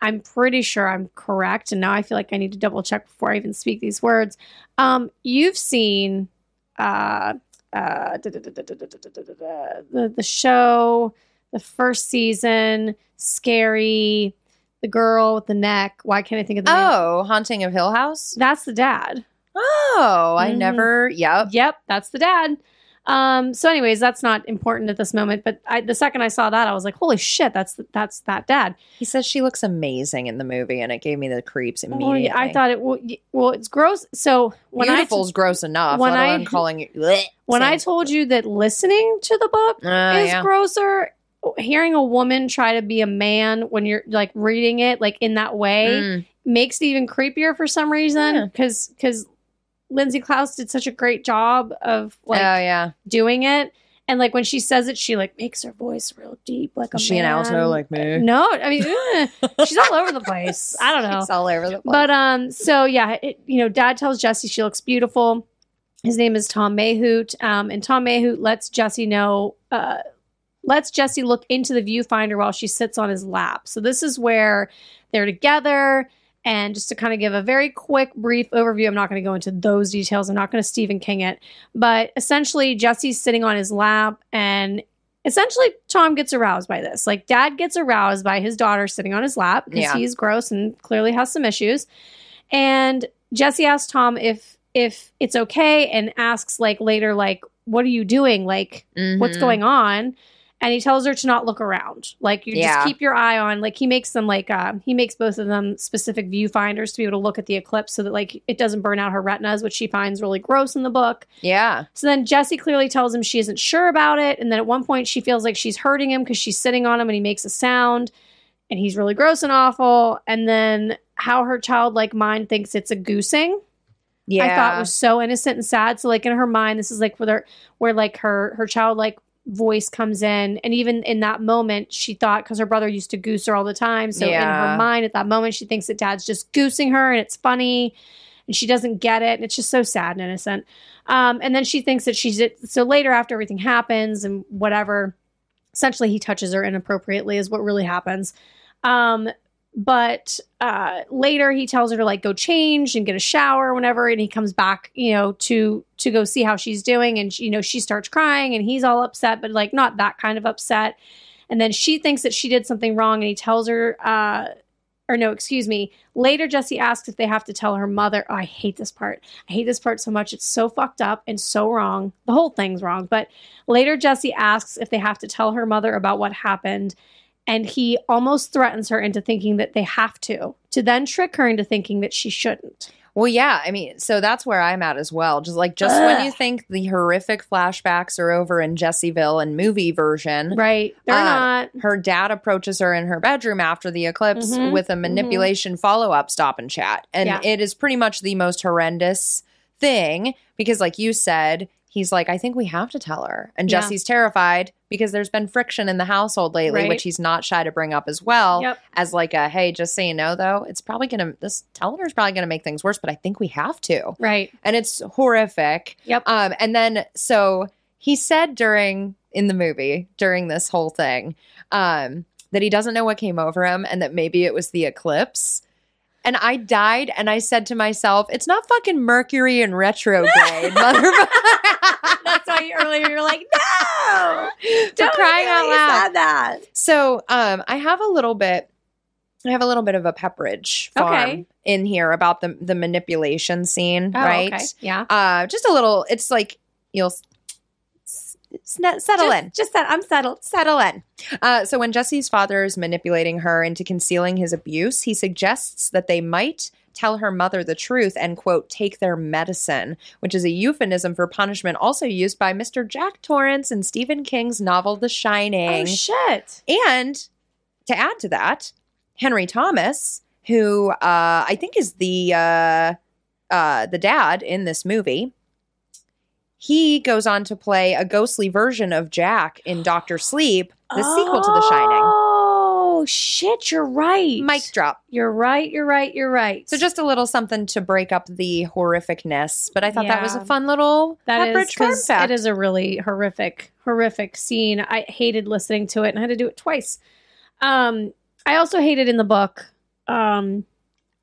Speaker 1: I'm pretty sure I'm correct, and now I feel like I need to double check before I even speak these words. Um, you've seen uh, uh, da- da- da- da- da- da- da- da- da- da- da- the the show, the first season, scary, the girl with the neck. Why can't I think of the name?
Speaker 2: Oh, Haunting of Hill House.
Speaker 1: That's the dad.
Speaker 2: Oh, I
Speaker 1: Mhm.
Speaker 2: never. Yep.
Speaker 1: Yep, that's the dad. Um, so, anyways, that's not important at this moment. But I, the second I saw that, I was like, "Holy shit, that's that's that dad."
Speaker 2: He says she looks amazing in the movie, and it gave me the creeps
Speaker 1: Well,
Speaker 2: immediately.
Speaker 1: Oh, yeah, I thought it. Well, y- well, it's gross. So when I
Speaker 2: beautiful's gross enough.
Speaker 1: when
Speaker 2: When
Speaker 1: I-
Speaker 2: I am calling it bleh,
Speaker 1: when I
Speaker 2: same.
Speaker 1: told you that listening to the book
Speaker 2: Ah,
Speaker 1: is
Speaker 2: yeah.
Speaker 1: grosser, hearing a woman try to be a man when you're like reading it like in that way
Speaker 2: Mm.
Speaker 1: makes it even creepier for some
Speaker 2: Yeah.
Speaker 1: reason because because Lindsay Klaus did such a great job of like
Speaker 2: oh yeah,
Speaker 1: doing it. And like when she says it, she like makes her voice real deep, like a
Speaker 2: she
Speaker 1: man.
Speaker 2: and alto like me.
Speaker 1: No, I mean *laughs* eh, she's all over the place. I don't know.
Speaker 2: She's all over the place.
Speaker 1: But um, so yeah, it, you know, Dad tells Jesse she looks beautiful. His name is Tom Mayhoot, um, and Tom Mayhoot lets Jesse know, uh, lets Jesse look into the viewfinder while she sits on his lap. So this is where they're together. And just to kind of give a very quick, brief overview, I'm not going to go into those details. I'm not going to Stephen King it, but essentially Jesse's sitting on his lap, and essentially Tom gets aroused by this. Like Dad gets aroused by his daughter sitting on his lap because
Speaker 2: Yeah.
Speaker 1: he's gross and clearly has some issues. And Jesse asks Tom if if it's okay, and asks like later, like, "What are you doing? Like, what's
Speaker 2: Mhm.
Speaker 1: going on?" And he tells her to not look around. Like you
Speaker 2: Yeah.
Speaker 1: just keep your eye on. Like he makes them like uh, he makes both of them specific viewfinders to be able to look at the eclipse so that like it doesn't burn out her retinas, which she finds really gross in the book.
Speaker 2: Yeah,
Speaker 1: So then Jesse clearly tells him she isn't sure about it. And then at one point, she feels like she's hurting him because she's sitting on him and he makes a sound and he's really gross and awful. And then how her childlike mind thinks it's a goosing,
Speaker 2: yeah.
Speaker 1: I thought was so innocent and sad. So, like, in her mind, this is like where, their- where like her, her childlike voice comes in. And even in that moment, she thought because her brother used to goose her all the time. So, in her
Speaker 2: Yeah.
Speaker 1: mind, at that moment, she thinks that dad's just goosing her and it's funny and she doesn't get it. And it's just so sad and innocent. Um, and then she thinks that she's it. So later, after everything happens and whatever, essentially he touches her inappropriately, is what really happens. Um, but uh, later he tells her to like go change and get a shower, or whatever. And he comes back, you know, to to go see how she's doing. And you know, she starts crying, and he's all upset, but like not that kind of upset. And then she thinks that she did something wrong, and he tells her, uh, or no, excuse me. Later, Jesse asks if they have to tell her mother. Oh, I hate this part. I hate this part so much. It's so fucked up and so wrong. The whole thing's wrong. But later, Jesse asks if they have to tell her mother about what happened. And he almost threatens her into thinking that they have to, to then trick her into thinking that she shouldn't.
Speaker 2: Well, yeah. I mean, so that's where I'm at as well. Just like just when you think the horrific flashbacks are over in Jesseville and movie version,
Speaker 1: Right. They're
Speaker 2: Uh,
Speaker 1: not.
Speaker 2: her dad approaches her in her bedroom after the eclipse
Speaker 1: Mhm,
Speaker 2: with a manipulation follow up stop and chat. And
Speaker 1: Yeah.
Speaker 2: it is pretty much the most horrendous thing because, like you said, he's like, I think we have to tell her. And
Speaker 1: Yeah.
Speaker 2: Jesse's terrified because there's been friction in the household lately,
Speaker 1: Right.
Speaker 2: which he's not shy to bring up as well.
Speaker 1: Yep.
Speaker 2: As like a hey, just so you know though, it's probably gonna this telling her is probably gonna make things worse, but I think we have to.
Speaker 1: Right.
Speaker 2: And it's horrific.
Speaker 1: Yep.
Speaker 2: *laughs* Um, and then so he said during in the movie during this whole thing um, that he doesn't know what came over him and that maybe it was the eclipse. And I died, and I said to myself, "It's not fucking Mercury
Speaker 1: *laughs*
Speaker 2: in retrograde, motherfucker."
Speaker 1: That's why you- earlier you were like, *laughs* no.
Speaker 2: For crying out loud.
Speaker 1: that.
Speaker 2: So um, I have a little bit, I have a little bit of a pepperidge farm
Speaker 1: Okay.
Speaker 2: in here about the the manipulation scene, right?
Speaker 1: Oh, Yeah.
Speaker 2: Uh, just a little. It's like you'll s- s- sne- settle in.
Speaker 1: Just that I'm settled.
Speaker 2: Settle in. Uh, so, when Jesse's father is manipulating her into concealing his abuse, he suggests that they might tell her mother the truth and, quote, take their medicine, which is a euphemism for punishment also used by Mr. Jack Torrance in Stephen King's novel The Shining.
Speaker 1: Oh, shit.
Speaker 2: And to add to that, Henry Thomas, who uh, I think is the uh, uh, the dad in this movie, he goes on to play a ghostly version of Jack in Doctor Sleep, the sequel to The
Speaker 1: *gasps*
Speaker 2: Shining.
Speaker 1: Oh, shit. You're right.
Speaker 2: Mic drop.
Speaker 1: You're right. You're right. You're right.
Speaker 2: So just a little something to break up the horrificness, but I thought that was
Speaker 1: Yeah.
Speaker 2: a fun little
Speaker 1: That is
Speaker 2: pepperidge fun
Speaker 1: 'cause
Speaker 2: fact.
Speaker 1: it is a really horrific, horrific scene. I hated listening to it and I had to do it twice. Um, I also hated in the book um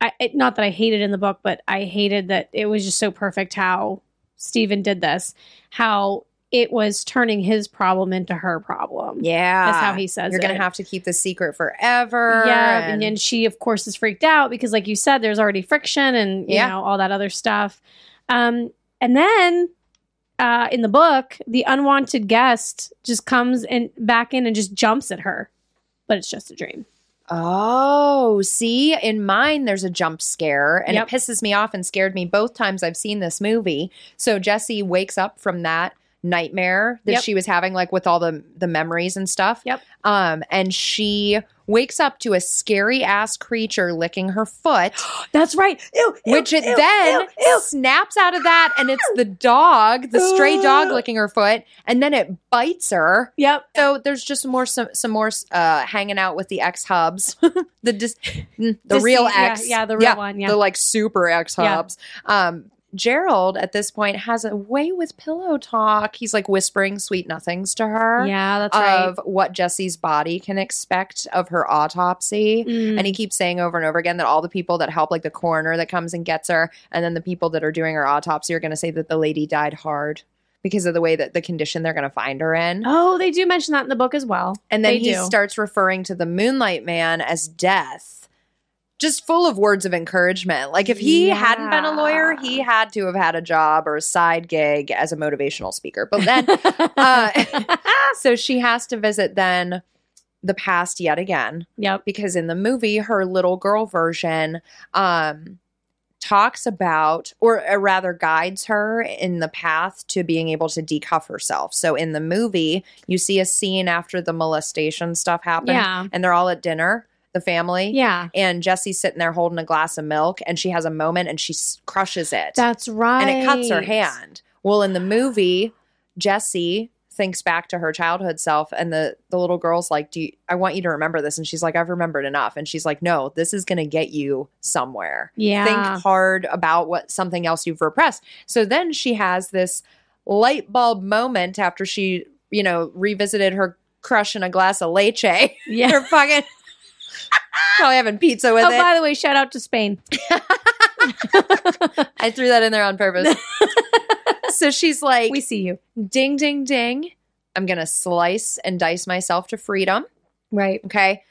Speaker 1: I it, not that I hated in the book, but I hated that it was just so perfect how Stephen did this, how it was turning his problem into her problem.
Speaker 2: Yeah.
Speaker 1: That's how he says
Speaker 2: You're
Speaker 1: it.
Speaker 2: going to have to keep the secret forever.
Speaker 1: Yeah, and, then she of course is freaked out because, like you said, there's already friction and you
Speaker 2: Yeah.
Speaker 1: know all that other stuff. Um, and then uh, in the book, the unwanted guest just comes and back in and just jumps at her, but it's just a dream.
Speaker 2: oh, see, in mine, there's a jump scare and
Speaker 1: Yep.
Speaker 2: it pisses me off and scared me both times I've seen this movie. So Jesse wakes up from that nightmare that
Speaker 1: Yep.
Speaker 2: she was having, like with all the, the memories and stuff.
Speaker 1: Yep.
Speaker 2: Um, and she wakes up to a scary ass creature licking her foot.
Speaker 1: That's right. Ew, *gasps* ew,
Speaker 2: which it
Speaker 1: ew,
Speaker 2: then
Speaker 1: ew, ew.
Speaker 2: snaps out of that
Speaker 1: *gasps*
Speaker 2: and it's the dog the stray dog licking her foot and then it bites her
Speaker 1: Yep.
Speaker 2: so there's just more some, some more uh hanging out with the ex hubs *laughs* the dis- mm, the
Speaker 1: Just
Speaker 2: real
Speaker 1: see- yeah,
Speaker 2: ex
Speaker 1: Yeah, the real one. Yeah.
Speaker 2: the like super ex
Speaker 1: Yeah.
Speaker 2: hubs um Gerald at this point has a way with pillow talk he's like whispering sweet nothings to her
Speaker 1: yeah, that's right.
Speaker 2: of what Jesse's body can expect of her autopsy
Speaker 1: Mm.
Speaker 2: and he keeps saying over and over again that all the people that help, like the coroner that comes and gets her, and then the people that are doing her autopsy are going to say that the lady died hard because of the way that the condition they're going to find her in.
Speaker 1: oh, they do mention that in the book as well.
Speaker 2: and then
Speaker 1: they
Speaker 2: he
Speaker 1: do.
Speaker 2: starts referring to the Moonlight Man as death. Just full of words of encouragement. Like if he hadn't been a lawyer,
Speaker 1: Yeah.
Speaker 2: he had to have had a job or a side gig as a motivational speaker.
Speaker 1: *laughs*
Speaker 2: But then uh, so she has to visit then the past yet again *laughs*
Speaker 1: yep.
Speaker 2: because in the movie her little girl version um talks about or, or rather guides her in the path to being able to decuff herself so in the movie you see a scene after the molestation stuff happened
Speaker 1: Yeah.
Speaker 2: and they're all at dinner the family
Speaker 1: Yeah.
Speaker 2: and jesse's sitting there holding a glass of milk and she has a moment and she s- crushes it
Speaker 1: That's right.
Speaker 2: and it cuts her hand. Well, in the movie, Jessie thinks back to her childhood self, and the the little girl's like, "Do you, I want you to remember this?" And she's like, "I've remembered enough." And she's like, "No, this is going to get you somewhere.
Speaker 1: Yeah. *laughs*
Speaker 2: Think hard about what something else you've repressed." So then she has this light bulb moment after she, you know, revisited her crush in a glass of leche. *laughs*
Speaker 1: yeah.
Speaker 2: her fucking. *laughs* Probably having pizza with
Speaker 1: Oh,
Speaker 2: it.
Speaker 1: by the way, shout out to Spain.
Speaker 2: I threw that in there on *laughs* purpose. so she's like,
Speaker 1: We see you.
Speaker 2: ding ding ding i'm gonna slice and dice myself to freedom
Speaker 1: Right.
Speaker 2: okay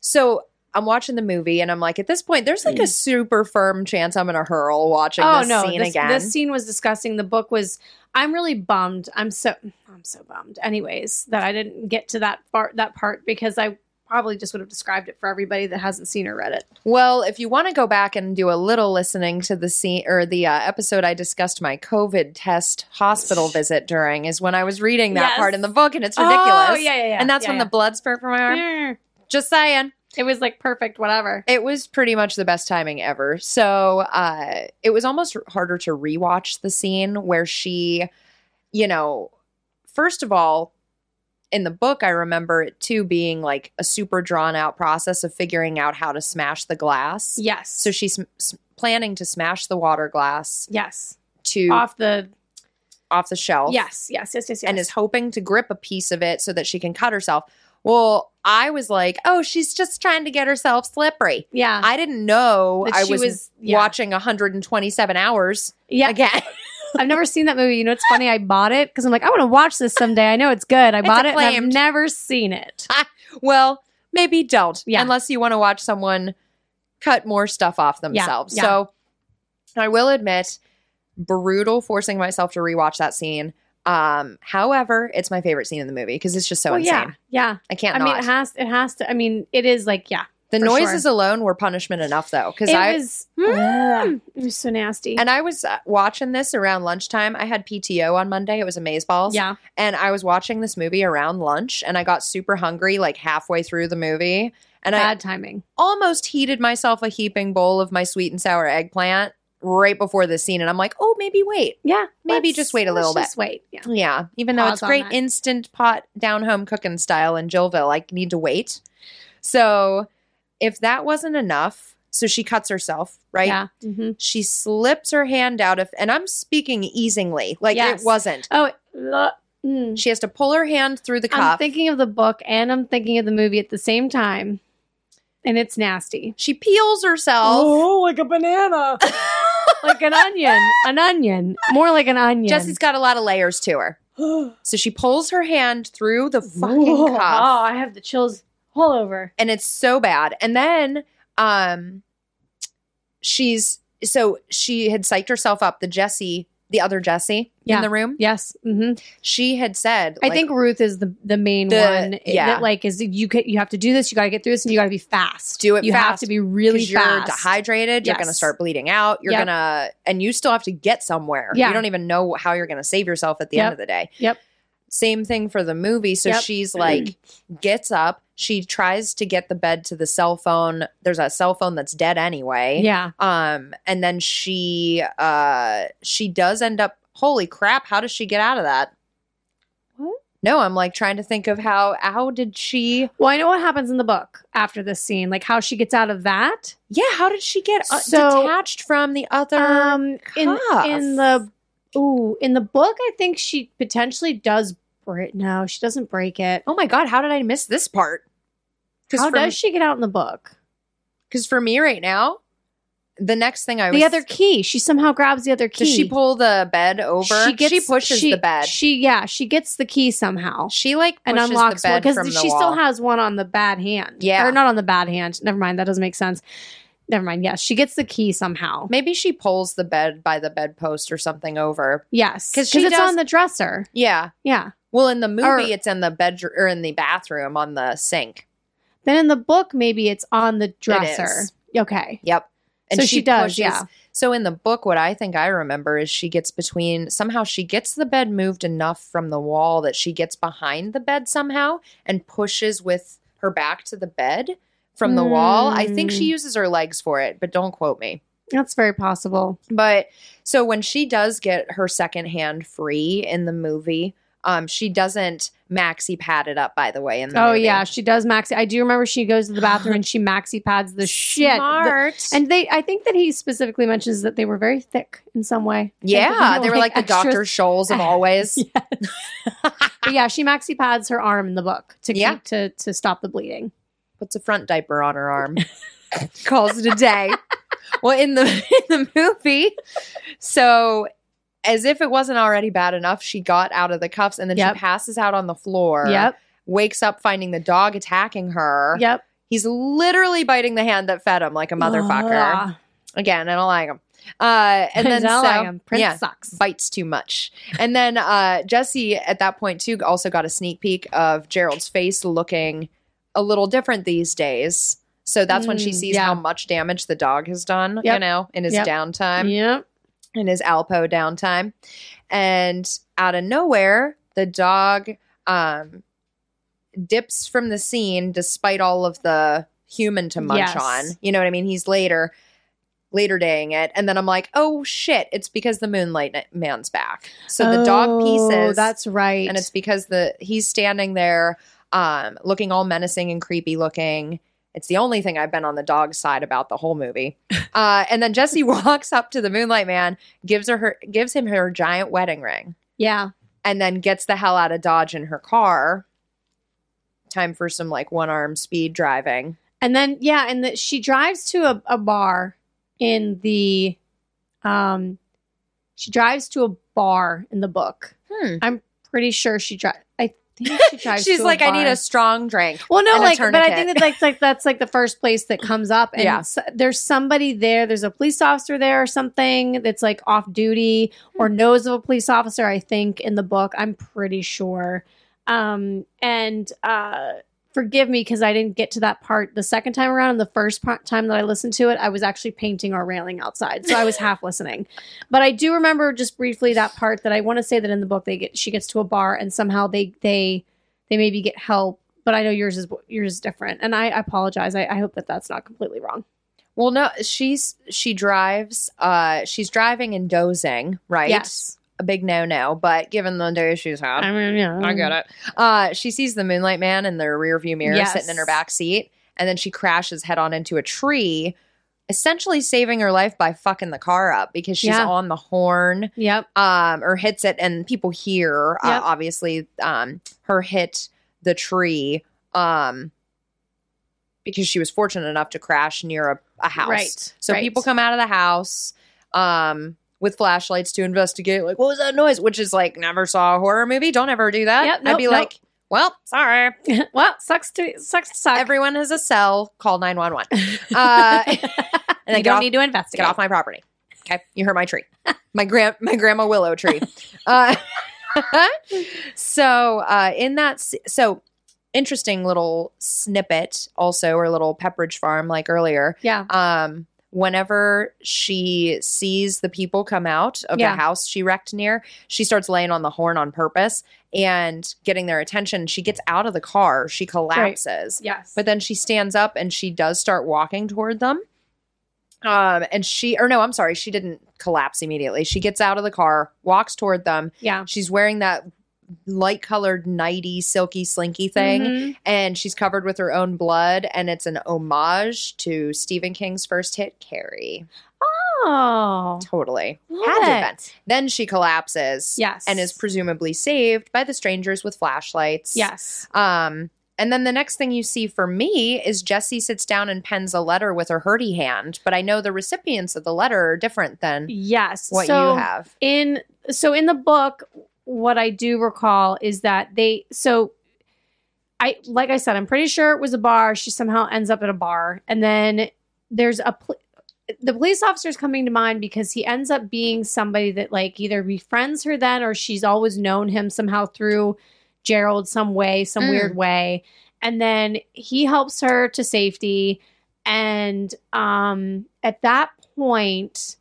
Speaker 2: so i'm watching the movie and i'm like at this point there's like a super firm chance i'm gonna hurl watching
Speaker 1: Oh
Speaker 2: this
Speaker 1: no!
Speaker 2: scene
Speaker 1: this,
Speaker 2: again
Speaker 1: this scene was disgusting. The book was. I'm really bummed. I'm so. I'm so bummed. Anyways, that I didn't get to that part. That part because I probably just would have described it for everybody that hasn't seen or read it.
Speaker 2: well if you want to go back and do a little listening to the scene or the uh, episode i discussed my covid test *sighs* hospital visit during is when i was reading that
Speaker 1: Yes.
Speaker 2: part in the book and it's ridiculous
Speaker 1: Oh yeah, yeah, yeah.
Speaker 2: and that's
Speaker 1: Yeah,
Speaker 2: when
Speaker 1: yeah.
Speaker 2: the blood spurted from my arm
Speaker 1: Mm.
Speaker 2: just saying
Speaker 1: It was like perfect. Whatever.
Speaker 2: It was pretty much the best timing ever. So uh, it was almost harder to rewatch the scene where she, you know, first of all, in the book, I remember it too being like a super drawn out process of figuring out how to smash the glass.
Speaker 1: Yes.
Speaker 2: So she's sm- s- planning to smash the water glass
Speaker 1: yes.
Speaker 2: to off,
Speaker 1: Off the.
Speaker 2: the shelf
Speaker 1: Yes. Yes. Yes. Yes. Yes.
Speaker 2: and is hoping to grip a piece of it so that she can cut herself. Well, I was like, oh, she's just trying to get herself slippery.
Speaker 1: yeah.
Speaker 2: I didn't know
Speaker 1: Uh-huh. That
Speaker 2: I
Speaker 1: she
Speaker 2: was,
Speaker 1: was- yeah.
Speaker 2: watching 127 hours
Speaker 1: yeah.
Speaker 2: again. *laughs*
Speaker 1: I've never seen that movie. You know, it's funny. I bought it because I'm like, I want to watch this someday. I know it's good. I bought it. And I've
Speaker 2: acclaimed.
Speaker 1: never seen it.
Speaker 2: well, maybe don't,
Speaker 1: Yeah.
Speaker 2: unless you want to watch someone cut more stuff off themselves.
Speaker 1: yeah.
Speaker 2: So I will admit, brutal forcing myself to rewatch that scene. Um, however, it's my favorite scene in the movie because it's just so
Speaker 1: Well,
Speaker 2: insane.
Speaker 1: yeah, yeah.
Speaker 2: I can't
Speaker 1: I mean,
Speaker 2: not.
Speaker 1: it has. It has to. I mean, it is like, yeah.
Speaker 2: the
Speaker 1: for
Speaker 2: noises alone were punishment enough, though, because
Speaker 1: It
Speaker 2: I
Speaker 1: was.
Speaker 2: Mm.
Speaker 1: Ugh, it was so nasty.
Speaker 2: and I was uh, watching this around lunchtime. I had PTO on Monday. It was amazeballs.
Speaker 1: yeah,
Speaker 2: and I was watching this movie around lunch and I got super hungry like halfway through the movie and I
Speaker 1: bad timing.
Speaker 2: almost heated myself a heaping bowl of my sweet and sour eggplant right before this scene and I'm like, "Oh, maybe wait."
Speaker 1: Yeah,
Speaker 2: Maybe
Speaker 1: let's-
Speaker 2: just wait a
Speaker 1: let's
Speaker 2: little bit.
Speaker 1: Just wait. Yeah.
Speaker 2: Yeah, even though
Speaker 1: Pause
Speaker 2: it's
Speaker 1: on
Speaker 2: great
Speaker 1: that.
Speaker 2: instant pot down home cooking style in Jillville, I need to wait. So, if that wasn't enough, so she cuts herself, right?
Speaker 1: Yeah. hmm
Speaker 2: She slips her hand out of, and I'm speaking easingly, like
Speaker 1: Yes.
Speaker 2: it wasn't.
Speaker 1: Oh. It, ugh, mm.
Speaker 2: She has to pull her hand through the cuff.
Speaker 1: I'm thinking of the book and I'm thinking of the movie at the same time. and it's nasty.
Speaker 2: She peels herself.
Speaker 1: Oh, like a banana, like an onion, an onion, more like an *gasps*
Speaker 2: *gasps*
Speaker 1: onion.
Speaker 2: *laughs* Jesse's got a lot of layers to her.
Speaker 1: fucking
Speaker 2: So she pulls her hand through the fucking
Speaker 1: Oh,
Speaker 2: cuff,
Speaker 1: I have the chills all over.
Speaker 2: and it's so bad. And then, um, she's so she had psyched herself up. The Jesse, the other Jesse
Speaker 1: Yeah.
Speaker 2: in the room,
Speaker 1: Yes, hmm
Speaker 2: she had said,
Speaker 1: I
Speaker 2: like,
Speaker 1: think Ruth is the the main
Speaker 2: The-
Speaker 1: one. i-
Speaker 2: yeah.
Speaker 1: that like is you can, you have to do this, you got to get through this, and you got to be fast.
Speaker 2: Do it
Speaker 1: You have
Speaker 2: fast,
Speaker 1: to be
Speaker 2: 'cause
Speaker 1: really
Speaker 2: you're
Speaker 1: fast.
Speaker 2: dehydrated. You're gonna
Speaker 1: Yes.
Speaker 2: start bleeding out. You're
Speaker 1: Yep.
Speaker 2: gonna, and you still have to get somewhere.
Speaker 1: Yeah.
Speaker 2: You don't even know how you're gonna save yourself at the
Speaker 1: Yep.
Speaker 2: end of the day.
Speaker 1: Yep.
Speaker 2: Same thing for the movie. So
Speaker 1: Yep. *clears throat*
Speaker 2: she's like, gets up. She tries to get the bed to the cell phone. There's a cell phone that's dead anyway.
Speaker 1: Yeah,
Speaker 2: Um, and then she, uh, she does end up. Holy crap! How does she get out of that?
Speaker 1: What?
Speaker 2: No, I'm like trying to think of how. How did she?
Speaker 1: Well, I know what happens in the book after this scene, like how she gets out of that.
Speaker 2: Yeah, how did she get uh,
Speaker 1: So-
Speaker 2: detached from the other?
Speaker 1: Um, in
Speaker 2: cuff.
Speaker 1: in the ooh in the book, I think she potentially does break. No, she doesn't break it.
Speaker 2: Oh my god, how did I miss this part? Because
Speaker 1: How
Speaker 2: for,
Speaker 1: does she get out in the book?
Speaker 2: 'cause for me right now, the next thing I was
Speaker 1: The other key. She somehow grabs the other key.
Speaker 2: does she pull the bed over? She, pushes
Speaker 1: she-
Speaker 2: the bed. She,
Speaker 1: She yeah, she gets the key somehow
Speaker 2: like
Speaker 1: and
Speaker 2: pushes
Speaker 1: unlocks
Speaker 2: the
Speaker 1: one
Speaker 2: bed
Speaker 1: because
Speaker 2: from the
Speaker 1: she still
Speaker 2: wall.
Speaker 1: has one on the bad hand.
Speaker 2: Yeah.
Speaker 1: or not on the bad hand. Never mind, that doesn't make sense. Never mind. Yes, she gets the key somehow.
Speaker 2: Maybe she pulls the bed by the bedpost or something over.
Speaker 1: Yes, because
Speaker 2: 'Cause she
Speaker 1: it's
Speaker 2: does-
Speaker 1: on the dresser.
Speaker 2: Yeah.
Speaker 1: Yeah.
Speaker 2: Well, in the movie,
Speaker 1: Or-
Speaker 2: it's in the bedroom or in the bathroom on the sink.
Speaker 1: Then in the book, maybe it's on the dresser.
Speaker 2: is.
Speaker 1: Okay.
Speaker 2: Yep.
Speaker 1: so she, does.
Speaker 2: pushes-
Speaker 1: yeah.
Speaker 2: So in the book, what I think I remember is she gets between somehow she gets the bed moved enough from the wall that she gets behind the bed somehow and pushes with her back to the bed from the wall. I think she
Speaker 1: Mm.
Speaker 2: uses her legs for it, but don't quote me.
Speaker 1: That's very possible.
Speaker 2: But so when she does get her second hand free in the movie, um, she doesn't maxi pad it up. By the way, in the
Speaker 1: Oh
Speaker 2: movie.
Speaker 1: yeah, she does maxi. I do remember she goes to the bathroom and she maxi pads the shit. The-
Speaker 2: smart and
Speaker 1: and they, I think that he specifically mentions that they were very thick in some way.
Speaker 2: yeah, they were like the
Speaker 1: extra-
Speaker 2: Doctor Scholes
Speaker 1: *laughs*
Speaker 2: of always.
Speaker 1: But yeah, she maxi pads her arm in the book to
Speaker 2: Yeah.
Speaker 1: keep to to stop the bleeding.
Speaker 2: puts a front diaper on her arm, *laughs* calls it a day. well, in the *laughs* in the movie, so as if it wasn't already bad enough, she got out of the cuffs and then
Speaker 1: Yep.
Speaker 2: she passes out on the floor.
Speaker 1: Yep,
Speaker 2: Wakes up finding the dog attacking her.
Speaker 1: yep.
Speaker 2: He's literally biting the hand that fed him like a motherfucker.
Speaker 1: Ugh.
Speaker 2: Again, I don't like him. Uh, and then
Speaker 1: Now
Speaker 2: so,
Speaker 1: Ah. *laughs* I am. Prince
Speaker 2: yeah,
Speaker 1: sucks.
Speaker 2: bites too much. And then uh, Jesse, at that point, too, also got a sneak peek of Gerald's face looking a little different these days. So that's when she
Speaker 1: Mm,
Speaker 2: sees
Speaker 1: yeah.
Speaker 2: how much damage the dog has done, you
Speaker 1: Yep.
Speaker 2: know, in his
Speaker 1: Yep.
Speaker 2: downtime,
Speaker 1: Yep.
Speaker 2: in his Alpo downtime. And out of nowhere, the dog um, dips from the scene despite all of the human to munch
Speaker 1: Yes.
Speaker 2: on. You know what I mean? He's later. Later daying it, and then I'm like, "Oh shit! It's because the Moonlight Ni- Man's back." So the dog
Speaker 1: Oh,
Speaker 2: pieces,
Speaker 1: That's right.
Speaker 2: and it's because the he's standing there, um, looking all menacing and creepy looking. It's the only thing I've been on the dog side about the
Speaker 1: *laughs*
Speaker 2: whole movie. Uh, and then Jesse *laughs* walks up to the Moonlight Man, gives her, her gives him her giant wedding ring,
Speaker 1: yeah.
Speaker 2: and then gets the hell out of Dodge in her car. Time for some like one arm speed driving.
Speaker 1: And then yeah, and that she drives to a, a bar in the um she drives to a bar in the book.
Speaker 2: Hmm.
Speaker 1: Pretty sure she drives I think
Speaker 2: *laughs*
Speaker 1: she drives
Speaker 2: She's
Speaker 1: to
Speaker 2: like,
Speaker 1: a
Speaker 2: I need
Speaker 1: bar."
Speaker 2: a strong drink.
Speaker 1: well, no,
Speaker 2: and a
Speaker 1: like, but I
Speaker 2: tourniquet.
Speaker 1: think that that's like that's like the first place that comes up, and
Speaker 2: Yeah.
Speaker 1: s- there's somebody there. There's a police officer there or something that's like off duty or
Speaker 2: Hmm.
Speaker 1: knows of a police officer. I think in the book, I'm pretty sure. Um, and uh, forgive me because I didn't get to that part the second time around. And the first part, time that I listened to it, I was actually painting or railing outside, so I was half listening. But I do remember just briefly that part that I want to say that in the book they get she gets to a bar and somehow they they they maybe get help. But I know yours is yours is different, and I, I apologize. I, I hope that that's not completely wrong.
Speaker 2: Well, no, she's she drives. Uh, she's driving and dozing, right?
Speaker 1: Yes,
Speaker 2: a big no no, but given the day she's had,
Speaker 1: I
Speaker 2: i
Speaker 1: mean, yeah,
Speaker 2: get it. Uh, she sees the Moonlight Man in the rearview mirror
Speaker 1: Um, Yes.
Speaker 2: sitting in her back seat, and then she crashes head on into a tree, essentially saving her life by fucking the car up because she's
Speaker 1: Yeah.
Speaker 2: on the horn
Speaker 1: Yep.
Speaker 2: um, or hits it, and people hear, uh,
Speaker 1: Yep.
Speaker 2: obviously, um, her hit the tree. Um, because she was fortunate enough to crash near a, a house.
Speaker 1: Right,
Speaker 2: So
Speaker 1: right. *laughs*
Speaker 2: people come out of the house um, with flashlights to investigate, like, what was that noise? Which is like, never saw a horror movie. Don't ever do that.
Speaker 1: Yep,
Speaker 2: I'd
Speaker 1: nope,
Speaker 2: be
Speaker 1: nope.
Speaker 2: like, well, sorry.
Speaker 1: well, sucks to sucks to suck. *laughs*
Speaker 2: Everyone has a cell. Call 911. Uh, and then
Speaker 1: you
Speaker 2: get
Speaker 1: don't
Speaker 2: off,
Speaker 1: need to investigate.
Speaker 2: get off my property. Okay. You hurt my tree. My grand my grandma
Speaker 1: *laughs*
Speaker 2: willow tree. Uh, *laughs* so uh, in that s- so interesting little snippet also or little Pepperidge Farm like earlier.
Speaker 1: yeah,
Speaker 2: Um, whenever she sees the people come out of
Speaker 1: Yeah.
Speaker 2: the house she wrecked near, she starts laying on the horn on purpose and getting their attention. She gets out of the car. She collapses.
Speaker 1: yes,
Speaker 2: But then she stands up and she does start walking toward them. Um, and she, or no, I'm sorry, she didn't collapse immediately. She gets out of the car, walks toward them.
Speaker 1: yeah,
Speaker 2: She's wearing that light colored nighty, silky, slinky thing,
Speaker 1: Mhm.
Speaker 2: and she's covered with her own blood. And it's an homage to Stephen King's first hit, Carrie.
Speaker 1: Oh,
Speaker 2: Totally.
Speaker 1: love
Speaker 2: Had to have
Speaker 1: it.
Speaker 2: Then she collapses
Speaker 1: Yes,
Speaker 2: and is presumably saved by the strangers with flashlights.
Speaker 1: yes.
Speaker 2: Um, and then the next thing you see for me is Jessie sits down and pens a letter with her hurdy hand, but I know the recipients of the letter are different than
Speaker 1: Yes.
Speaker 2: what
Speaker 1: so
Speaker 2: you have.
Speaker 1: in so in the book, what I do recall is that they so I like I said, I'm pretty sure it was a bar. She somehow ends up at a bar, and then there's a pl- the police officer's coming to mind because he ends up being somebody that like either befriends her then or she's always known him somehow through Gerald some way, some
Speaker 2: Mm.
Speaker 1: weird way. And then he helps her to safety. And um at that point,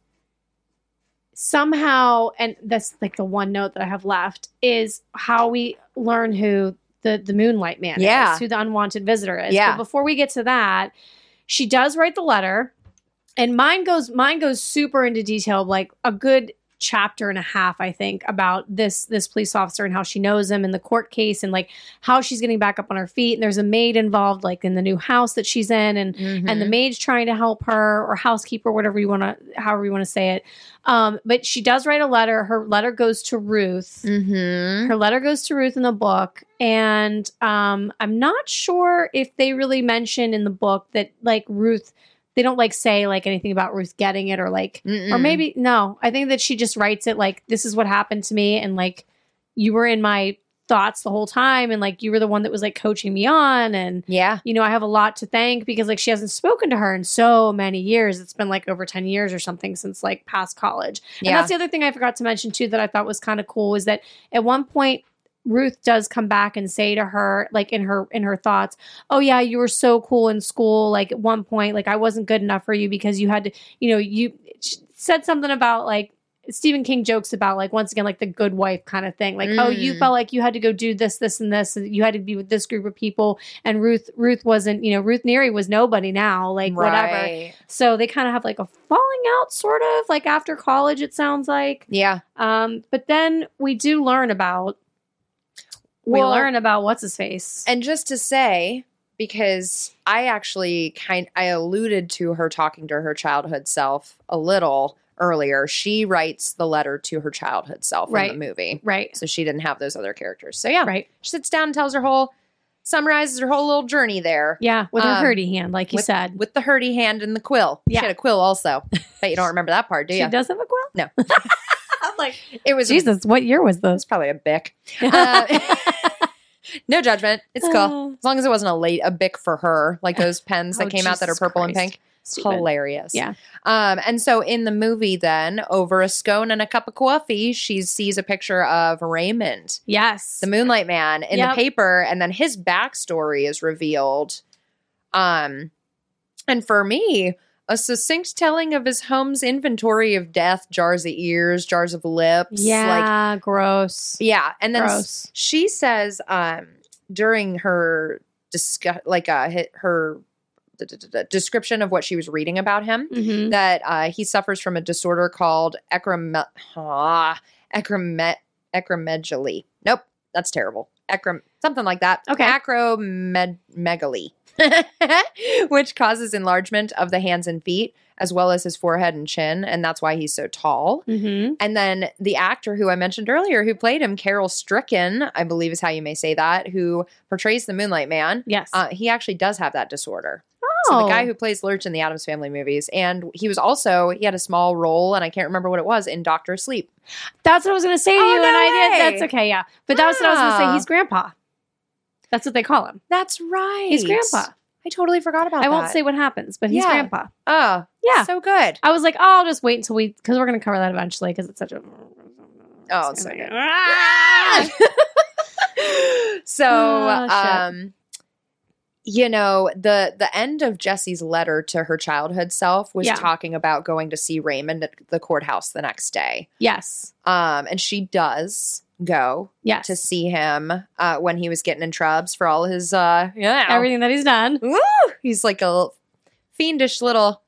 Speaker 1: somehow, and that's like the one note that I have left is how we learn who the, the moonlight man
Speaker 2: Yeah.
Speaker 1: is, who the unwanted visitor is.
Speaker 2: Yeah.
Speaker 1: But before we get to that, she does write the letter and mine goes mine goes super into detail like a good chapter and a half i think about this this police officer and how she knows him and the court case and like how she's getting back up on her feet and there's a maid involved like in the new house that she's in and and the maid's trying to help her or housekeeper whatever you want to however you want to say it um but she does write a letter her letter goes to ruth
Speaker 2: Mhm.
Speaker 1: her letter goes to Ruth in the book, and um, I'm not sure if they really mention in the book that like Ruth, they don't like say like anything about Ruth getting it or like,
Speaker 2: Mm-mm.
Speaker 1: or maybe no. I think that she just writes it like this is what happened to me, and like you were in my thoughts the whole time, and like you were the one that was like coaching me on, and
Speaker 2: Mm-hmm. yeah.
Speaker 1: you know I have a lot to thank because like she hasn't spoken to her in so many years. It's been like over ten years or something since like past college. And
Speaker 2: Yeah.
Speaker 1: that's the other thing I forgot to mention too that I thought was kind of cool is that at one point Ruth does come back and say to her like in her in her thoughts, "Oh yeah, you were so cool in school like at one point like I wasn't good enough for you because you had to, you know, you she said something about like Stephen King jokes about like once again like the good wife kind of thing. Like, "Oh, you
Speaker 2: Mm.
Speaker 1: felt like you had to go do this this and this and you had to be with this group of people and Ruth Ruth wasn't, you know, Ruth Neary was nobody now, like whatever."
Speaker 2: Right.
Speaker 1: So they kind of have like a falling out, sort of like after college, it sounds like.
Speaker 2: Yeah.
Speaker 1: Um, but then we do learn about we
Speaker 2: Well-
Speaker 1: learn about what's his face.
Speaker 2: And just to say, because I actually kind I alluded to her talking to her childhood self a little earlier. She writes the letter to her childhood self
Speaker 1: Right.
Speaker 2: in the movie.
Speaker 1: right,
Speaker 2: So she didn't have those other characters. So yeah.
Speaker 1: right,
Speaker 2: She sits down and tells her whole summarizes her whole little journey there.
Speaker 1: yeah, with her
Speaker 2: Um,
Speaker 1: hurdy hand, like you said.
Speaker 2: With the hurdy hand and the quill.
Speaker 1: Yeah.
Speaker 2: She had a quill also. But you don't remember that part, do
Speaker 1: she
Speaker 2: you?
Speaker 1: does have a quill. *laughs*
Speaker 2: No.
Speaker 1: I'm like
Speaker 2: It was it
Speaker 1: *laughs* Jesus. What year was this?
Speaker 2: was probably
Speaker 1: *laughs*
Speaker 2: a bic. Uh, *laughs* no judgment. It's cool. As long as it wasn't a late a bic for her, like those pens that
Speaker 1: Uh. Oh,
Speaker 2: came out that are
Speaker 1: Jesus
Speaker 2: purple and
Speaker 1: Christ.
Speaker 2: pink. hilarious.
Speaker 1: Yeah.
Speaker 2: Um, and so in the movie, then over a scone and a cup of coffee, she sees a picture of Raymond,
Speaker 1: Yes.
Speaker 2: the Moonlight Man, in
Speaker 1: Yep.
Speaker 2: the paper, and then his backstory is revealed. Um, and for me, a succinct telling of his home's inventory of death, jars of ears, jars of lips. Like,
Speaker 1: yeah. gross.
Speaker 2: yeah. And then
Speaker 1: gross.
Speaker 2: she says um during her discuss like uh hi- her d- d- d- description of what she was reading about him
Speaker 1: Mhm.
Speaker 2: that uh, he suffers from a disorder called ecrome- ah, ecrome- acromegaly. Nope, that's terrible. Ecrom- something like that.
Speaker 1: Okay.
Speaker 2: Acromegaly, *laughs* which causes enlargement of the hands and feet as well as his forehead and chin, and that's why he's so tall.
Speaker 1: Mhm.
Speaker 2: And then the actor who I mentioned earlier, who played him, Carol Stricken, I believe is how you may say that, who portrays the Moonlight Man.
Speaker 1: Yes.
Speaker 2: Uh, he actually does have that disorder. So the
Speaker 1: Wow.
Speaker 2: guy who plays Lurch in the Adams Family movies, and he was also he had a small role, and I can't remember what it was in Doctor Sleep.
Speaker 1: That's what I was gonna say to
Speaker 2: Oh,
Speaker 1: you, and
Speaker 2: no
Speaker 1: I
Speaker 2: way.
Speaker 1: did. That's okay, yeah. But that was what I was gonna
Speaker 2: Ah.
Speaker 1: say. He's grandpa. That's what they call him.
Speaker 2: That's right.
Speaker 1: He's grandpa.
Speaker 2: I totally forgot about.
Speaker 1: I won't
Speaker 2: that.
Speaker 1: say what happens, but he's
Speaker 2: Yeah.
Speaker 1: grandpa.
Speaker 2: Oh,
Speaker 1: Yeah.
Speaker 2: so good.
Speaker 1: I was like, oh, I'll just wait until we, because we're going to cover that eventually, because it's such a.
Speaker 2: Oh, it's so good.
Speaker 1: Ah!
Speaker 2: *laughs* so
Speaker 1: Oh, shit.
Speaker 2: um you know the the end of jesse's letter to her childhood self was
Speaker 1: Yeah.
Speaker 2: talking about going to see raymond at the courthouse the next day
Speaker 1: *laughs* Yes.
Speaker 2: um and she does go
Speaker 1: Yes.
Speaker 2: to see him uh when he was getting in trubs for all his uh yeah
Speaker 1: Everything that he's done.
Speaker 2: Woo! he's like a fiendish little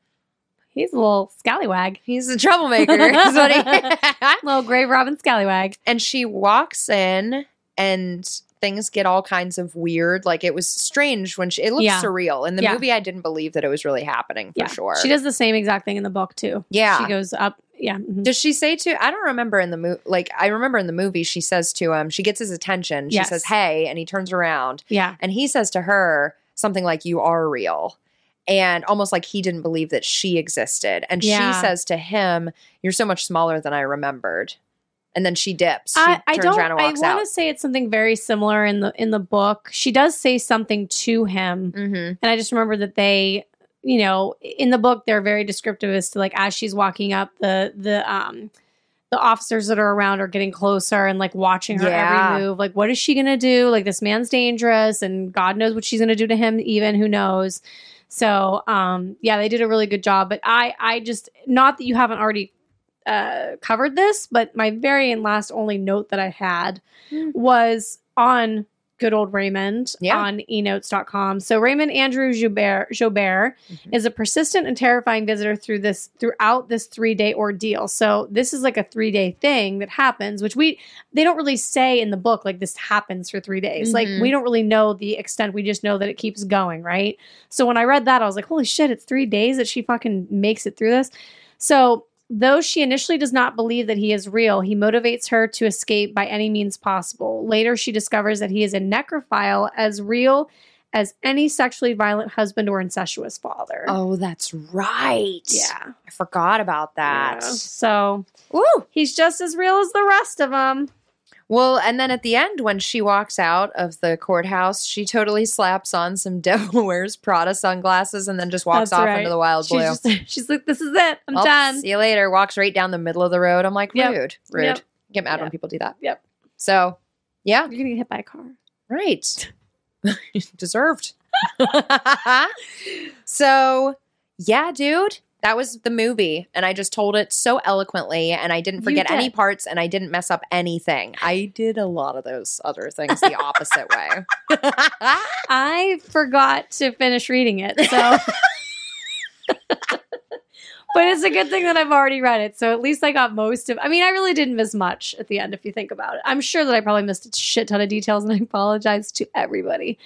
Speaker 1: He's a little scallywag.
Speaker 2: he's a troublemaker *laughs* is what he- *laughs*
Speaker 1: Little Grave Robin scallywag.
Speaker 2: and she walks in and things get all kinds of weird like it was strange when she it looked
Speaker 1: Yeah.
Speaker 2: surreal in the
Speaker 1: Yeah.
Speaker 2: movie i didn't believe that it was really happening for
Speaker 1: Yeah.
Speaker 2: sure
Speaker 1: She does the same exact thing in the book, too.
Speaker 2: yeah
Speaker 1: She goes up. Yeah. mhm.
Speaker 2: does she say to i don't remember in the movie like i remember in the movie she says to him she gets his attention she
Speaker 1: Yes.
Speaker 2: says hey and he turns around
Speaker 1: Yeah.
Speaker 2: and he says to her something like you are real and almost like he didn't believe that she existed and
Speaker 1: Yeah.
Speaker 2: she says to him you're so much smaller than i remembered and then she dips she
Speaker 1: I, I
Speaker 2: turns
Speaker 1: don't.
Speaker 2: around and
Speaker 1: I
Speaker 2: walks
Speaker 1: want
Speaker 2: out
Speaker 1: to say it's something very similar in the in the book. She does say something to him,
Speaker 2: mm-hmm.
Speaker 1: And I just remember that they, you know, in the book they're very descriptive as to like as she's walking up the the um the officers that are around are getting closer and like watching her
Speaker 2: Yeah.
Speaker 1: every move. Like, what is she gonna do? Like this man's dangerous and God knows what she's gonna do to him, even who knows. So um yeah, they did a really good job. But I I just not that you haven't already uh covered this, but my very and last only note that I had
Speaker 2: Mm.
Speaker 1: was on good old Raymond
Speaker 2: Yeah.
Speaker 1: on e enotes.com. So Raymond Andrew Joubert, Joubert
Speaker 2: Mhm.
Speaker 1: Mm-hmm. is a persistent and terrifying visitor through this throughout this three-day ordeal. So this is like a three-day thing that happens, which we they don't really say in the book like this happens for three days. Like
Speaker 2: Mhm.
Speaker 1: we don't really know the extent. We just know that it keeps going, right? So when I read that, I was like, holy shit, it's three days that she fucking makes it through this. So Though she initially does not believe that he is real, he motivates her to escape by any means possible. Later, she discovers that he is a necrophile as real as any sexually violent husband or incestuous father.
Speaker 2: Oh, that's right.
Speaker 1: yeah.
Speaker 2: I forgot about that.
Speaker 1: Yeah. So
Speaker 2: Woo!
Speaker 1: he's just as real as the rest of them.
Speaker 2: Well, and then at the end, when she walks out of the courthouse, she totally slaps on some *laughs* Devil Wears Prada sunglasses and then just walks
Speaker 1: That's
Speaker 2: off
Speaker 1: right.
Speaker 2: into the wild
Speaker 1: She's,
Speaker 2: blue.
Speaker 1: just, *laughs* she's like, this is it. I'm
Speaker 2: Oh,
Speaker 1: done.
Speaker 2: See you later. Walks right down the middle of the road. I'm like,
Speaker 1: Yep.
Speaker 2: rude, rude.
Speaker 1: Yep.
Speaker 2: Get mad when
Speaker 1: Yep.
Speaker 2: people do that.
Speaker 1: Yep.
Speaker 2: So, yeah,
Speaker 1: You're going to get hit by a car.
Speaker 2: right. *laughs* Deserved. *laughs* so, yeah, dude, that was the movie. And I just told it so eloquently, and I didn't
Speaker 1: You
Speaker 2: forget any
Speaker 1: did.
Speaker 2: parts, and I didn't mess up anything. I did a lot of those other things the
Speaker 1: *laughs*
Speaker 2: opposite way.
Speaker 1: I forgot to finish reading it.
Speaker 2: *laughs*
Speaker 1: So. But it's a good thing that I've already read it, so at least I got most of. I mean, I really didn't miss much at the end, if you think about it. I'm sure that I probably missed a shit ton of details, and I apologize to everybody.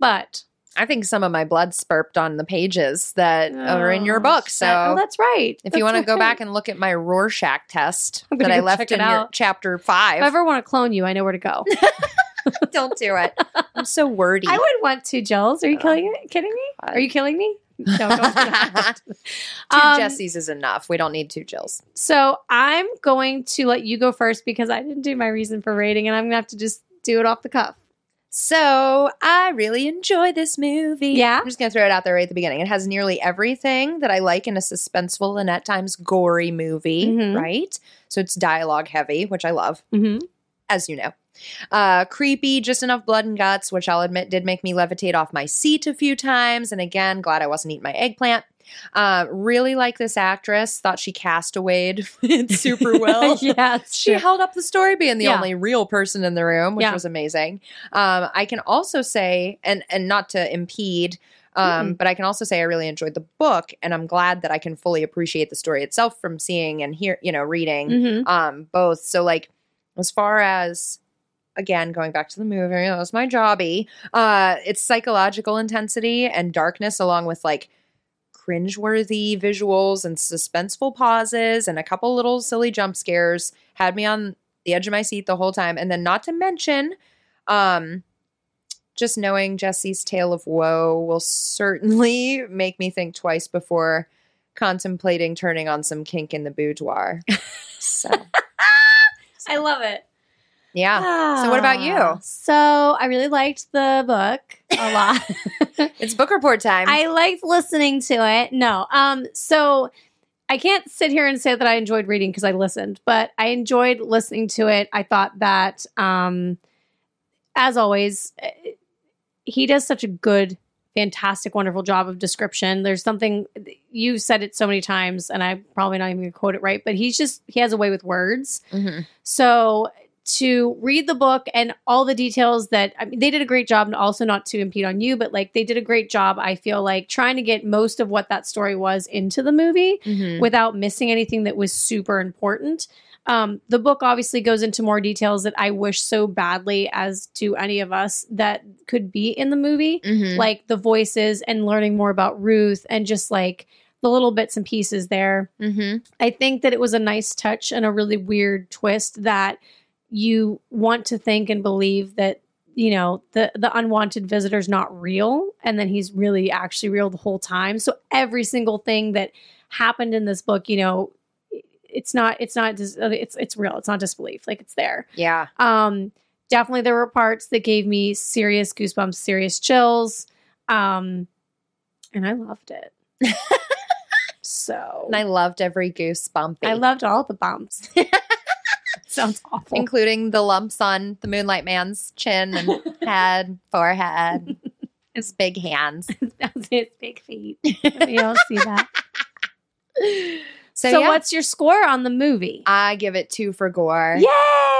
Speaker 1: But
Speaker 2: I think some of my blood spurped on the pages that are in your
Speaker 1: Oh,
Speaker 2: book.
Speaker 1: shit.
Speaker 2: So,
Speaker 1: oh, that's right.
Speaker 2: if
Speaker 1: That's
Speaker 2: you want to go
Speaker 1: right.
Speaker 2: back and look at my Rorschach test
Speaker 1: I'm
Speaker 2: that
Speaker 1: gonna
Speaker 2: I
Speaker 1: go
Speaker 2: left
Speaker 1: check
Speaker 2: in
Speaker 1: it
Speaker 2: your
Speaker 1: out.
Speaker 2: chapter
Speaker 1: if
Speaker 2: five,
Speaker 1: I ever want to clone you, I know where to go.
Speaker 2: *laughs* don't do it. I'm so wordy.
Speaker 1: I would want to, Jills. Are you
Speaker 2: Uh-huh.
Speaker 1: killing it? kidding me? Are you killing
Speaker 2: *laughs*
Speaker 1: me? No, don't do that.
Speaker 2: Two
Speaker 1: Um,
Speaker 2: Jessies is enough. We don't need two Jills.
Speaker 1: So I'm going to let you go first because I didn't do my reason for rating, and I'm gonna have to just do it off the cuff.
Speaker 2: So I really enjoy this movie.
Speaker 1: Yeah?
Speaker 2: I'm just gonna throw it out there right at the beginning. It has nearly everything that I like in a suspenseful and at times gory movie,
Speaker 1: Mhm.
Speaker 2: right? So it's dialogue heavy, which I love.
Speaker 1: Mm-hmm.
Speaker 2: as you know. Uh, creepy, just enough blood and guts, which I'll admit did make me levitate off my seat a few times. And again, glad I wasn't eating my eggplant. Uh, really like this actress. Thought she *laughs* castawayed
Speaker 1: *laughs*
Speaker 2: it super well.
Speaker 1: yeah, it's
Speaker 2: She
Speaker 1: true.
Speaker 2: held up the story being the
Speaker 1: Yeah.
Speaker 2: only real person in the room, which
Speaker 1: Yeah.
Speaker 2: was amazing. Um, I can also say, and and not to impede, um, but I can also say I really enjoyed the book, and I'm glad that I can fully appreciate the story itself from seeing and hear, you know, reading
Speaker 1: Mhm.
Speaker 2: um both so like as far as again going back to the movie that was my jobby uh it's psychological intensity and darkness along with like cringeworthy visuals and suspenseful pauses and a couple little silly jump scares had me on the edge of my seat the whole time and then not to mention um just knowing Jesse's tale of woe will certainly *laughs* make me think twice before contemplating turning on some kink in the boudoir. so,
Speaker 1: I love it.
Speaker 2: yeah. Oh, So what about you?
Speaker 1: Ah, So I really liked the book
Speaker 2: *laughs*
Speaker 1: a lot.
Speaker 2: It's book report time.
Speaker 1: I liked listening to it. No. Um so I can't sit here and say that I enjoyed reading because I listened, but I enjoyed listening to it. I thought that um as always eh, he does such a good fantastic wonderful job of description. There's something you've said it so many times and I'm probably not even going to quote it right, but he's just he has a way with words.
Speaker 2: Mhm.
Speaker 1: So to read the book and all the details that I mean, they did a great job, and also not to impede on you, but like they did a great job. I feel like trying to get most of what that story was into the movie
Speaker 2: Mhm.
Speaker 1: without missing anything that was super important. Um, the book obviously goes into more details that I wish so badly as to any of us that could be in the movie
Speaker 2: Mhm.
Speaker 1: like the voices and learning more about Ruth and just like the little bits and pieces there.
Speaker 2: Mhm.
Speaker 1: I think that it was a nice touch and a really weird twist that you want to think and believe that you know the the unwanted visitor's not real and then he's really actually real the whole time. So every single thing that happened in this book, you know, it's not it's not dis- it's it's real. It's not disbelief. Like it's there.
Speaker 2: Yeah.
Speaker 1: Um, definitely, there were parts that gave me serious goosebumps, serious chills, um, and I loved it. so
Speaker 2: And I loved every goose bumpy.
Speaker 1: I loved all the bumps. *laughs* Sounds awful.
Speaker 2: including the lumps on the Moonlight Man's chin and *laughs* head, *laughs* forehead, his big hands.
Speaker 1: That was his big
Speaker 2: *laughs*
Speaker 1: feet. We all see that.
Speaker 2: So,
Speaker 1: So,
Speaker 2: yeah,
Speaker 1: what's your score on the movie?
Speaker 2: I give it two for gore.
Speaker 1: Yay!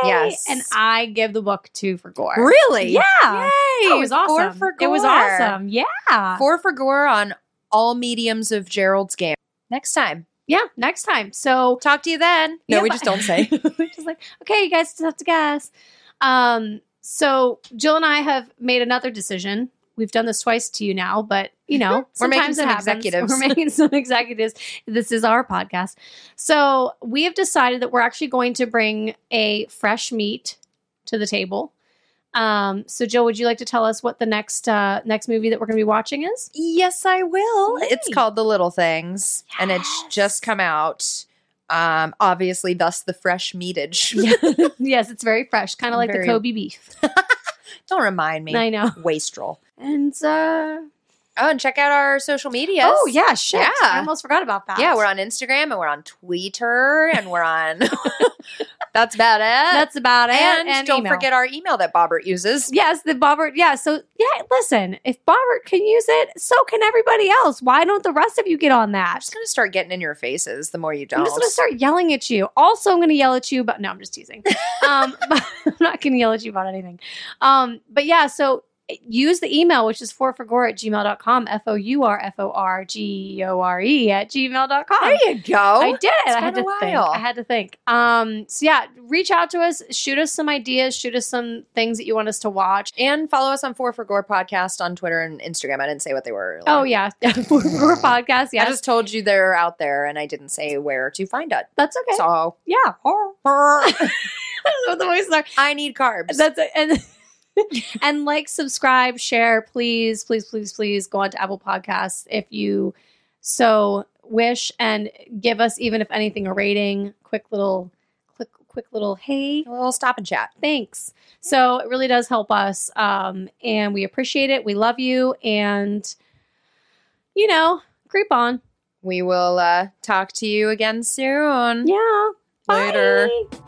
Speaker 2: Yes.
Speaker 1: and I give the book two for gore.
Speaker 2: Really?
Speaker 1: Yeah,
Speaker 2: Yay!
Speaker 1: That was awesome.
Speaker 2: Four for gore.
Speaker 1: It was awesome. Yeah,
Speaker 2: Four for gore on all mediums of Gerald's game. Next time.
Speaker 1: yeah. Next time, so
Speaker 2: Talk to you then. No,
Speaker 1: Yeah,
Speaker 2: we
Speaker 1: but-
Speaker 2: just don't say.
Speaker 1: *laughs* We're just like, okay, you guys just have to guess. Um, so Jill and I have made another decision. We've done this twice to you now, but you know,
Speaker 2: *laughs* We're making
Speaker 1: sometimes it
Speaker 2: some
Speaker 1: happens.
Speaker 2: executives.
Speaker 1: We're making
Speaker 2: *laughs*
Speaker 1: some executives. This is our podcast. So we have decided that we're actually going to bring a fresh meat to the table. Um, so Jill, would you like to tell us what the next uh, next movie that we're going to be watching
Speaker 2: *laughs*
Speaker 1: is?
Speaker 2: Yes, I will. It's
Speaker 1: Yay.
Speaker 2: called The Little Things, and it's
Speaker 1: Yes.
Speaker 2: just come out. Um, obviously, thus the fresh meatage.
Speaker 1: *laughs* yes, it's very fresh, kind of like
Speaker 2: Very-
Speaker 1: the Kobe beef.
Speaker 2: Don't remind me,
Speaker 1: I know.
Speaker 2: wastrel.
Speaker 1: And uh,
Speaker 2: Oh, and check out our social medias.
Speaker 1: Oh yeah, shit.
Speaker 2: Yeah.
Speaker 1: I almost forgot about that.
Speaker 2: yeah. We're on Instagram and we're on Twitter and
Speaker 1: *laughs*
Speaker 2: we're on. *laughs* That's about it.
Speaker 1: That's about it.
Speaker 2: "Uh, and, don't
Speaker 1: email.
Speaker 2: forget our email that Bobbert uses.
Speaker 1: Yes, the Bobbert. Yeah, so yeah, listen, if Bobbert can use it, so can everybody else. Why don't the rest of you get on
Speaker 2: I'm
Speaker 1: that?
Speaker 2: just gonna start getting in your faces the more you don't.
Speaker 1: I'm just gonna start yelling at you. Also, I'm gonna yell at you about no, I'm just
Speaker 2: *laughs*
Speaker 1: teasing. Um, *laughs* but I'm not gonna yell at you about anything. Um, but yeah, so eh, use the email, which is forforgore at gmail.com, F O U R F O R G O R E at gmail.com.
Speaker 2: There you go.
Speaker 1: I did it.
Speaker 2: Oh, it's
Speaker 1: I had to
Speaker 2: been a
Speaker 1: think.
Speaker 2: while.
Speaker 1: I had to think. Um, so yeah, reach out to us, shoot us some ideas, shoot us some things that you want us to watch.
Speaker 2: and follow us on Four for Gore podcast on Twitter and Instagram. I didn't say what they were. earlier.
Speaker 1: Oh yeah, *laughs* for,
Speaker 2: *laughs*
Speaker 1: for podcast. Yeah,
Speaker 2: I just told you they're out there, and I didn't say where to find it.
Speaker 1: that's okay. *laughs*
Speaker 2: So
Speaker 1: yeah,
Speaker 2: Oh. I
Speaker 1: That's what the voices are.
Speaker 2: need carbs.
Speaker 1: That's and *laughs* and like, subscribe, share, please, please, please, please go on to Apple Podcasts if you so wish and give us even if anything a rating. Quick little, quick, quick little hey.
Speaker 2: a little stop and chat.
Speaker 1: thanks. So it really does help us. Um, and we appreciate it. We love you. And, you know, creep on.
Speaker 2: We will uh, talk to you again soon.
Speaker 1: Yeah. Bye.
Speaker 2: Later.